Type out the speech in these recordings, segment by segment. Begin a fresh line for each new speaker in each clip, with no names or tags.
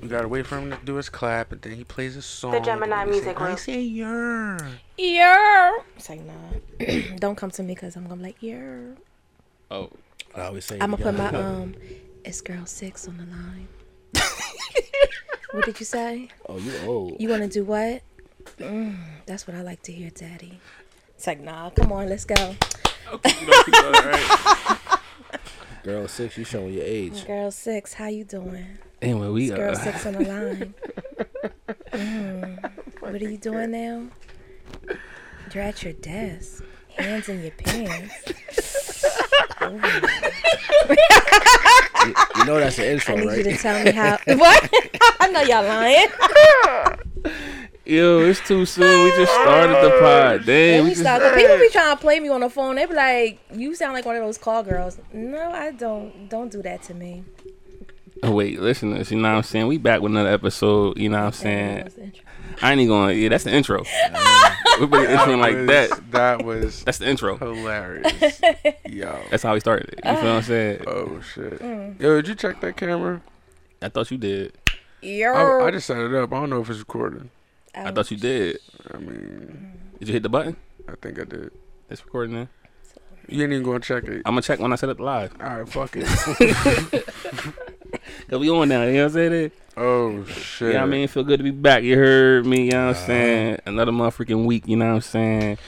We gotta wait for him to do his clap, and then he plays a song.
Gemini
and we say,
Music
I
Group.
say your.
Yeah. It's like, nah. Don't come to me because I'm going to be like, yeah.
Oh,
I always say.
I'm going to put my,
yeah.
um, it's girl six on the line. what did you say?
oh, you old.
You want to do what? Mm, that's what I like to hear, daddy. It's like, nah, come on, let's go.
All right.
Girl six, you showing your age.
Girl six, how you doing?
Anyway, we
It's girl
uh,
six on the line. Mm, what are you doing now? You're at your desk, hands in your pants.
you, you know that's the intro,
I need you to
right?
tell me how. what? I know y'all lying.
Yo, it's too soon. We just started the pod. Damn,
And we
we just
start, people be trying to play me on the phone. They be like, "You sound like one of those call girls." No, I don't. Don't do that to me.
Oh, wait, listeners, you know what I'm saying? We back with another episode, you know what I'm saying? I ain't even gonna yeah, that's the intro. we put the intro in like that.
That was
That's the intro.
hilarious. Yo.
That's how we started. it. You feel what I'm saying?
Oh shit.
Mm.
Yo, did you check that camera?
I thought you did.
Yo,
I, I just set it up. I don't know if it's recording.
I thought you did.
I mean,
Did you hit the button?
I think I did.
It's recording now.
You ain't even gonna check it.
I'm gonna check when I set up live.
All right, fuck it.
Cause we on now, you know what I'm saying?
oh
Yeah,
shit. Uh-huh.
I mean, feel good to be back. You heard me, you know what I'm saying? Another motherfucking week, you know what I'm saying?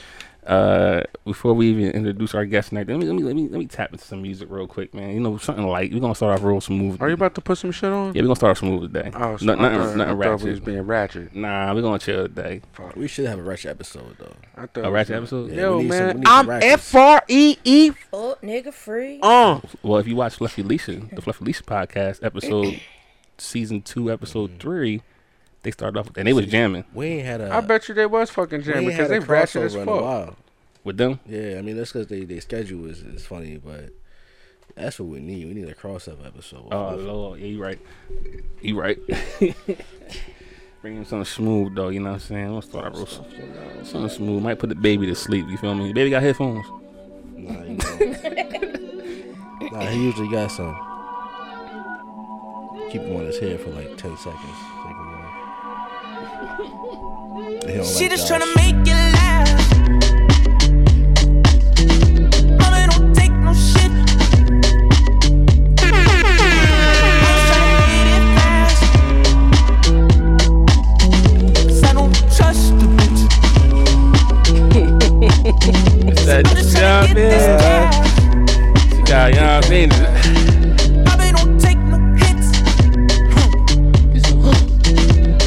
Uh, before we even introduce our guest tonight, let me let me let me let me tap into some music real quick, man. You know, something like we're gonna start off real smooth.
Are you about to put some shit on?
Yeah, we're gonna start off smooth today.
Oh, so
no,
I
nothing,
thought- I
nothing
thought we was
ratchet.
being ratchet.
Nah, we're gonna chill today.
We should have a rush episode though.
I thought
A ratchet episode?
Yeah,
Yo,
we need some-
man,
we need some
I'm
ratchets.
F R E E.
Oh, nigga, free.
Uh,
Well, if you watch Fluffy Alicia, the Fluffy Alicia podcast episode, season two, episode three, they started off and they was jamming
We ain't had a.
I bet you they was fucking
we ain't
jamming because
had a
they ratchet as
crossover in a
fuck.
while.
with them.
Yeah, I mean that's because they they schedule is is funny, but that's what we need. We need a crossover episode.
Oh lord, yeah, you right. You right. Bring him something smooth though, you know what I'm saying? I'm gonna start off real s- something smooth. Might put the baby to sleep. You feel me? baby got headphones.
Nah, you know. nah, he usually got some. Keep him on his head for like ten seconds. Like, you know. They don't
She
like
just
Josh.
tryna make you laugh. Mama don't take no shit. I'm tryna get it fast. 'Cause I don't trust the bitch.
That
I'm just tryna get this cash.
guy, you know what I'm saying?
Bobby don't take no hits.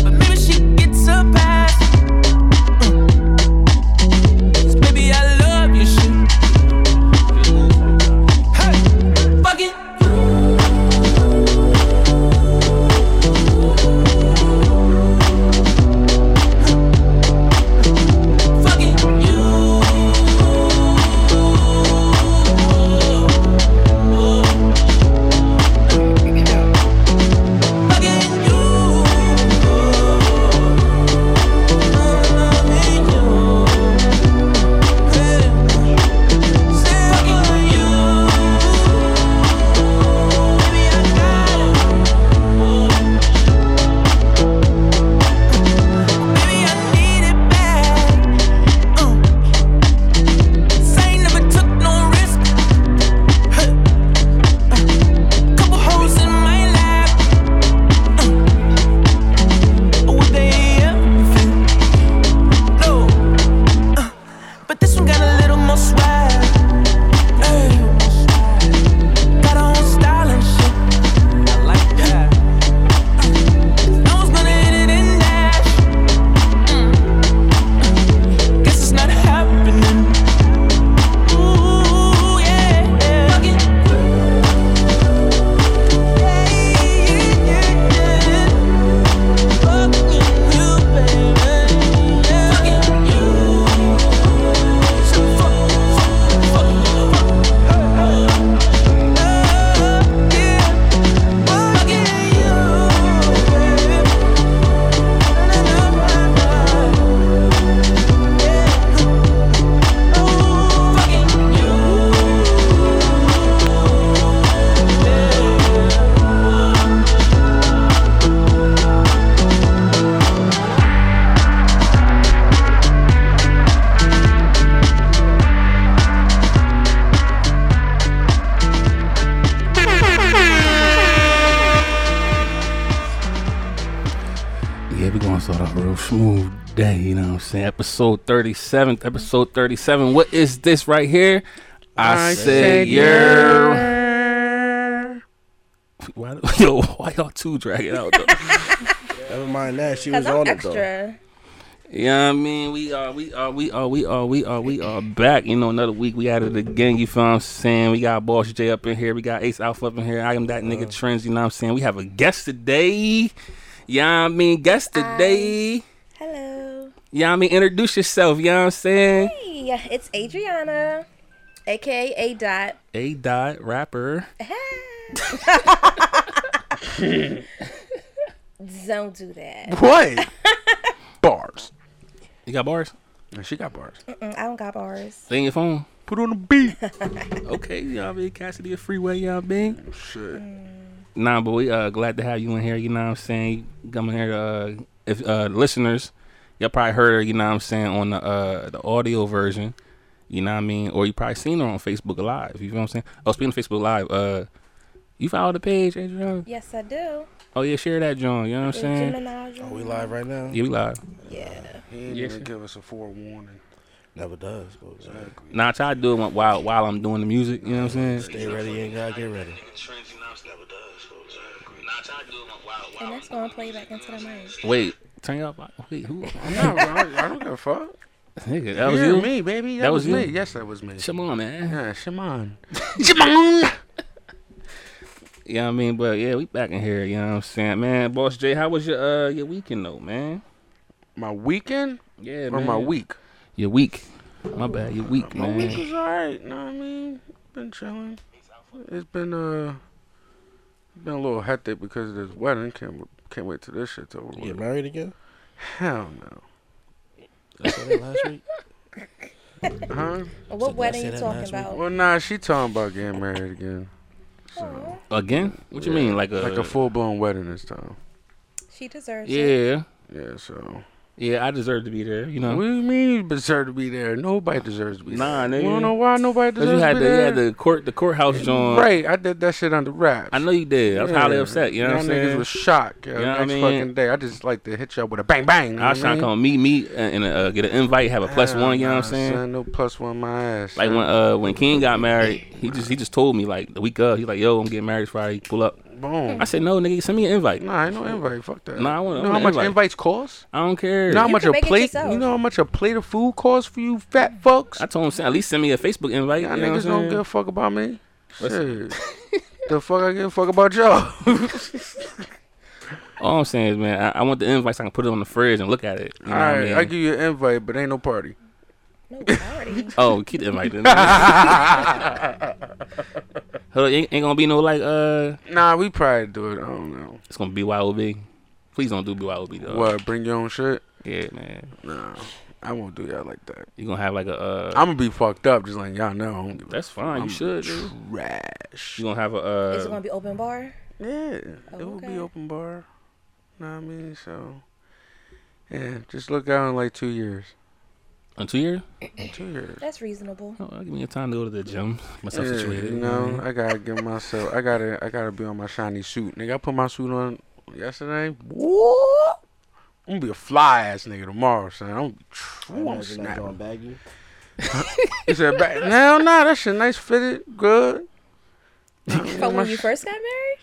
But maybe she gets a pass. Mm. 'Cause
Uh, Uh, Uh, Uh, Uh, Mm.
Yeah, we're going to start off real smooth day, you know what I'm saying? Episode 37th, episode 37. What is this right here? I, say yeah. Why, yo, why y'all two drag it out though?
Never mind that. She was
Because I'm
on it though.
extra.
Yeah, I mean, we are, we are, we are, we are, we are, we are back. You know, another week we at it again. You feel what I'm saying? We got Boss J up in here. We got Ace Alpha up in here. I am that
Uh.
nigga Trends. You know what I'm saying? We have a guest today. Yeah, I mean, guest today.
Hello.
Yeah, I mean, introduce yourself. You know what I'm saying?
Hey, it's Adriana, aka A Dot.
A dot rapper.
Don't do that.
What? Bars.
You got bars?
Yeah, She got bars.
Mm, I don't got bars.
Thing your phone.
Put on a beat.
Okay, you know what I mean? Cassidy a freeway, you know what I mean?
Shit.
Nah, but we uh glad to have you in here. You know what I'm saying? You Come in here, to, uh, if uh listeners, y'all probably heard her. You know what I'm saying on the uh the audio version. You know what I mean? Or you probably seen her on Facebook Live. You know what I'm saying? Oh, speaking of Facebook Live, uh, you follow the page, Adrian?
Yes, I do.
Oh yeah, share that, John. You know what I'm saying?
Gemini.
Are we live right now?
Yeah, we live.
Yeah.
He didn't
Yes,
even
sir.
give us a forewarning.
Never does. Go back.
Nah, I try to do it while while I'm doing the music. You know what I'm saying?
Stay ready, ain't gotta get ready.
And that's going to play back into the mic.
Wait, turn up. Wait, who?
no, bro, I don't- I don't give a fuck.
Nigga, that was
yeah,
you.
me, baby. That,
That
was,
was you?
me. Yes, that was me.
Come on, man.
Yeah, Shimon. Shimon.
Yeah, I mean, but yeah, we back in here. You know what I'm saying, man. Boss J, how was your uh your weekend though, man?
My weekend
Yeah,
or my week?
Your week. My bad. Your week,
My
man.
week was alright. Know what I mean? Been chilling. It's been uh been a little hectic because of this wedding. Can't can't wait till this shit's over.
You get
with.
married again?
Hell no.
I said that last week.
Huh?
Did I
What wedding
say
you
that
talking
last week?
about?
Well, nah. She talking about getting married again. So,
Aw,
Again? What you mean? Like a
like a full blown wedding this time.
She deserves it.
Yeah,
Yeah. So.
yeah. I deserve to be there. You know.
What do you mean you deserve to be there? Nobody deserves to be
Nah,
there.
nigga.
You don't know why nobody
Cause
deserves
you had
to
the
be
you
there.
had the court the courthouse joint.
right. I did that shit under wraps.
I know you did. Uh, I was highly
Yeah.
upset. You know
Y'all
what I'm
Niggas
saying?
was shocked. Yo,
You know what I
next
mean?
fucking day, I just like to hit y'all with a bang bang. you know
I was
what
trying to
mean?
come meet me and uh, get an invite, have a plus
Hell
one. You know
nah,
what I'm saying?
Son, no plus one my ass.
Like
son.
when uh when King got married, he just he just told me like the week of. He's like, yo, I'm getting married Friday. Pull up.
boom.
I said, no, nigga, send me an invite.
Nah, ain't no invite. Fuck that.
Nah, I want- I
you know
want
how
an
much
invite.
invites cost?
I don't
You
care.
know how
You
much
can
a
make it
plate?
yourself.
You know how much a plate of food costs for you fat fucks?
I told him, at least send me a Facebook invite.
Y'all
you know
niggas
what I'm
don't
saying?
give a fuck about me.
Listen.
Shit. the fuck I give a fuck about y'all?
All I'm saying is, man, I, I want the invite so I can put it on the fridge and look at it. You know
All right, I,
what I mean?
give you an invite, but ain't no party.
No party.
oh, keep the invite. Then. Hold on, ain't, ain't gonna be no like uh,
Nah, we probably do it. I don't know.
it's gonna be YOB. Please don't do BYOB though.
What? Bring your own shit?
Yeah, man,
Nah, I won't do y'all like that.
you gonna have like a. Uh,
I'm gonna be fucked up, just like y'all know. I don't give a
that's fine.
I'm
you should. dude.
Trash.
You gonna have a.
Is it
Uh,
going to be open bar?
Yeah,
Oh,
it will be
okay.
open bar. Know what I mean? So, yeah, just look out in like two years.
in two years?
Two years.
That's reasonable.
Oh, well, give me a time to go to the gym. Myself
Yeah,
situated.
you know, I gotta get myself. I gotta. I gotta be on my shiny suit, nigga. I put my suit on yesterday. Woo! I'm gonna be a fly ass nigga tomorrow, son. I'm gonna be true. I'm
Imagine that going
snapping.
baggy.
He said, back. Hell nah, that shit nice fitted, good.
But when you first got married?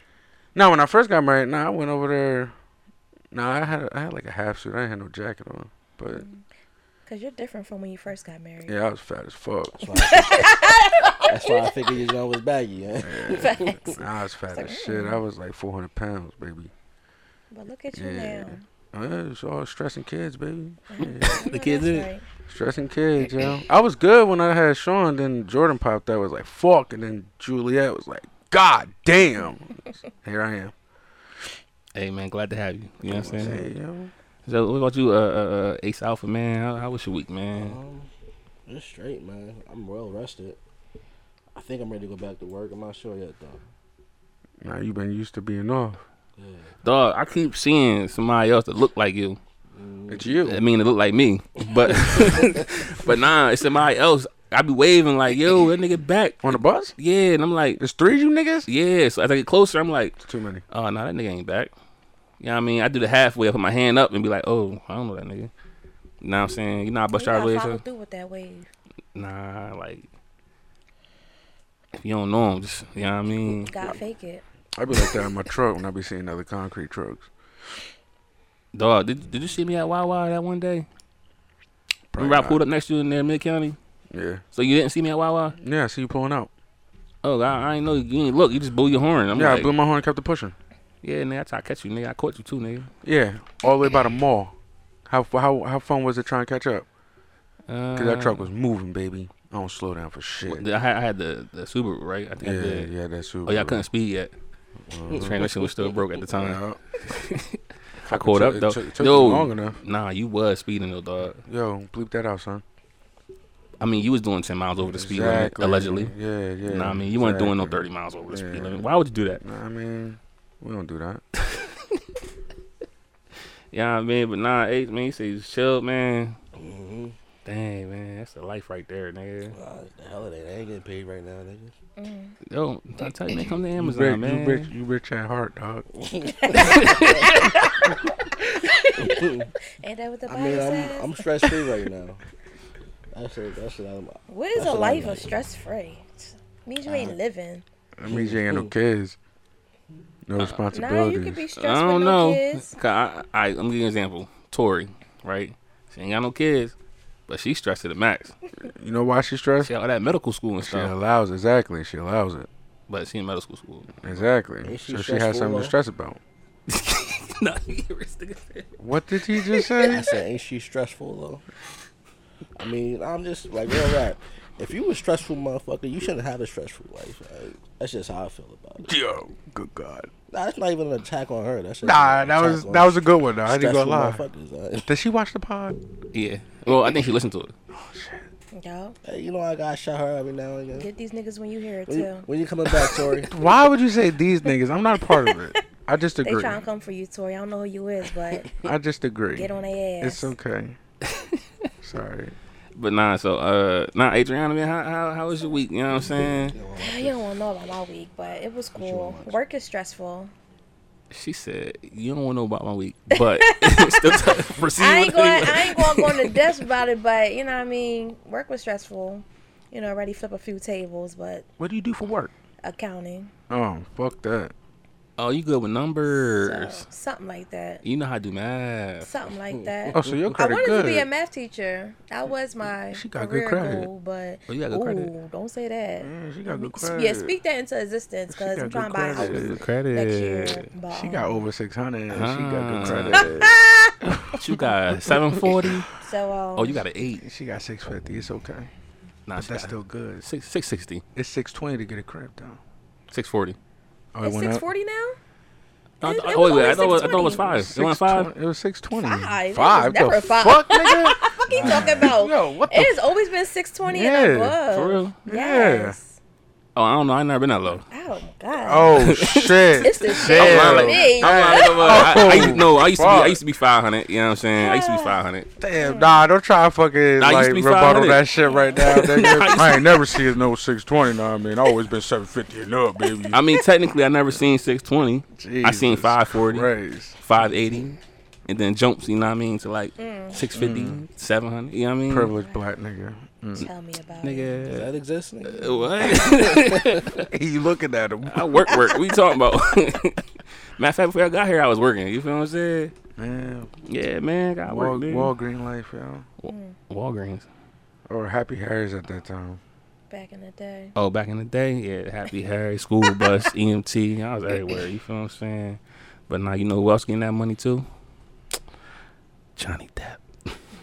Now, when I first got married, nah, I went over there. Nah, I had I had like a half suit. I didn't have no jacket on, but
Because you're different from when you first got married.
yeah, I was fat as fuck.
That's why I figured your joint was baggy. Huh?
Facts. mm.
Nah, I was fat as shit. I was like 400 pounds, baby.
But look at you
Yeah.
now.
Uh, it's all stressing kids, baby. Yeah.
The kids in it.
Right.
Stressing kids, yo. I was good when I had Sean. Then Jordan popped out. Was like fuck, and then Juliet was like, God damn. Here I am.
Hey, man, glad to have you. You know what I'm saying?
Hey, yo.
So, what about you, uh, uh, uh, Ace Alpha, man? How, how was your week, man?
Um, it's straight, man. I'm well rested. I think I'm ready to go back to work. I'm not sure yet though.
Now you been used to being off.
Yeah.
Dog, I keep seeing somebody else that look like you.
It's you.
I mean, it look like me, but but nah, it's somebody else. I be waving like, yo, that nigga back.
On the bus?
Yeah, and I'm like,
There's three of you niggas?
yeah. So as I get closer, I'm like,
It's too many.
oh no, that nigga ain't back. You know what I mean? I do the halfway, I put my hand up and be like, oh, I don't know that nigga. You know what I'm saying? You know I bust
you
your
gotta
ways
follow
up?
through with that wave.
Nah, like, if you don't know him, just, you know what I mean?
You gotta fake it.
I be like that in my truck when I be seeing other concrete trucks.
Dog, did, did you see me at Wawa that one day?
Probably
Remember I
not.
pulled up next to you in there, Mid County?
Yeah.
So you didn't see me at Wawa?
Yeah, I see you pulling out.
Oh, I, I ain't know. You didn't look. You just blew your horn. I'm
yeah,
like,
I blew my horn and kept it pushing.
yeah, nigga, I tried to catch you, nigga. I caught you too, nigga.
Yeah, all the way by the mall. How how how fun was it trying to catch up?
Uh,
Cause that truck was moving, baby. I don't slow down for shit.
I had, I had the, the Subaru, right? I think I
Yeah,
did.
yeah, that's super.
Oh, yeah, I couldn't speed yet. The transmission was still broke at the time.
Uh-huh. Yeah.
I caught
It
up,
took-
though.
It took, it took
Yo.
you long enough.
Nah, you was speeding, though, dog.
Yo, bleep that out, son.
I mean, you was doing 10 miles over the speed limit,
Exactly.
allegedly.
Yeah, yeah.
nah, I mean, you weren't doing no 30
exactly.
miles over the
Yeah.
speed limit. Why would you do that?
Nah, I mean, we don't do that.
Yeah, I mean, but nah, eight, man, you say you chill, man.
Mm-hmm.
Dang, man, that's the life right there, nigga.
the hell it ain't. I ain't getting paid right now, nigga.
Mm.
Yo, I tell you, man, come to Amazon,
you rich,
man.
You rich, you rich at heart, dog.
Ain't that what the
I
Bible
mean,
says?
I'm, I'm stress free right now. That's it. That's it. I'm,
what is
that's
a
what I
life of
like.
stress free? Means you
Uh,
ain't living.
That means you ain't no kids, no
Nah,
responsibilities.
you could be
I
stressed with
don't
no
know.
kids.
'Cause I, I, I'm giving you an example. Tori, right? She ain't got no kids, but she stressed to the max.
you know why she's stressed?
She had all that medical school and
She
stuff,
allows exactly. She allows it
but she in medical school.
exactly.
Is she
so she has
stressful,
something to
though?
stress about.
no, you rich nigga. said-
What did he just say?
I said, ain't she stressful though? I mean, I'm just like real rap. If you a stressful motherfucker, you shouldn't have a stressful life. Like, that's just how I feel about it.
Yo, good God.
Nah, that's not even an attack on her. That's just
Nah,
an
that
attack
was
on
that was a good one. Though. I didn't go
stressful
lie.
motherfuckers, like.
Does she watch the pod?
Yeah. Well, I think she listened to it.
Yo,
Hey, you know I gotta shut her every now and again.
get these niggas when you hear it
When you,
too.
when you coming back, Tori?
Why would you say these niggas? I'm not a part of it. I just
They
agree.
trying to come for you, Tori. I don't know who you is, but
I just agree.
get on their ass.
It's okay. Sorry.
But nah, so uh, nah, Adriana, man, how how how was your week? You know what I'm saying?
you don't want to know about my week, but it was cool. Work is stressful.
She said, "You don't want to know about my week, but still t- proceed."
I ain't
with
going.
it
I
anyway.
ain't going to go into depth about it, but you know, what I mean, work was stressful. You know, already flip a few tables, but
What do you do for work?
accounting,
Oh, fuck that.
Oh, you good with
so,
numbers?
something like that,
You know how to do math.
something like that.
Oh, so your
I
credit
wanted
good.
to be a math teacher. That was my
She got good
career
credit.
goal, but
Oh, you got good
ooh,
credit.
don't say that.
Yeah, she got good credit.
Yeah, speak that into existence,
She
cause
got
I'm
good
trying to buy a house
credit.
next year. But,
She
um,
got over 600 and she got good
Ah.
credit.
What you got? Seven forty.
so. Um,
Oh, you got an eight.
she got 650. It's okay.
Nah,
But
she
that's
got
still good.
six six sixty.
It's 620 to get a crib, though.
Six forty.
Oh,
It's
went
six
up?
forty now.
No, I
It-
th-
it
oh,
was
wait, wait, I
only
thought it was, I thought it was
6:20.
five. It went five.
620 It was 620.
Five. It was
Five.
never
the
five.
fuck, nigga?
Fuck you talking about?
Yo, what the
it has always been six twenty and
Yeah,
above.
for real?
Yeah.
Yes.
Oh, I don't know. I ain't never been that low.
Oh God.
oh, shit.
It's the shit
Damn.
for
lying.
me.
I'm lying. I'm lying. I, I, used- no, I used to be. I
Fuck.
used to be five hundred. You know what I'm saying? I used to be five hundred.
Damn, nah, don't try to fucking
Nah, it used
like
to be
rebuttal
500.
that shit right now. nigga.
Nah, it used
I ain't never seen no 620. Nah, I mean, I always been 750 and up, baby.
I mean, technically, I never seen six twenty. I seen
Jesus
540,
Christ.
580, and then jumps, you know what I mean, to like
Mm.
650, 700, you know what I mean?
Mm. Privileged black nigga. Mm.
Tell me about it.
Does
Nigga.
that exist? Nigga?
Uh, What?
he looking at him.
I work, work. What you talking about? Matter of fact, before I got here, I was working. You feel what I'm saying?
Man,
Yeah, man, got
Wal-
work, man.
Walgreen life, yo.
Walgreens.
Or Happy Harry's at that time.
Back in the day.
Oh, back in the day, yeah, Happy Harry, school bus, EMT, I was everywhere. You feel what I'm saying? But now you know who else getting that money too? Johnny Depp,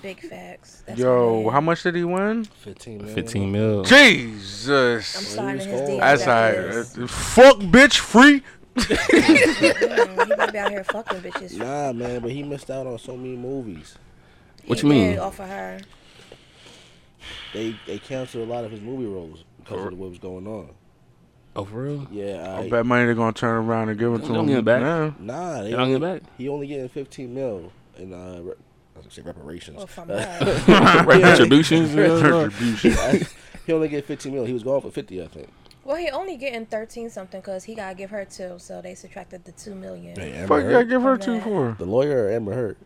Big facts. That's
Yo,
my man.
how much did he win?
15 million.
15 mil.
I'm
Jesus.
sliding in his
scored.
DMs.
That's
after
alright.
this.
Fuck bitch free.
Mm, he might be out here fucking bitches.
Nah, man, but he missed out on so many movies.
What
He
you mean?
did Off of her.
They they canceled a lot of his movie roles because of what was going on.
Oh, for real?
Yeah,
I
I,
bet money they're gonna turn around and give it to
Don't
him.
give it back.
Yeah.
nah, they
Y'all get back?
he only getting 15 mil in uh, re- I was gonna say reparations.
Well, Oh, from
Uh,
her.
Retributions? you know?
he only get 15 mil. He was going for 50, I think.
Well, he only getting thirteen something because he gotta give her two, so they subtracted the two million.
Hey, Amber
Fuck, you gotta
Heard?
give her
Nah.
two for.
The lawyer or Amber Heard?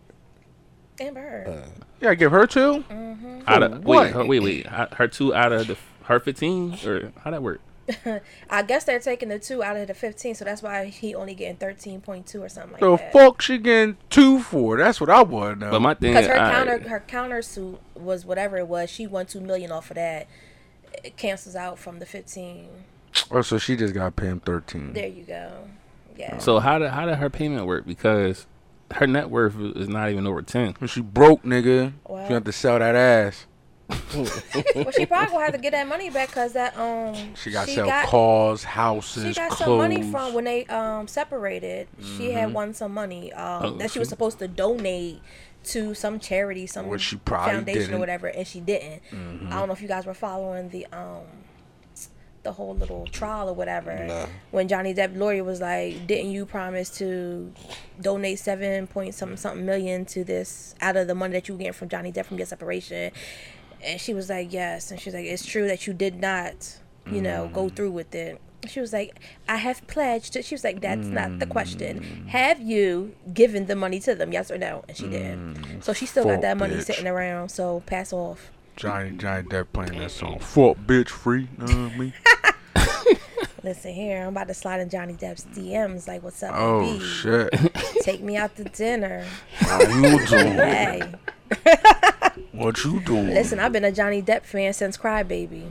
Amber Heard.
Uh,
You gotta give her two.
Mm-hmm.
Out of,
what?
wait, her, wait, wait. Her her two out of the her fifteen or how that work?
I guess they're taking the two out of the fifteen, so that's why he only getting thirteen point two or something like
The
that.
fuck she getting two for? That's what I want to know.
But my thing,
Because her
I-
counter her counter suit was whatever it was. She won two million off of that. It cancels out from the fifteen.
oh, so she just got paid him thirteen.
There you go. Yeah.
Hmm. So how did how did her payment work? Because her net worth is not even over ten.
She broke, nigga.
Wow.
She have to sell that ass.
well, she probably gonna have to get that money back because that um
She got to sell cars,
she
houses,
got
clothes. Mm-hmm.
some money from when they um separated. She had won some money um
Oh,
that she was
shoot.
supposed to donate to some charity, some
Which she probably
foundation
didn't. Mm-hmm.
or whatever, and she didn't. I don't know if you guys were following the um the whole little trial or whatever
Nah.
when Johnny Depp lawyer was like, "Didn't you promise to donate seven point something something million to this out of the money that you get from Johnny Depp from your separation?" And she was like, "Yes," and she's like, "It's true that you did not, you know, go
Mm.
through with it." She was like, "I have pledged." to-" She was like, "That's not the
Mm.
question. Have you given the money to them? Yes or no?" And she did. So she still
Mm. Fuck,
got that money
bitch.
sitting around. So pass off.
Johnny Johnny Depp playing that song. Fuck, bitch, free. Know what I mean?
Listen here, I'm about to slide in Johnny Depp's DMs. Like, what's up,
Oh
baby?
shit.
Take me out to dinner.
How you doing?
Hey.
What you doing?
Listen, I've been a Johnny Depp fan since Crybaby.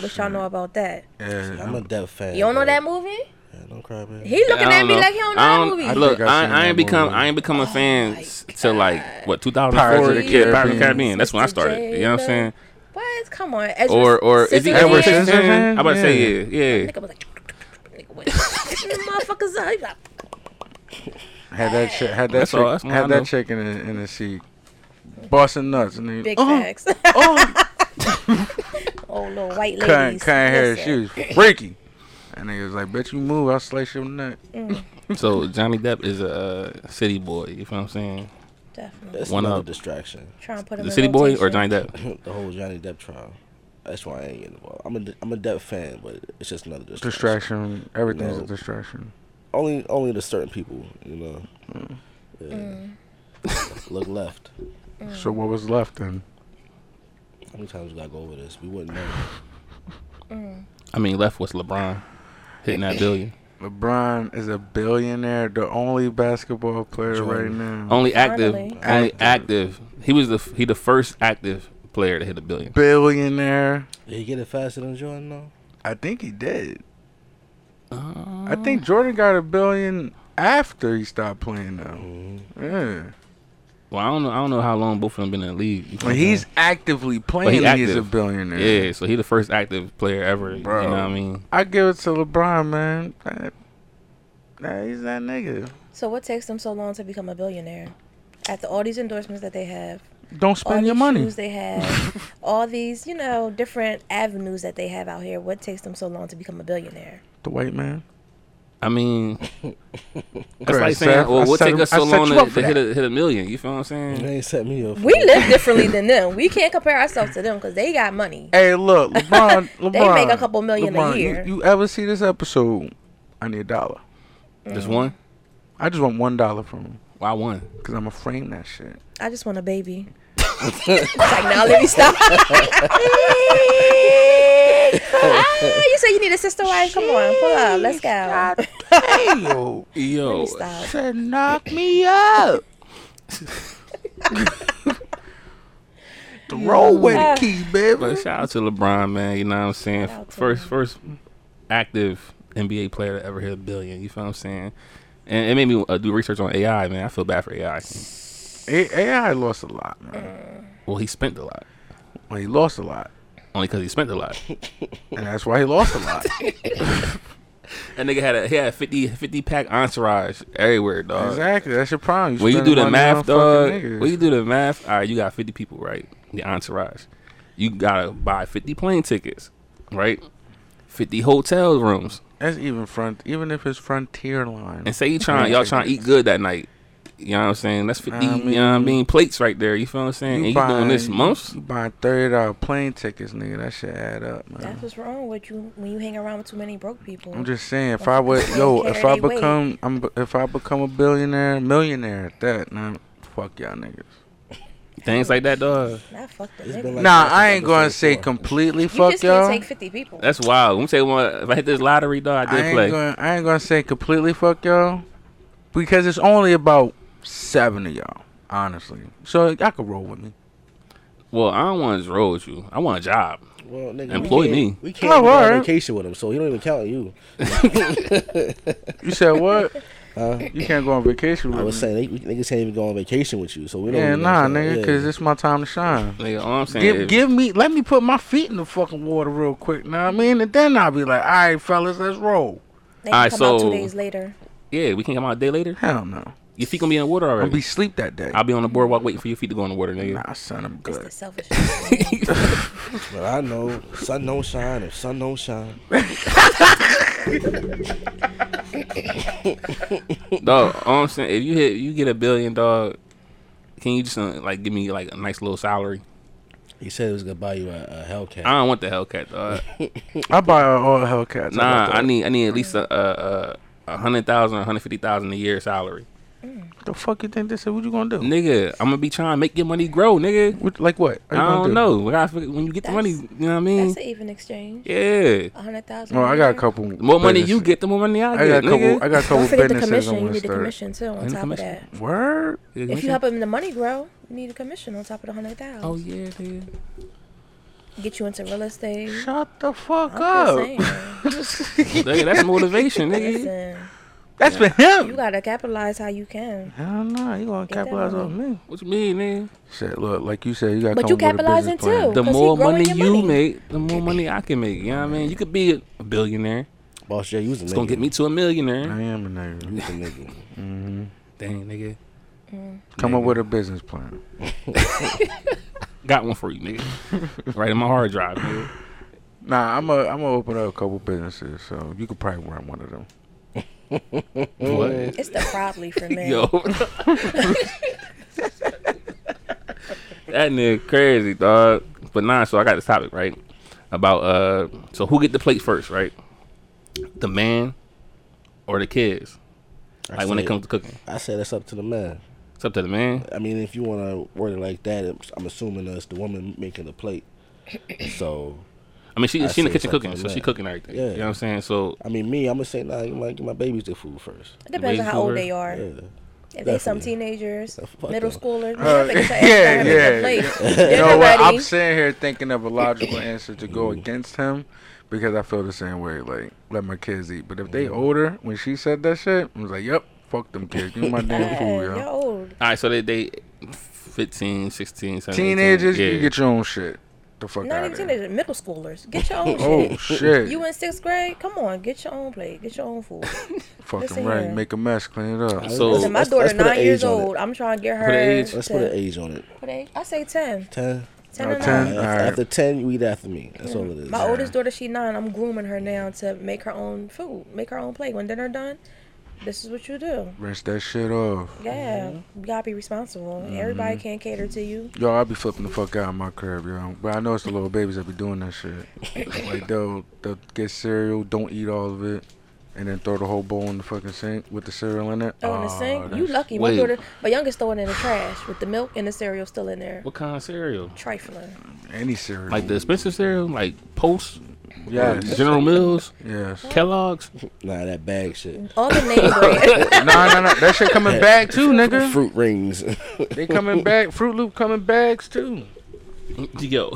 What y'all know about that?
yeah,
I'm a deaf fan.
You don't know
but-
that movie?
Yeah, don't cry, man.
He looking
I
at
don't
me
know.
like he don't know
I
that movie. Oh
I
Look,
think
I,
I've seen
I ain't
that
become
movie.
I ain't become a fan
my
s- till like what 2004.
Pirates of the
Yeah, Pirates of
Caribbean.
the Caribbean. That's when I
Sister
started. You know what I'm saying?
Jada. what? Come on, Ezra
Or or is he
Scissorhands?
Edward
Edward
Scissorhands?
Scissorhands? I'm about to say yeah, yeah.
Nigga was like, nigga went, motherfuckers up. He like,
had that chick, had that
That's
chick,
all- that's all I
had
know.
that chick in the, in the seat, busting nuts, and then
Big
oh,
facts.
oh,
oh no, white ladies.
couldn't, couldn't hear
Listen,
she was freaky. And nigga was like, "Bitch, you move, I'll slice your nut."
Mm.
So Johnny Depp is a uh, city boy. You feel what I'm saying?
Definitely.
That's
One
another
up.
distraction.
Trying to put him
The
in
city boy or
rotation.
Johnny Depp?
the whole Johnny Depp trial. That's why I ain't getting involved. I'm a De- I'm a Depp fan, but it's just another distraction.
Distraction, everything's a
No.
distraction.
Only only to certain people, you know.
Mm.
Yeah. Look left.
So what was left then?
How many times we gotta go over this? We wouldn't know.
I mean, left was LeBron hitting that billion.
LeBron is a billionaire, the only basketball player right
Jordan.
now.
Only active,
Finally.
only active. He was the f- he the first active player to hit a billion.
billionaire.
Did he get it faster than Jordan though?
I think he did.
Uh.
I think Jordan got a billion after he stopped playing though.
Mm-hmm.
Yeah.
Well, I don't know. I don't know how long both of them been in the league. You feel what
Well,
I'm
he's actively
But
playing.
he
He's a
active.
billionaire.
saying? yeah. So he the first active player ever.
Bro.
You know what I mean?
I give it to LeBron, man. Nah, Nah, he's that nigga.
So what takes them so long to become a billionaire? After all these endorsements that they have,
Don't
all
spend
these
your money.
shoes they have, all these you know different avenues that they have out here. What takes them so long to become a billionaire?
The white man.
I mean, that's
Bruh,
like
Seth,
saying,
I
well, what
set
take
him-
us
I
so
set
long
you
to,
up for
to hit
that.
a hit a million? You feel what I'm saying?
They ain't set me up. for
We
that.
live differently than them. We can't compare ourselves to them because they got money.
Hey, look, LeBron. LeBron.
make a couple million a
LeBron, you-
year.
You, ever see this episode? I need a dollar.
Just one.
I just want one dollar from him
Why one?
because I'm gonna frame that shit.
I just want a baby. it's like now let me stop. ah, you say you need a sister wife? Come on, pull up. Let's go.
Hey, yo,
Yo,
Stop.
said knock me up. the roll with the key,
but
baby.
shout out to LeBron, man. You know what I'm saying?
Shout out to
First, first active NBA player to ever hit a billion. You feel what I'm saying? And it made me uh, do research on AI, man. I feel bad for AI.
A- AI lost a lot, man.
Well, he spent a lot.
Well, he lost a lot,
Only because he spent a lot.
and that's why he lost a lot.
That nigga had a he had a 50, 50 pack entourage everywhere, dog.
Exactly, that's your problem.
When you do
spending
the
money on
math,
fucking
dog.
niggas.
When you do the math, all right, you got fifty people, right? The entourage. You gotta buy fifty plane tickets, right? Fifty hotel rooms,
That's even front, even if it's frontier line.
and say you trying y'all trying to eat good that night. You know what I'm saying? That's 50,
I
you know what I
mean-
mean, plates right there. You feel what I'm saying? and you doing this month?
You buying thirty dollar plane tickets, nigga. That should add up, man.
That's what's wrong with you when you hang around with too many broke people.
I'm just saying, if I would, yo, if I become, I'm, if I become a billionaire, millionaire at that, nah, fuck y'all niggas.
Things like that, dog.
Nah, fuck the
It's
nigga.
been
you
like
Nah,
that
I
since
ain't gonna
episode
say
four.
completely
just
fuck
can't
y'all.
take 50 people.
That's wild. Let me tell you one. If I hit this lottery, dog, I
I
did
ain't
play.
gonna, I ain't gonna say completely fuck y'all, because it's only about seven of y'all, honestly. So y'all can roll with me.
Well, I don't want to roll with you. I want a job.
Well, nigga,
Employ
we can't,
me.
We can't
Oh,
even go on
alright.
vacation with him, so he don't even count on you.
You said what?
Huh?
you can't go on vacation with
I was
me.
saying they, we, niggas can't even go on vacation with you, so we don't.
yeah,
even
nah,
so,
nigga,
yeah.
because it's my time to shine.
Nigga, all I'm saying
Give,
is,
give me, let me put my feet in the fucking water real quick. Know what I mean? And then I'll be like, all right, fellas, let's roll.
They can
All right,
come out two
so-
days later.
yeah, we can come out a day later.
Hell no.
Your feet gonna be in the water
I'm
already.
gonna be sleep that day.
I'll be on the boardwalk waiting for your feet to go in the water, nigga.
nah, son, I'm
It's
good.
the selfish. shit.
But I know sun don't shine if sun don't shine.
dog, all I'm saying, if you hit, you get a billion, dog. Can you just uh, like give me like a nice little salary?
He said he was gonna buy you a, a Hellcat.
I don't want the Hellcat, dog.
I buy all Hellcats.
nah,
I
I need I need at least a a, a, a hundred thousand, a hundred fifty thousand a year salary,
what the fuck you think this is? What you gonna do?
nigga. I'm gonna be trying to make your money grow, nigga.
What- like what?
I
Are you gonna
don't
do?
know. We gotta figure- When you get the money, you
That's-
know what I mean?
That's an even exchange.
Yeah.
A hundred thousand.
No, Oh, I got a couple.
The more money you
businesses.
get, the more money I,
I
get,
got a
nigga.
couple. I got a
Don't
couple
forget the
businesses
commission.
I'm
You need
gonna
the
start.
commission too on
And the
top of
commission.
that.
Word.
You
If
mention-
you helping the money grow, you need a commission on top of the hundred thousand.
Oh yeah, nigga.
Get you into real estate.
Shut the fuck
I'm
up.
just saying.
nigga that's motivation, nigga.
Listen,
That's for
you
him.
gotta capitalize how you can.
Hell no, you gonna
that
capitalize
money.
on me.
What you mean, nigga?
Shit, look, like you said, you gotta
But
come
you
up with a
capitalizing
business plan.
too.
The
'Cause he
more
growing
money
your
you
money.
make, the more money I can make. You know what I mean? You could be a billionaire.
Boss Jay, you was a nigga.
It's gonna get me to a millionaire.
I am a nigga.
You was a nigga. Mm-hmm.
Dang, nigga.
Mm.
Come up with a business plan.
Got one for you, nigga. right in my hard drive, nigga.
Nah, I'm a I'm gonna open up a couple businesses, so you could probably run one of them.
What?
It's the probably for me.
Yo. that nigga crazy, dog. But nah, so I got this topic, right? About uh so who get the plate first, right? The man or the kids?
I
Like when it
said-
comes to cooking.
I said that's up to the man.
It's up to the man.
I mean, if you want to word it like that, it's, I'm assuming that's the woman making the plate. So,
I mean she
I
she in the
see
kitchen
it's up
cooking,
to the
so she
man.
cooking everything. You
Yeah.
know what I'm saying? So
I mean, me, I'm gonna say, nah, you might give my babies the food first.
It depends on
Raise
how old
her.
they are.
Yeah.
If they some
definitely.
teenagers,
Yeah, fuck
middle
them.
schoolers,
Uh,
man, that bitch got
yeah,
everything on
yeah.
her plate.
You
Dinner
know what?
ready.
I'm sitting here thinking of a logical answer to
Mm-hmm.
go against him because I feel the same way. Like, let my kids eat. But if they
Mm-hmm.
older, when she said that shit, I was like, yep, fuck them kids. Give me my damn food,
Yeah,
yo.
y'all old.
all right, so they they 15, 16, 17.
Teenagers, you
yeah.
get your own shit. The fuck
Not
out
even
of here.
teenagers, middle schoolers. Get your own
Oh,
shit.
shit.
You in sixth grade? Come on, get your own plate. Get your own food.
Fucking
listen
right.
here.
Make a mess, clean it up.
So-
Listen, my
Let's-
daughter
let's put an
nine years
age on it.
old. I'm trying to get her.
an age.
Let's
to-
put an age on it.
What age? I say ten.
Ten.
Ten
Oh,
or
10.
nine.
After,
All right.
after ten, you eat after me. That's all it is.
My oldest daughter, she nine. I'm grooming her now to make her own food, make her own plate. When dinner done, this is what you do.
Rinse that shit off.
Yeah,
Mm-hmm.
you gotta be responsible. Everybody can't cater to you.
Yo, I be flipping the fuck out in my crib, yo. But I know it's the little babies that be doing that shit. like they'll they'll get cereal, don't eat all of it, and then throw the whole bowl in the fucking sink with the cereal in it.
Throw in the
Oh,
sink. You
that's-
lucky. My
wait.
daughter, my youngest, throwing in the trash with the milk and the cereal still in there.
What kind of cereal?
Trifling.
Any cereal.
Like the expensive cereal, like Post,
Yes.
General Mills,
Yes.
Kellogg's.
Nah, that bag shit.
All the name brand.
nah, nah, nah. That shit coming back too, nigga.
Fruit rings.
They coming back. Fruit Loop coming bags too.
Yo,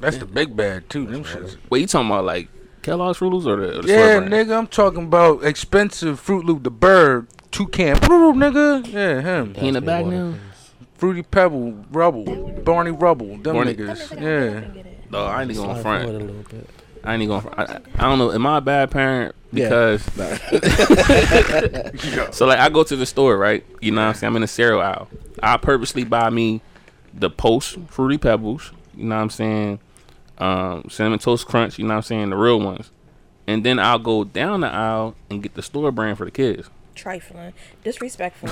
That's the big bag too. Them shits.
wait, you talking about like Kellogg's Fruit Loops or the, or the
Yeah,
Slurp brand?
nigga. I'm talking about expensive Fruit Loop, the bird, toucan, Fruit Loop, nigga. Yeah, him.
He in the bag now.
Fruity Pebble, Rubble, Barney Rubble, them
Barney-
niggas. Yeah.
yeah.
No, I ain't even gonna
Slide forward
front.
a little bit.
I ain't even gonna. Front. I, I don't know. Am I a bad parent?
Yeah.
Because
Nah.
so like I go to the store, right? You know what I'm saying? I'm in a cereal aisle. I purposely buy me the Post Fruity Pebbles. You know what I'm saying? Um, Cinnamon Toast Crunch. You know what I'm saying? The real ones. And then I'll go down the aisle and get the store brand for the kids.
trifling, disrespectful.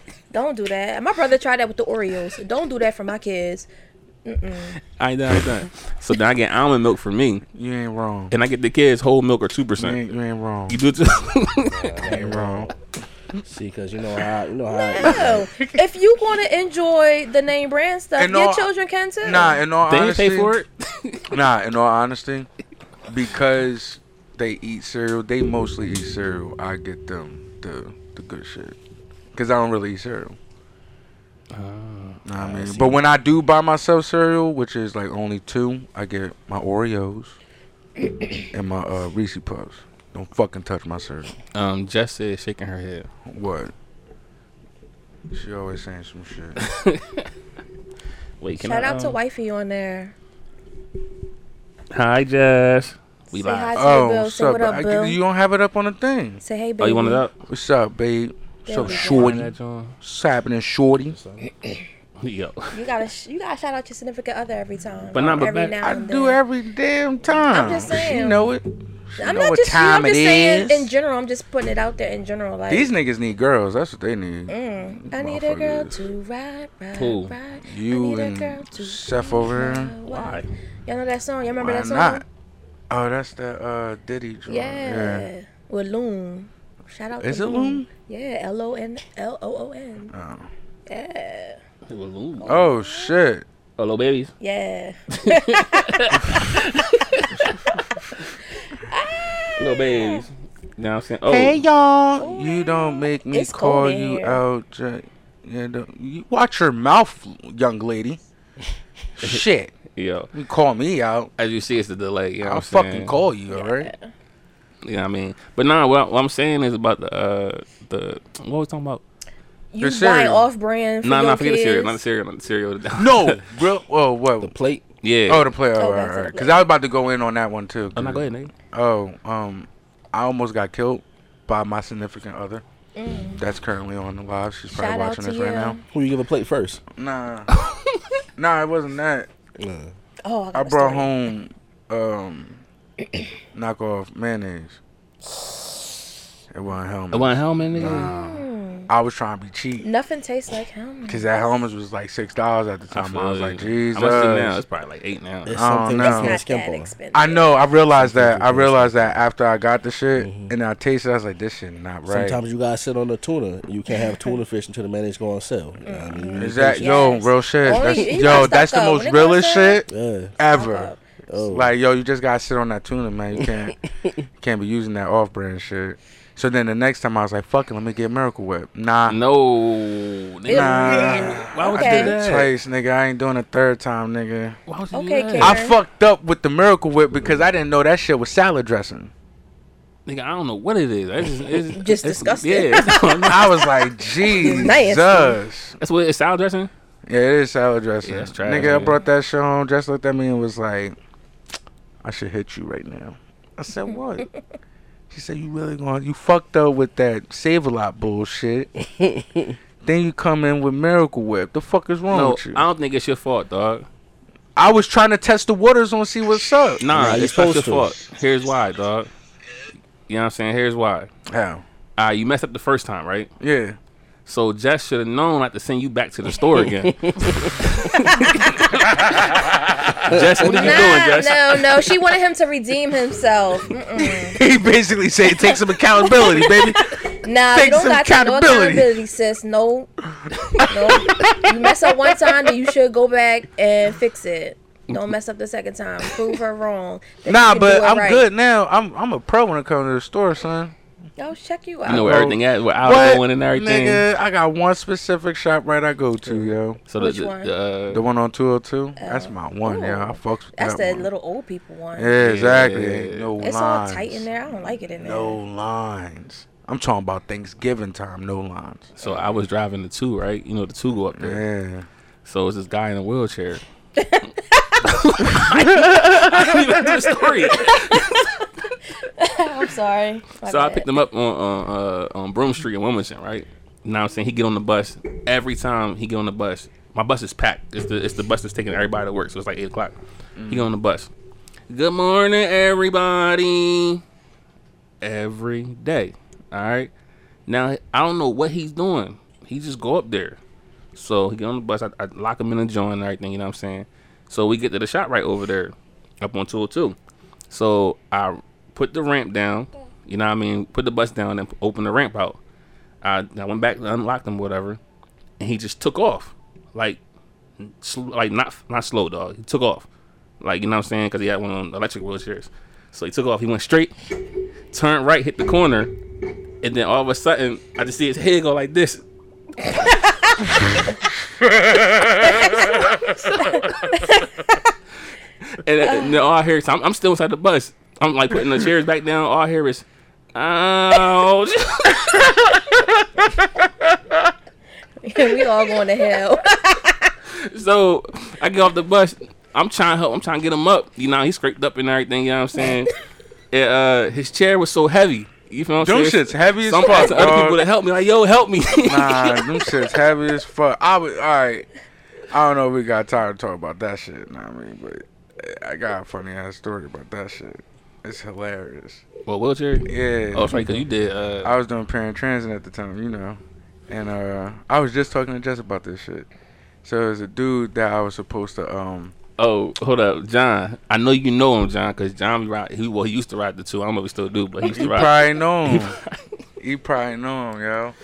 Don't do that. My brother tried that with the Oreos. Don't do that for my kids.
I ain't done, I ain't done. So then I get almond milk for me,
You ain't wrong.
and I get the kids whole milk or two
You
percent.
ain't, you ain't wrong.
You do it too.
You ain't wrong.
See, cause you know how you know how.
No. if you want to enjoy the name brand stuff,
And
your
all-
children can too.
Nah, in all
they ain't
honesty,
pay for it.
Nah, in all honesty, because they eat cereal, they mostly eat cereal. I get them the the good shit because I don't really eat cereal. Nah, I mean, but when I do buy myself cereal, which is like only two, I get my Oreos and my uh, Reese Puffs. Don't fucking touch my cereal.
Um, Jess said, shaking her head.
What? She always saying some shit.
Wait, can
Shout
I,
out to
um,
Wifey on there.
Hi, Jess. We
Say hi
live.
to
Oh,
Bill.
what's
Say
up?
what
I-
up, Bill.
you don't have it up on the thing.
Say hey, baby.
Oh, you want it up?
What's up, babe?
There
So
we go.
shorty.
That, John?
What's happening, shorty?
Yo.
You gotta sh- you gotta shout out your significant other every time.
But not- but
every
back-
now
I
and
do
then.
every damn time.
I'm just
She
saying.
know it. She
I'm
know
not
what
just you,
time
I'm just
it
saying
is.
in general. I'm just putting it out there in general. Like
These niggas need girls. That's what they need.
mm, I need a girl
motherfuckers.
to ride, ride,
Who?
ride. I
You
need a girl
and
to
Seth over
ride,
here.
ride. Y'all know that song? Y'all remember
Why
that song?
not? Oh, that's the uh, Diddy joint.
Yeah. With Loon. Shout out
Is
to
it Loom?
Yeah, L O N L O O N.
Oh.
Yeah.
Oh,
Oh shit.
little babies.
Yeah.
Little babies. You know what I'm saying? Oh,
Hey y'all. You don't make me
It's cold
call
in
you
here.
out. J- Yeah, don't- you watch your mouth, young lady. shit.
yo.
You call me out.
As you see, it's the delay. You know
I'll
what I'm saying?
fucking call you, alright?
You know what I mean? But nah, what, what I'm saying is about the, uh, the, what was I talking about?
You
The
buy
cereal.
off brand for
Nah,
your
nah, forget
kids.
the cereal. Not the cereal. Not the cereal.
No, real. Oh, what?
The plate.
yeah.
Oh, the player.
Oh,
Oh,
that's the
Because
player.
I was about to go in on that one too.
Oh, no, go ahead, nigga.
Oh, um, I almost got killed by my significant other. That's currently on the live. She's
Mm.
probably
Shout out
watching
to
this right now.
you.
Who you give a plate first?
Nah, nah, it wasn't that.
Nah.
Oh, I, got
I
a
brought
story.
home um knockoff mayonnaise. It wasn't
I
Hellman's.
want helmet, nigga.
I was trying to be cheap
Hmm. Nothing tastes like him.
because that Hellman's was like six dollars at the
I
time.
feel
I, was
you.
like,
How much is it now?
Jesus.
It's probably like eight now.
It's
I don't
something
know.
you
It's
can't
Not
skimp
that
on.
expensive.
I know. I realized that. I realized that after I got the shit and I tasted, it, I was like, "This shit not right."
Mm-hmm. Sometimes you gotta sit on the tuna. You can't have tuna fish until the mayonnaise go on sale. You know what I mean? You really
Is that
can't-
Mm. yo
Yes.
real shit?
Only-
that's,
you gotta
yo,
stock
that's the
up.
most
When it goes
realest
down,
shit
Yeah.
ever.
up.
Oh.
Like yo, you just gotta sit on that tuna, man. You can't you can't be using that off-brand shit. So then the next time I was like, "Fuck it, let me get Miracle Whip." Nah,
No. Nigga.
nah.
Why would
I
Okay.
you
did
do
it
that?
twice, nigga. I ain't doing it third time, nigga.
Why would you
Okay,
do that?
Karen.
I fucked up with the Miracle Whip because I didn't know that shit was salad dressing.
Nigga, I don't know what it is. It's just, it's,
Just
it's-
disgusting.
Yeah, it's-
I was like, Jesus.
that's what it's salad dressing.
Yeah, it is salad dressing.
Yeah, that's trash,
Nigga, I
nigga.
brought that shit home. Just looked at me and was like, "I should hit you right now." I said, "What?" she said, "You really going? to You fucked up with that save a lot bullshit. then you come in with Miracle Whip. The fuck is wrong
No,
with you?
I don't think it's your fault, dog.
I was trying to test the waters on see what's up.
Nah,
Nah, you
it's not your
supposed to.
fault. Here's why, dog. You know what I'm saying? Here's why.
How?
Uh, you messed up the first time, right?
Yeah.
So Jess should have known not to send you back to the store again. Jess, what are you doing,
Nah,
Jess?
Ah, no, no. She wanted him to redeem himself. Mm-mm.
he basically said, "Take some accountability, baby."
Nah,
Take
you don't got
some
no
accountability.
accountability, sis. No, no. You mess up one time, then you should go back and fix it. Don't mess up the second time. Prove her wrong. that you
nah,
can
but
do it
I'm
right.
good now. I'm I'm a pro when it comes to the store, son.
Yo, check you out.
You know where
Bro,
everything at, where I was going and everything.
Nigga, I got one specific shop right I go to, yo.
So the,
Which
the,
one? Oh.
the, uh,
The one on 202? That's my one,
Ooh.
yeah. I fucks with
That's
that
the
one.
little old people one.
Yeah, exactly.
Yeah.
Ain't No
it's
lines.
all tight in there. I don't like it in there.
No lines. I'm talking about Thanksgiving time, no lines.
so I was driving the two, right? You know the two go up there.
Yeah.
So it's this guy in a wheelchair. I didn't even do the story.
I'm sorry. My
So I
bad.
picked him up on on, uh, on Broom Street in Wilmington, right? You know what I'm saying? He get on the bus. Every time he get on the bus, my bus is packed. It's the it's the bus that's taking everybody to work, so it's like eight o'clock. He get on the bus. Good morning, everybody. Every day. All right. Now I don't know what he's doing. He just go up there. So he get on the bus. I, I lock him in a joint and everything. You know what I'm saying? So we get to the shop right over there, up on 202. So I put the ramp down. You know what I mean? Put the bus down and open the ramp out. I, I went back to unlock them, whatever, and he just took off, like, sl- like not not slow dog. He took off, like you know what I'm saying? Because he had one of them electric wheelchairs. So he took off. He went straight, turned right, hit the corner, and then all of a sudden, I just see his head go like this. and, and then all I hear is I'm, I'm still inside the bus. I'm like putting the chairs back down. All I hear is, ouch.
we all going to hell.
So I get off the bus. I'm trying to help. I'm trying to get him up. You know, he scraped up and everything. You know what I'm saying? and, uh, his chair was so heavy. You feel what I'm
Them
saying?
shit's heavy as
Some parts
fuck.
of other
dog.
people that help me, like, yo, help me.
Nah, them shit's heavy as fuck. I would, all right. I don't know if we got tired of talking about that shit. Know what I mean, but I got a funny ass story about that shit. It's hilarious.
well, wheelchair.
Yeah.
Oh, that's right, because you did. Uh,
I was doing paratransit at the time, you know. And uh, I was just talking to Jess about this shit. So there's a dude that I was supposed to um
oh, hold up, John. I know you know him, John, because John be ride. He well, he used to ride the two. I don't know if he still do, but he used to
you
ride.
probably know him. you probably know him, yo.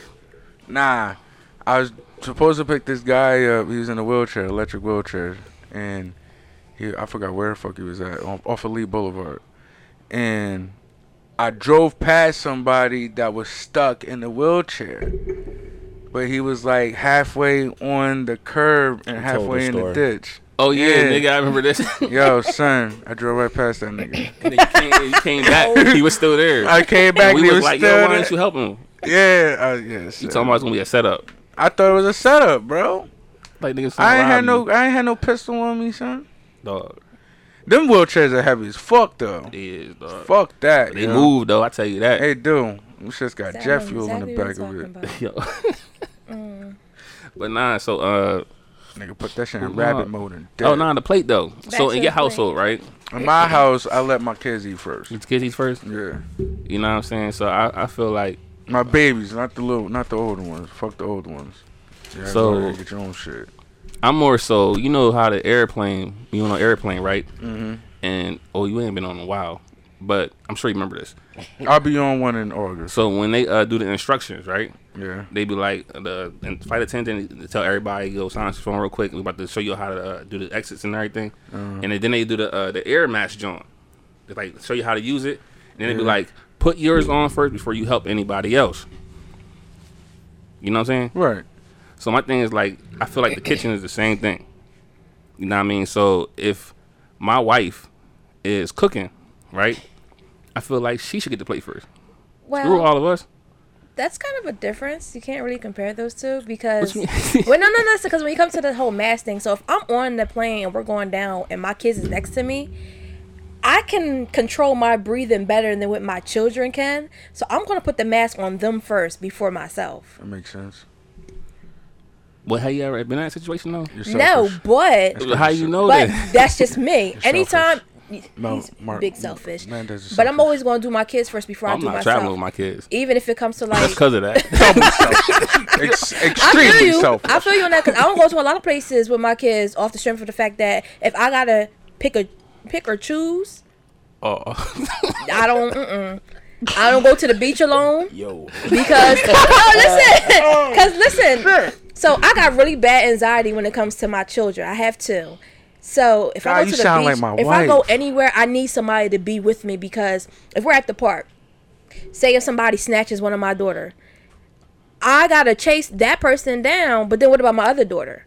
Nah. I was supposed to pick this guy up. He was in a wheelchair, electric wheelchair. And he I forgot where the fuck he was at, off, off of Lee Boulevard. And I drove past somebody that was stuck in the wheelchair. But he was like halfway on the curb and
told
halfway
the
in the
story.
ditch.
Oh yeah,
Yeah.
nigga, I remember this.
Yo, son, I drove right past that nigga.
and then you came, you came back. He was still there.
I came back.
And we
he
was,
was
like,
still
yo, why
there.
didn't you help him?
Yeah, uh, yeah. shit.
You talking about it's gonna be a setup?
I thought it was a setup, bro.
Like niggas.
I ain't had
robbed
no,
you,
I ain't had no pistol on me, son.
dog.
Them wheelchairs are heavy as fuck, though.
It is dog.
Fuck that.
They
yo.
move though. I tell you that.
They do. This shit's got
That
jet
was
fuel in
exactly
the
what I'm
back of it.
talking about.
Yo. But nah, so uh
Nigga, put that shit in
Hold
rabbit
on.
mode and dead.
oh nah, the plate though. so
to
in your
the plate.
household, right?
In my house, I let my kids eat first.
It's kids eat first.
Yeah,
You know what I'm saying? So I, I feel like
my babies, not the little, not the older ones. Fuck the older ones. Yeah,
So-
go ahead, get your own shit.
I'm more so you know how the airplane you on an airplane, right?
Mhm.
And oh you ain't been on in a while. But I'm sure you remember this.
I'll be on one in August.
So when they uh, do the instructions, right?
Yeah.
They be like the and flight attendant they tell everybody go silence your phone real quick. We about to show you how to uh, do the exits and everything.
Uh-huh.
And then they do the uh, the air match joint. They like show you how to use it. And then they be like put yours on first before you help anybody else. You know what I'm saying?
Right.
So my thing is like I feel like the kitchen is the same thing. You know what I mean? So if my wife is cooking, right? I feel like she should get the plate first. Screw
Well,
all of us.
that's kind of a difference. You can't really compare those two
What
because.
you
well, no, no, no. Because when you come to the whole mass thing, so if I'm on the plane and we're going down and my kids is next to me, I can control my breathing better than what my children can. So I'm going to put the mask on them first before myself.
That makes sense.
Well, have you ever been in that situation though?
You're
No,
selfish.
but
How you know
but
that?
that's just me. Anytime.
No,
he's
Mark-
big selfish.
Manda's a
But I'm
selfish.
always going to do my kids first before I
I'm
do
not
myself.
traveling with my kids.
Even if it comes to like
That's because of that.
Ex-
I
extremely
feel you.
selfish.
I feel you on that because I don't go to a lot of places with my kids off the strength of the fact that if I gotta pick a pick or choose,
oh.
I don't. Mm-mm. I don't go to the beach alone
Yo,
because oh listen, because listen. So I got really bad anxiety when it comes to my children. I have two. So if
God,
I
you
go to the
sound
beach,
like my
if I go
wife.
anywhere, I need somebody to be with me because if we're at the park, say if somebody snatches one of my daughter, I gotta chase that person down. But then what about my other daughter?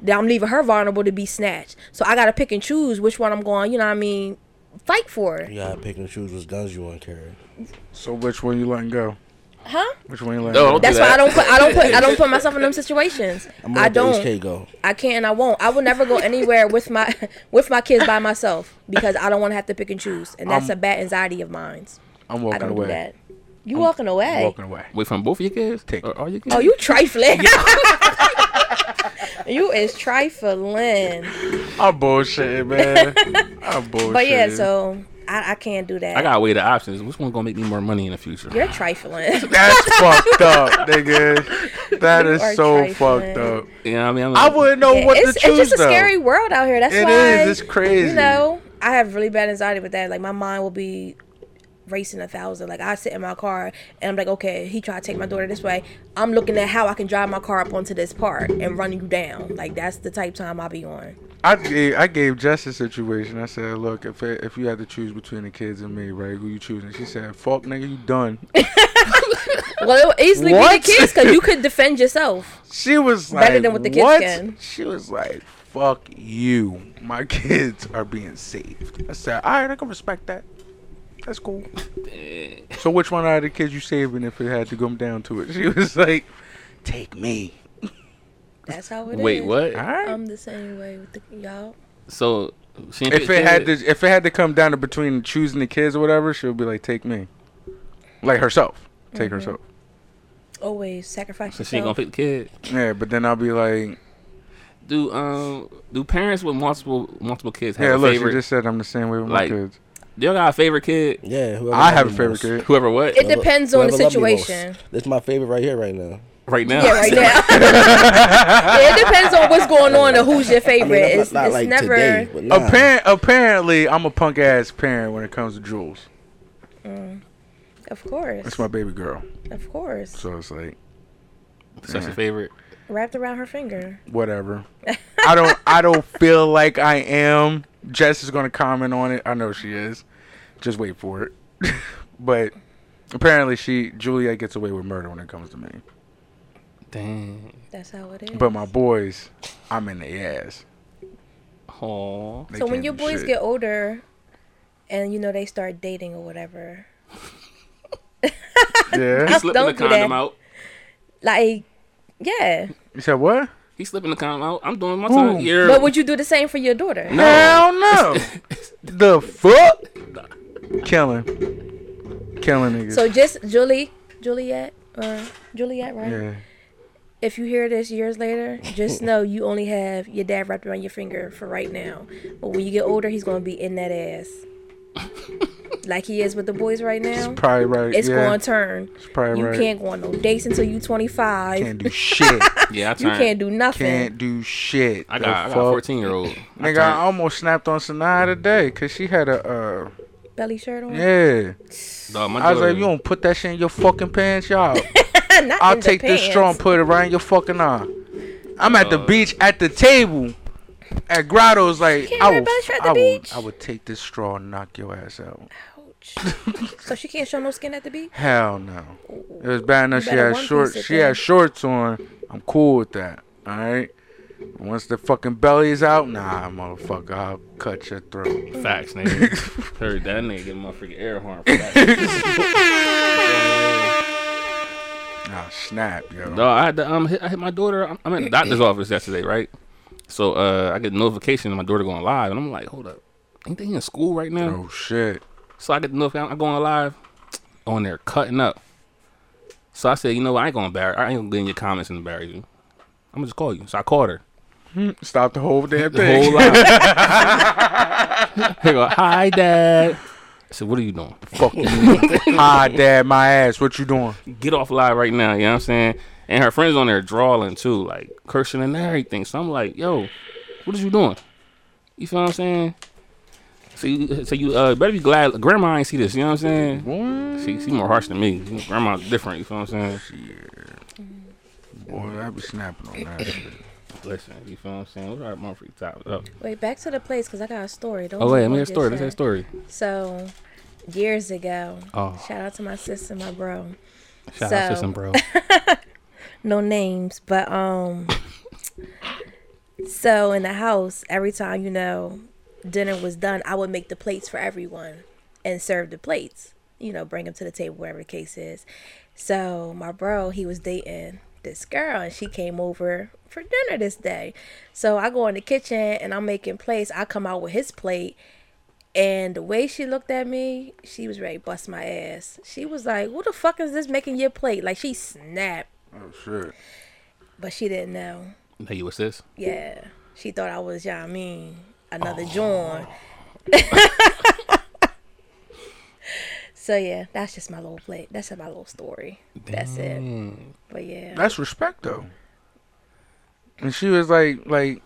That I'm leaving her vulnerable to be snatched. So I gotta pick and choose which one I'm going. You know what I mean? Fight for,
you gotta pick and choose which guns you want to carry.
So which one you letting go?
huh?
Which one you letting
No,
go?
don't do
That's why I don't put I don't put I don't put myself in them situations.
I'm gonna
I
let the
don't.
HK go.
I can't. and I won't. I will never go anywhere with my with my kids by myself because I don't want to have to pick and choose, and that's a bad anxiety of mine.
I'm
I
walking
don't
away.
do that. You walking away?
Walking away.
Wait, from both of your kids?
Take
Or
it.
all your kids?
Oh, you trifling. you is trifling.
I'm bullshitting, man. I'm bullshitting.
But yeah, so I, I can't do that.
I gotta weigh the options. Which one gonna make me more money in the future?
You're trifling.
That's fucked up, nigga. That
You
is
are
so
trifling.
fucked up.
You know what I mean? I'm
I
like-
wouldn't know
Yeah,
what
it's,
to choose
It's just a
though.
scary world out here. That's
It
why
is, it's crazy.
You know, I have really bad anxiety with that. Like my mind will be racing a thousand. Like I sit in my car and I'm like, okay, he tried to take my daughter this way. I'm looking at how I can drive my car up onto this part and run you down. Like that's the type time I'll be on.
I gave, I gave Jess a situation. I said, look, if it, if you had to choose between the kids and me, right, who you choosing? She said, fuck, nigga, you done.
Well, it would easily
What?
be the kids because you could defend yourself.
She was like,
Better than what the kids
what?
can.
She was like, fuck you. My kids are being saved. I said, all right, I can respect that. That's cool.
Eh,
so which one out of the kids you saving if it had to come down to it? She was like, take me.
That's how it is.
Wait, what?
All right.
I'm the same way with the, y'all.
So she ain't
if
pick
it had to,
kids.
if it had to come down to between choosing the kids or whatever, she would be like, take me. Like herself.
Mm-hmm.
Take herself.
Always sacrifice
so she ain't gonna
yourself.
pick the kid.
Yeah, but then I'll be like,
Do um do parents with multiple multiple kids have
yeah,
a
look,
favorite?
she just said I'm the same way with
like-
my kids.
Do y'all got a favorite kid?
Yeah, whoever
I
love
have a
me
favorite
most.
kid.
Whoever what?
It depends on the
Whoever love me most.
situation.
This is my favorite right here, right now.
right now.
Yeah, right now. Yeah, it depends on what's going on and who's your
I
favorite.
mean,
it's it's never.
today, but nah.
Apparent, apparently, I'm a punk ass parent when it comes to Jules.
Mm, Of course.
It's my baby girl,
Of course.
so it's like
Such a favorite.
Wrapped around her finger.
whatever. I don't, I don't feel like I am. Jess is gonna comment on it. I know she is. Just wait for it. but apparently, she Juliet gets away with murder when it comes to me.
Dang.
That's how it is.
But my boys, I'm in the ass.
Aw.
They
so when
can't
your
do
boys
shit.
get older and you know they start dating or whatever.
yeah,
He's slipping
don't
the
do
condom
that.
out.
Like yeah.
you said what?
He's slipping the condom out. I'm doing my
Who?
time. You're,
But would you do the same for your daughter?
No.
Hell no. Oh. the fuck? Killing, killing niggas.
So just Julie Juliet or Juliet, right?
yeah.
If you hear this years later, just know you only have your dad wrapped around your finger for right now. But when you get older, he's gonna be in that ass. like he is with the boys right now.
Probably right.
It's
yeah.
going to turn.
It's probably
You
right.
can't go on no dates until you 25.
Can't do shit.
yeah, I
you
turned.
can't do nothing.
can't do shit.
I
The
got, I got a
fuck?
14 year old.
Nigga, I almost snapped on Sanaa today because she had a uh
Belly shirt on.
yeah.
Dog, my
I was like,
daughter-
you don't put that shit in your fucking pants, y'all.
Not
I'll
in the
take this
pants.
straw and put it right in your fucking eye. I'm at the
Uh,
beach at the table at Grotto's. Like
can't
I
wear
will,
bus at the
I will,
beach?
I would take this straw and knock your ass out.
Ouch. so she can't show no skin at the beach.
Hell no. It was bad enough she
better
had
one piece
shorts.
it
She had
then.
shorts on. I'm cool with that. All right. Once the fucking belly is out, nah, motherfucker, I'll cut your throat.
Facts, nigga. Heard that nigga give my freaking air horn for that.
Nah, Ah, snap, yo.
No, I had to, um, hit, I hit my daughter. I'm, I'm at the doctor's office yesterday, right? So uh, I get a notification of my daughter going live, and I'm like, hold up, ain't they in school right now?
Oh shit.
So I get the notification. I'm going live on there, cutting up. So I said, you know what? I ain't gonna embarrass. I ain't gonna get in your comments and embarrass you. I'm gonna just call you. So I called her.
Stop the whole damn
The
thing.
whole live. They go, hi, dad. I said, what are you doing?
Fuck you. Hi, dad, my ass. What you doing?
get off live right now. You know what I'm saying? And her friends on there drawling too, like cursing and everything. So I'm like, yo, what is you doing? You feel what I'm saying? So you, so you uh, better be glad grandma ain't see this. You know what I'm saying?
Boy,
She, she more harsh than me. Grandma's different. You feel what I'm saying?
boy I be snapping on that shit.
Listen, you feel what I'm saying? What are my free topics? Oh,
Wait, back to the place because I got a story. Don't
oh wait, let me hear a
just
story.
want
Let's hear a
this
story.
shit. So, years ago,
Oh.
shout out to my sister, my bro.
Shout out to
So-
some bro.
no names, but um so in the house, every time you know dinner was done, I would make the plates for everyone and serve the plates. You know, bring them to the table wherever the case is. So my bro, he was dating this girl and she came over for dinner this day. So I go in the kitchen and I'm making plates. I come out with his plate and the way she looked at me, she was ready to bust my ass. She was like, Who the fuck is this making your plate? Like she snapped
Oh shit.
but she didn't know.
Hey, what's this?
Yeah. She thought I was, yeah, I mean, another John. So yeah, that's just my little play. That's my little story. That's it. But yeah,
That's respect though. And she was like, like,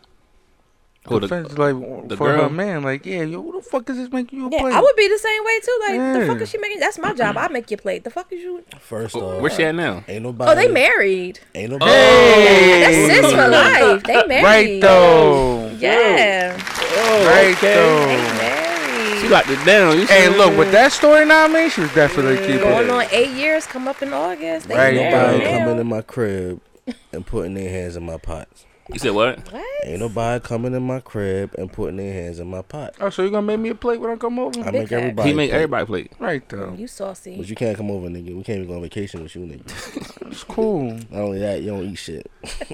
Oh, the-
defense, like
the
for her
girl?
man, like, yeah, yo, who the fuck is this making you a
yeah,
plate?
I would be the same way too. Like the fuck
Yeah.
is she making? That's my job. I make your plate. The fuck is you?
First off,
Where's she at now?
ain't nobody.
Oh, they married.
Ain't nobody.
That's sis for life. They married.
Uh, right though.
Yeah,
Right
they
though.
Oh, She
married.
locked it down. You
Hey,
see?
look, with that story now, I mean, she was definitely keeping
Going
it.
on eight years. Come up in August. They
Right
married
Nobody
though.
now.
coming in my crib and putting their hands in my pots.
You said what?
What?
Ain't nobody coming in my crib and putting their hands in my pot.
Oh, so you gonna make me a plate when I come over?
I
Big
make
facts.
everybody.
he make
play.
everybody play.
Right though.
You
But
saucy.
you can't come over, nigga. We can't even go on vacation with you, nigga.
It's cool.
Not only that, you don't eat shit.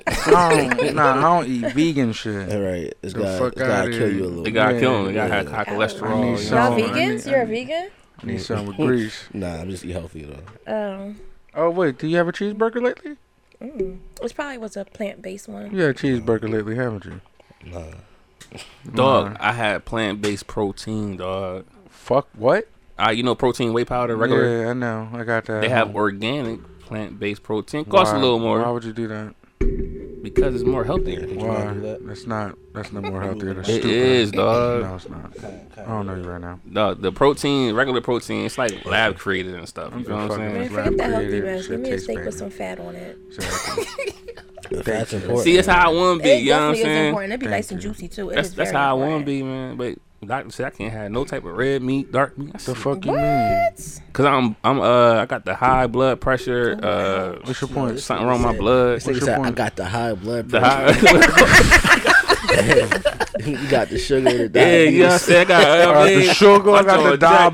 I don't, nah, I don't eat vegan shit.
All right, it's
The
gotta,
fuck
it's gotta
outta
kill
here.
you a little.
They gotta
Yeah,
kill him. They gotta
yeah.
have high
I
cholesterol.
need
you
some.
know.
Y'all
No, I
vegans?
mean-
You're a vegan?
I need something with grease.
Nah, I'm just eat healthy though.
Oh,
Oh wait, do you have a cheeseburger lately?
mm. Which probably was a plant based one.
You had a cheeseburger lately, haven't you?
Nah,
Dog,
Nah.
I had plant based protein, dog.
Fuck what?
Uh, you know protein whey powder, regular.
Yeah, I know. I got that.
They have organic plant based protein. Costs
Why-
a little
Why
more
would you do that?
because it's more healthier.
you
Why?
wanna do that?
That's not. That's not more healthier. That's
It
stupid.
is, dog.
No, it's not. I don't know you right now.
The, the protein, regular protein, it's like lab created and stuff.
I'm
You know
just
what I'm
fucking
saying?
with
Man,
It's
forget that healthy
lab-created,
mess.
shit
Give me a
tastes
steak with
bad.
some fat on it.
Exactly.
that's
you.
important.
See, that's how I want to be.
It
You know what I'm
definitely is
saying?
important. It'd be
Thank
nice and
you.
juicy too. It
That's
is
that's
very
how I want to
important.
be, man. But doctor said I can't have no type of red meat, dark meat. I
the
said,
fuck you mean?
What?
Cause I'm I'm uh I got the high blood pressure.
Oh
Uh,
What's your point?
something wrong with my blood.
This nigga
your
said, I
point?
got the high blood
The
pressure.
high,
you got the
yeah,
sugar, the diabetes.
you know what I'm saying. I got, uh,
I got the
man, my
sugar, I got
jaw jacked
the
Up, you
diabetes.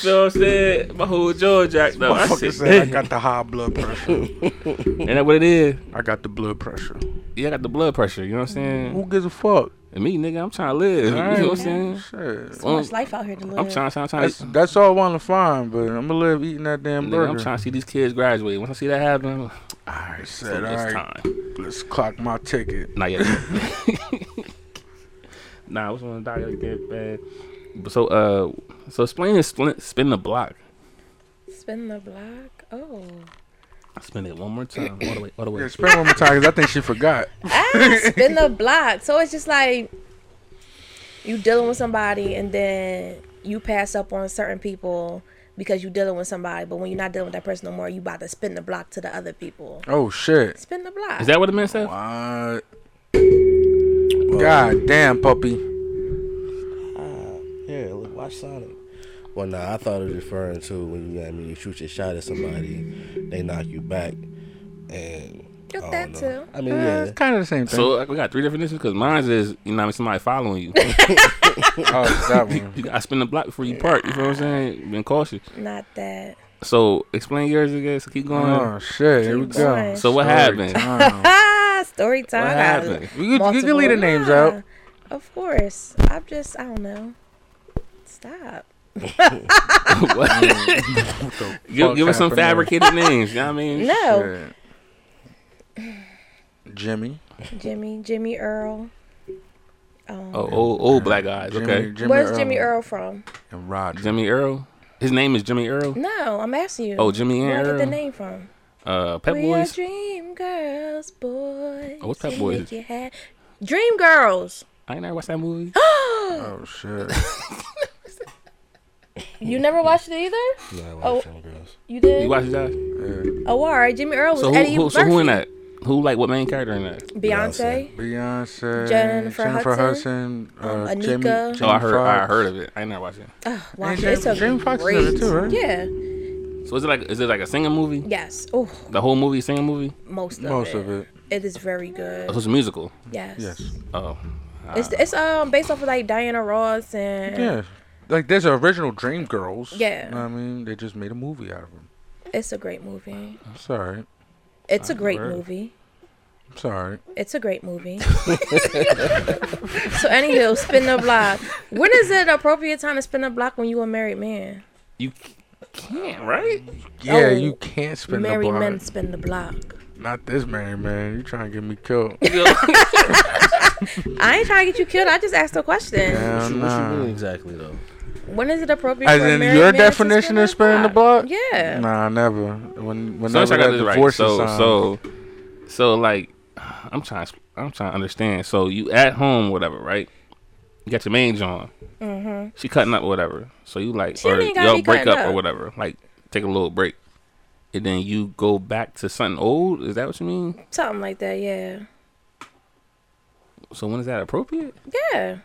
feel what I'm saying? My whole jaw jacked up. I
Motherfucker
said,
said I
"Damn."
got the high blood pressure.
Ain't that what it is?
I got the blood pressure.
Yeah, I got the blood pressure. You know what I'm saying?
Who gives a fuck?
And me, nigga, I'm trying to live. You know what I'm saying?
Shit.
So much life out here to live.
I'm trying, trying, trying.
That's, that's all I want to find, but I'm gonna live eating that damn
Nigga,
burger.
I'm trying to see these kids graduate. Once I see that happen, I'm like,
I said,
"Fuck,
all
it's
right,
time.
let's clock my ticket.
Not yet. nah, I was on the diet again, man. But So, uh, so explain this spin, spin the block.
Spin the block. Oh.
Spin it one more time, all the way, all the way.
Yeah, spend one more time 'cause I think she forgot.
ah, spin the block. So it's just like you dealing with somebody and then you pass up on certain people because you dealing with somebody, but when you're not dealing with that person no more, you about to spin the block to the other people.
Oh shit!
Spin the block.
Is that what it meant, Seth?
What? God damn, puppy.
Uh, Yeah, look, watch Sonic. Well, nah, I thought it was referring to when you, I mean, you shoot your shot at somebody, they knock you back, and
Got
Oh,
I
that
don't know.
too.
I mean,
Yeah,
yeah,
it's kind of the same thing.
So like, we got three definitions because mine is you know what I mean, somebody following you.
oh, that one.
you gotta spin the block before you park. You feel what I'm saying? Been cautious.
Not that.
So explain yours again. So keep going.
Oh shit! Here we
Keep
go.
going.
So what
Story
happened?
time.
Ah, story time.
What
I-
happened?
You, you can
multiple-
leave the names
Nah,
out.
Of course. I'm just, I don't know. Stop.
What?
What the
give,
fuck
give us some
happened
fabricated names. You know what I mean?
No.
there? Shit. Jimmy.
Jimmy, Jimmy Earl. Um,
Oh, old, old black guys.
Jimmy,
Okay.
Jimmy
where's
Earl
Jimmy Earl from?
and Roger?
Jimmy Earl. His name is Jimmy Earl.
No, I'm asking you.
Oh, Jimmy
Where
and
I get the
Earl.
name from?
Uh, Pep
we
Boys.
are dream girls, boys.
Oh, what's Pep
They
Boys?
make you ha- Dream girls.
I ain't never watched that movie.
Oh shit!
You never watched it either.
nah, I
Oh.
watch them girls.
You did.
You watched that?
Yeah.
oh, all right. Jimmy Earl was
So who,
Eddie
who,
Murphy.
so who in that? Who like what main character in that?
Beyonce.
Beyonce,
Jennifer
Hudson, uh,
Anika.
Jimmy,
Oh, I
Jamie
Oh, I heard. I
Foxx.
heard of it. I ain't never watched it.
Ugh, watch
And
it. It's a
Jamie Foxx is in it
great.
too, right?
Yeah.
So is it like is it like a singing movie?
Yes. Oh,
The whole movie singing movie?
most of
Most
it.
of it.
It is very
Oh,
good.
so it's a musical.
Yes.
Yes.
Oh,
It's it's um based off of like Diana Ross and
Yeah. Like there's original Dream Girls.
Yeah.
You know what I mean, they just made a movie out of them.
it's a great movie.
I'm sorry.
It's a great
word.
movie.
I'm sorry.
It's a great movie. so anywho, spin the block. When is it appropriate time to spin the block when you a married man?
you c- can't, right?
Yeah,
Oh,
you can't spin the
married
block.
men spin the block.
Not this married man. You trying to get me killed?
I ain't trying to get you killed. I just asked a question.
Hell
What you, what you
nah.
mean exactly though?
When is it appropriate?
As
for a
in
married
your
man to
definition of spinning the block?
Yeah.
Nah, never. When
So
whenever
I got
that
this right.
divorce is
So
signed.
so so like I'm trying I'm trying to understand. So you at home, whatever, right? You got your mange on. She cutting up or whatever. So you like
Mm-hmm. She
or
ain't gotta
y'all
be
break
cutting
up, or
up.
whatever. Like take a little break. And then you go back to something old? Is that what you mean?
Something like that. Yeah.
So when is that appropriate?
Yeah.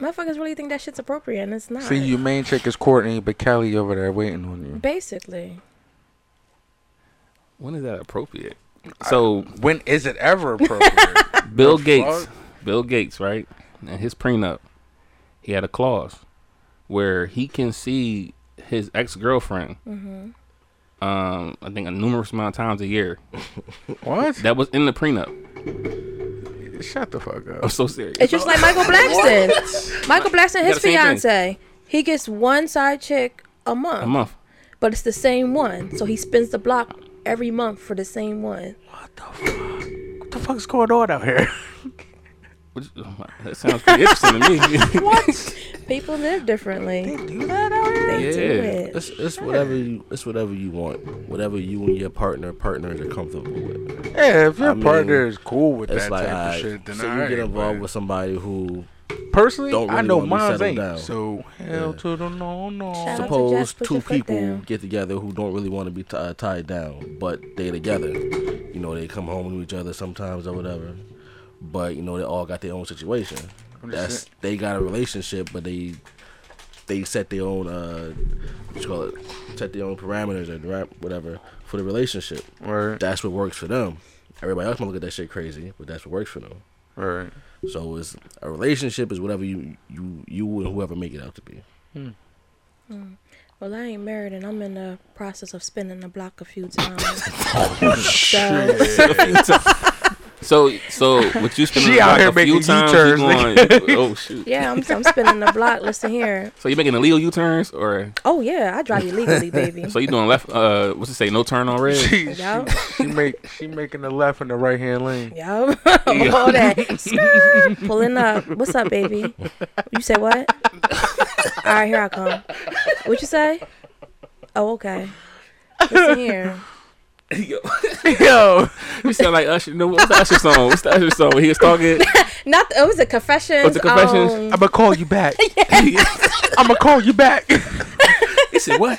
Motherfuckers really think that shit's appropriate, and it's not.
See, your main chick is Courtney, but Kelly over there waiting on you.
Basically.
When is that appropriate? So
When is it ever appropriate?
Bill
the
Gates,
fuck?
Bill Gates, right? And his prenup, he had a clause where he can see his ex girlfriend.
Mm-hmm.
Um, I think a numerous amount of times a year.
what?
That was in the prenup.
Shut the fuck up.
I'm so serious.
It's just like Michael Blackson. Michael Blackson, his
the same thing.
fiance, he gets one side chick a month,
a month.
but it's the same one. So he spins the block every month for the same one.
What the fuck? What the fuck's going on out here?
Which, oh, that sounds pretty interesting to me.
People live differently.
Do that out here?
They do
Yeah.
it.
It's, it's whatever you it's whatever you want, whatever you and your partner partners are comfortable with.
Yeah, if your
I mean,
partner is cool with
It's
that
like
type of
alright,
shit, then
so
I
you get involved with somebody who
Personally,
don't
I
really
know
wanna be
mine's
settled
ain't.
down.
So hell to the
Shout
no no.
out. to
suppose
just put
two
your foot
people
down.
get together who don't really want to be t- uh, tied down, but they together. You know, they come home to each other sometimes or whatever. But you know, they all got their own situation.
I'm just
That's they got a relationship, but they they set their own uh, what you call it, set their own parameters and right, whatever for the relationship.
Right,
That's what works for them. Everybody else might look at that shit crazy, but that's what works for them.
right.
So it's a relationship is whatever you you you and whoever make it out to be.
Mm. Well, I ain't married, and I'm in the process of spinning the block a few times. so,
So, so what you spending
She out
like
here
a few
making
times,
U-turns,
you going, oh shoot!
yeah, I'm, I'm spinning the block. Listen here.
So you making illegal U-turns, or
Oh yeah, I drive illegally, baby.
so you doing left? Uh, what's it say? No turn on red.
She, she,
Yup.
she make she making the left and the right hand lane.
Yup. All that. Skirt. Pulling up. What's up, baby? You said what? All right, here I come. What you say? Oh, okay. Listen here.
Yo,
You sound like Usher. No, what's the Usher song? What's the Usher song? When he was talking.
Not. oh, It Um, was a confession.
Was it Confessions?
I'm gonna call you back. I'm gonna call you back.
He said, "What?"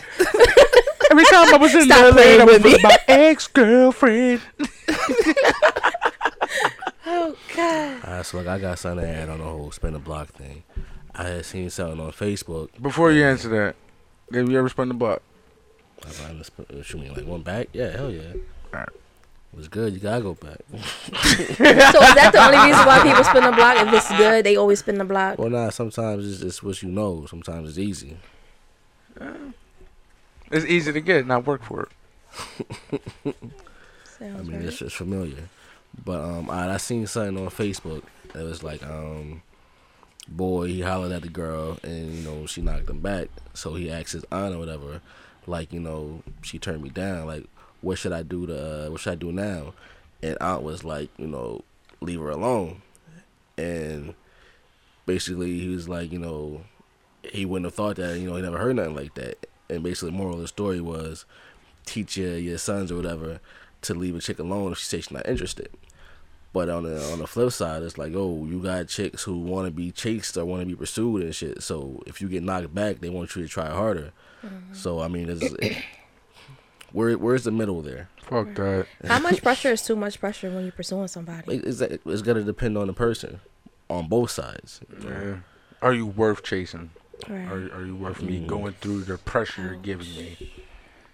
Every time I was in
Stop
the lane,
playing
I was
with me.
with my ex girlfriend.
oh God.
Uh, so like I got something to add on the whole spin the block thing. I had seen something on Facebook.
Before you answer that, have you ever spun the block?
I bought a spin- What you mean like one back? Yeah, hell yeah.
Alright.
It was good. You gotta go back.
So is that the only reason why people spin the block? If it's good, they always spin the block.
Well, nah. Sometimes it's, it's what you know. Sometimes it's easy.
It's easy to get, not work for it.
I
Sounds
mean,
right.
it's just familiar. But um, I, I seen something on Facebook that was like um, boy, he hollered at the girl, and you know she knocked him back. So he asked his aunt or whatever, like you know she turned me down. Like what should I do to uh, what should I do now? And aunt was like, you know, leave her alone. And basically, he was like, you know, he wouldn't have thought that. You know, he never heard nothing like that. And basically, the moral of the story was teach your, your sons or whatever to leave a chick alone if she says she's not interested. But on the on the flip side, it's like, oh, you got chicks who want to be chased or want to be pursued and shit. So if you get knocked back, they want you to try harder. So I mean, it's, it, where where's the middle there?
Fuck that.
How much pressure is too much pressure when you're pursuing somebody?
Like, it's it's gonna depend on the person, on both sides.
Yeah. Are you worth chasing? Are,
Right.
are you worth
Mm.
me going through the pressure you're giving me?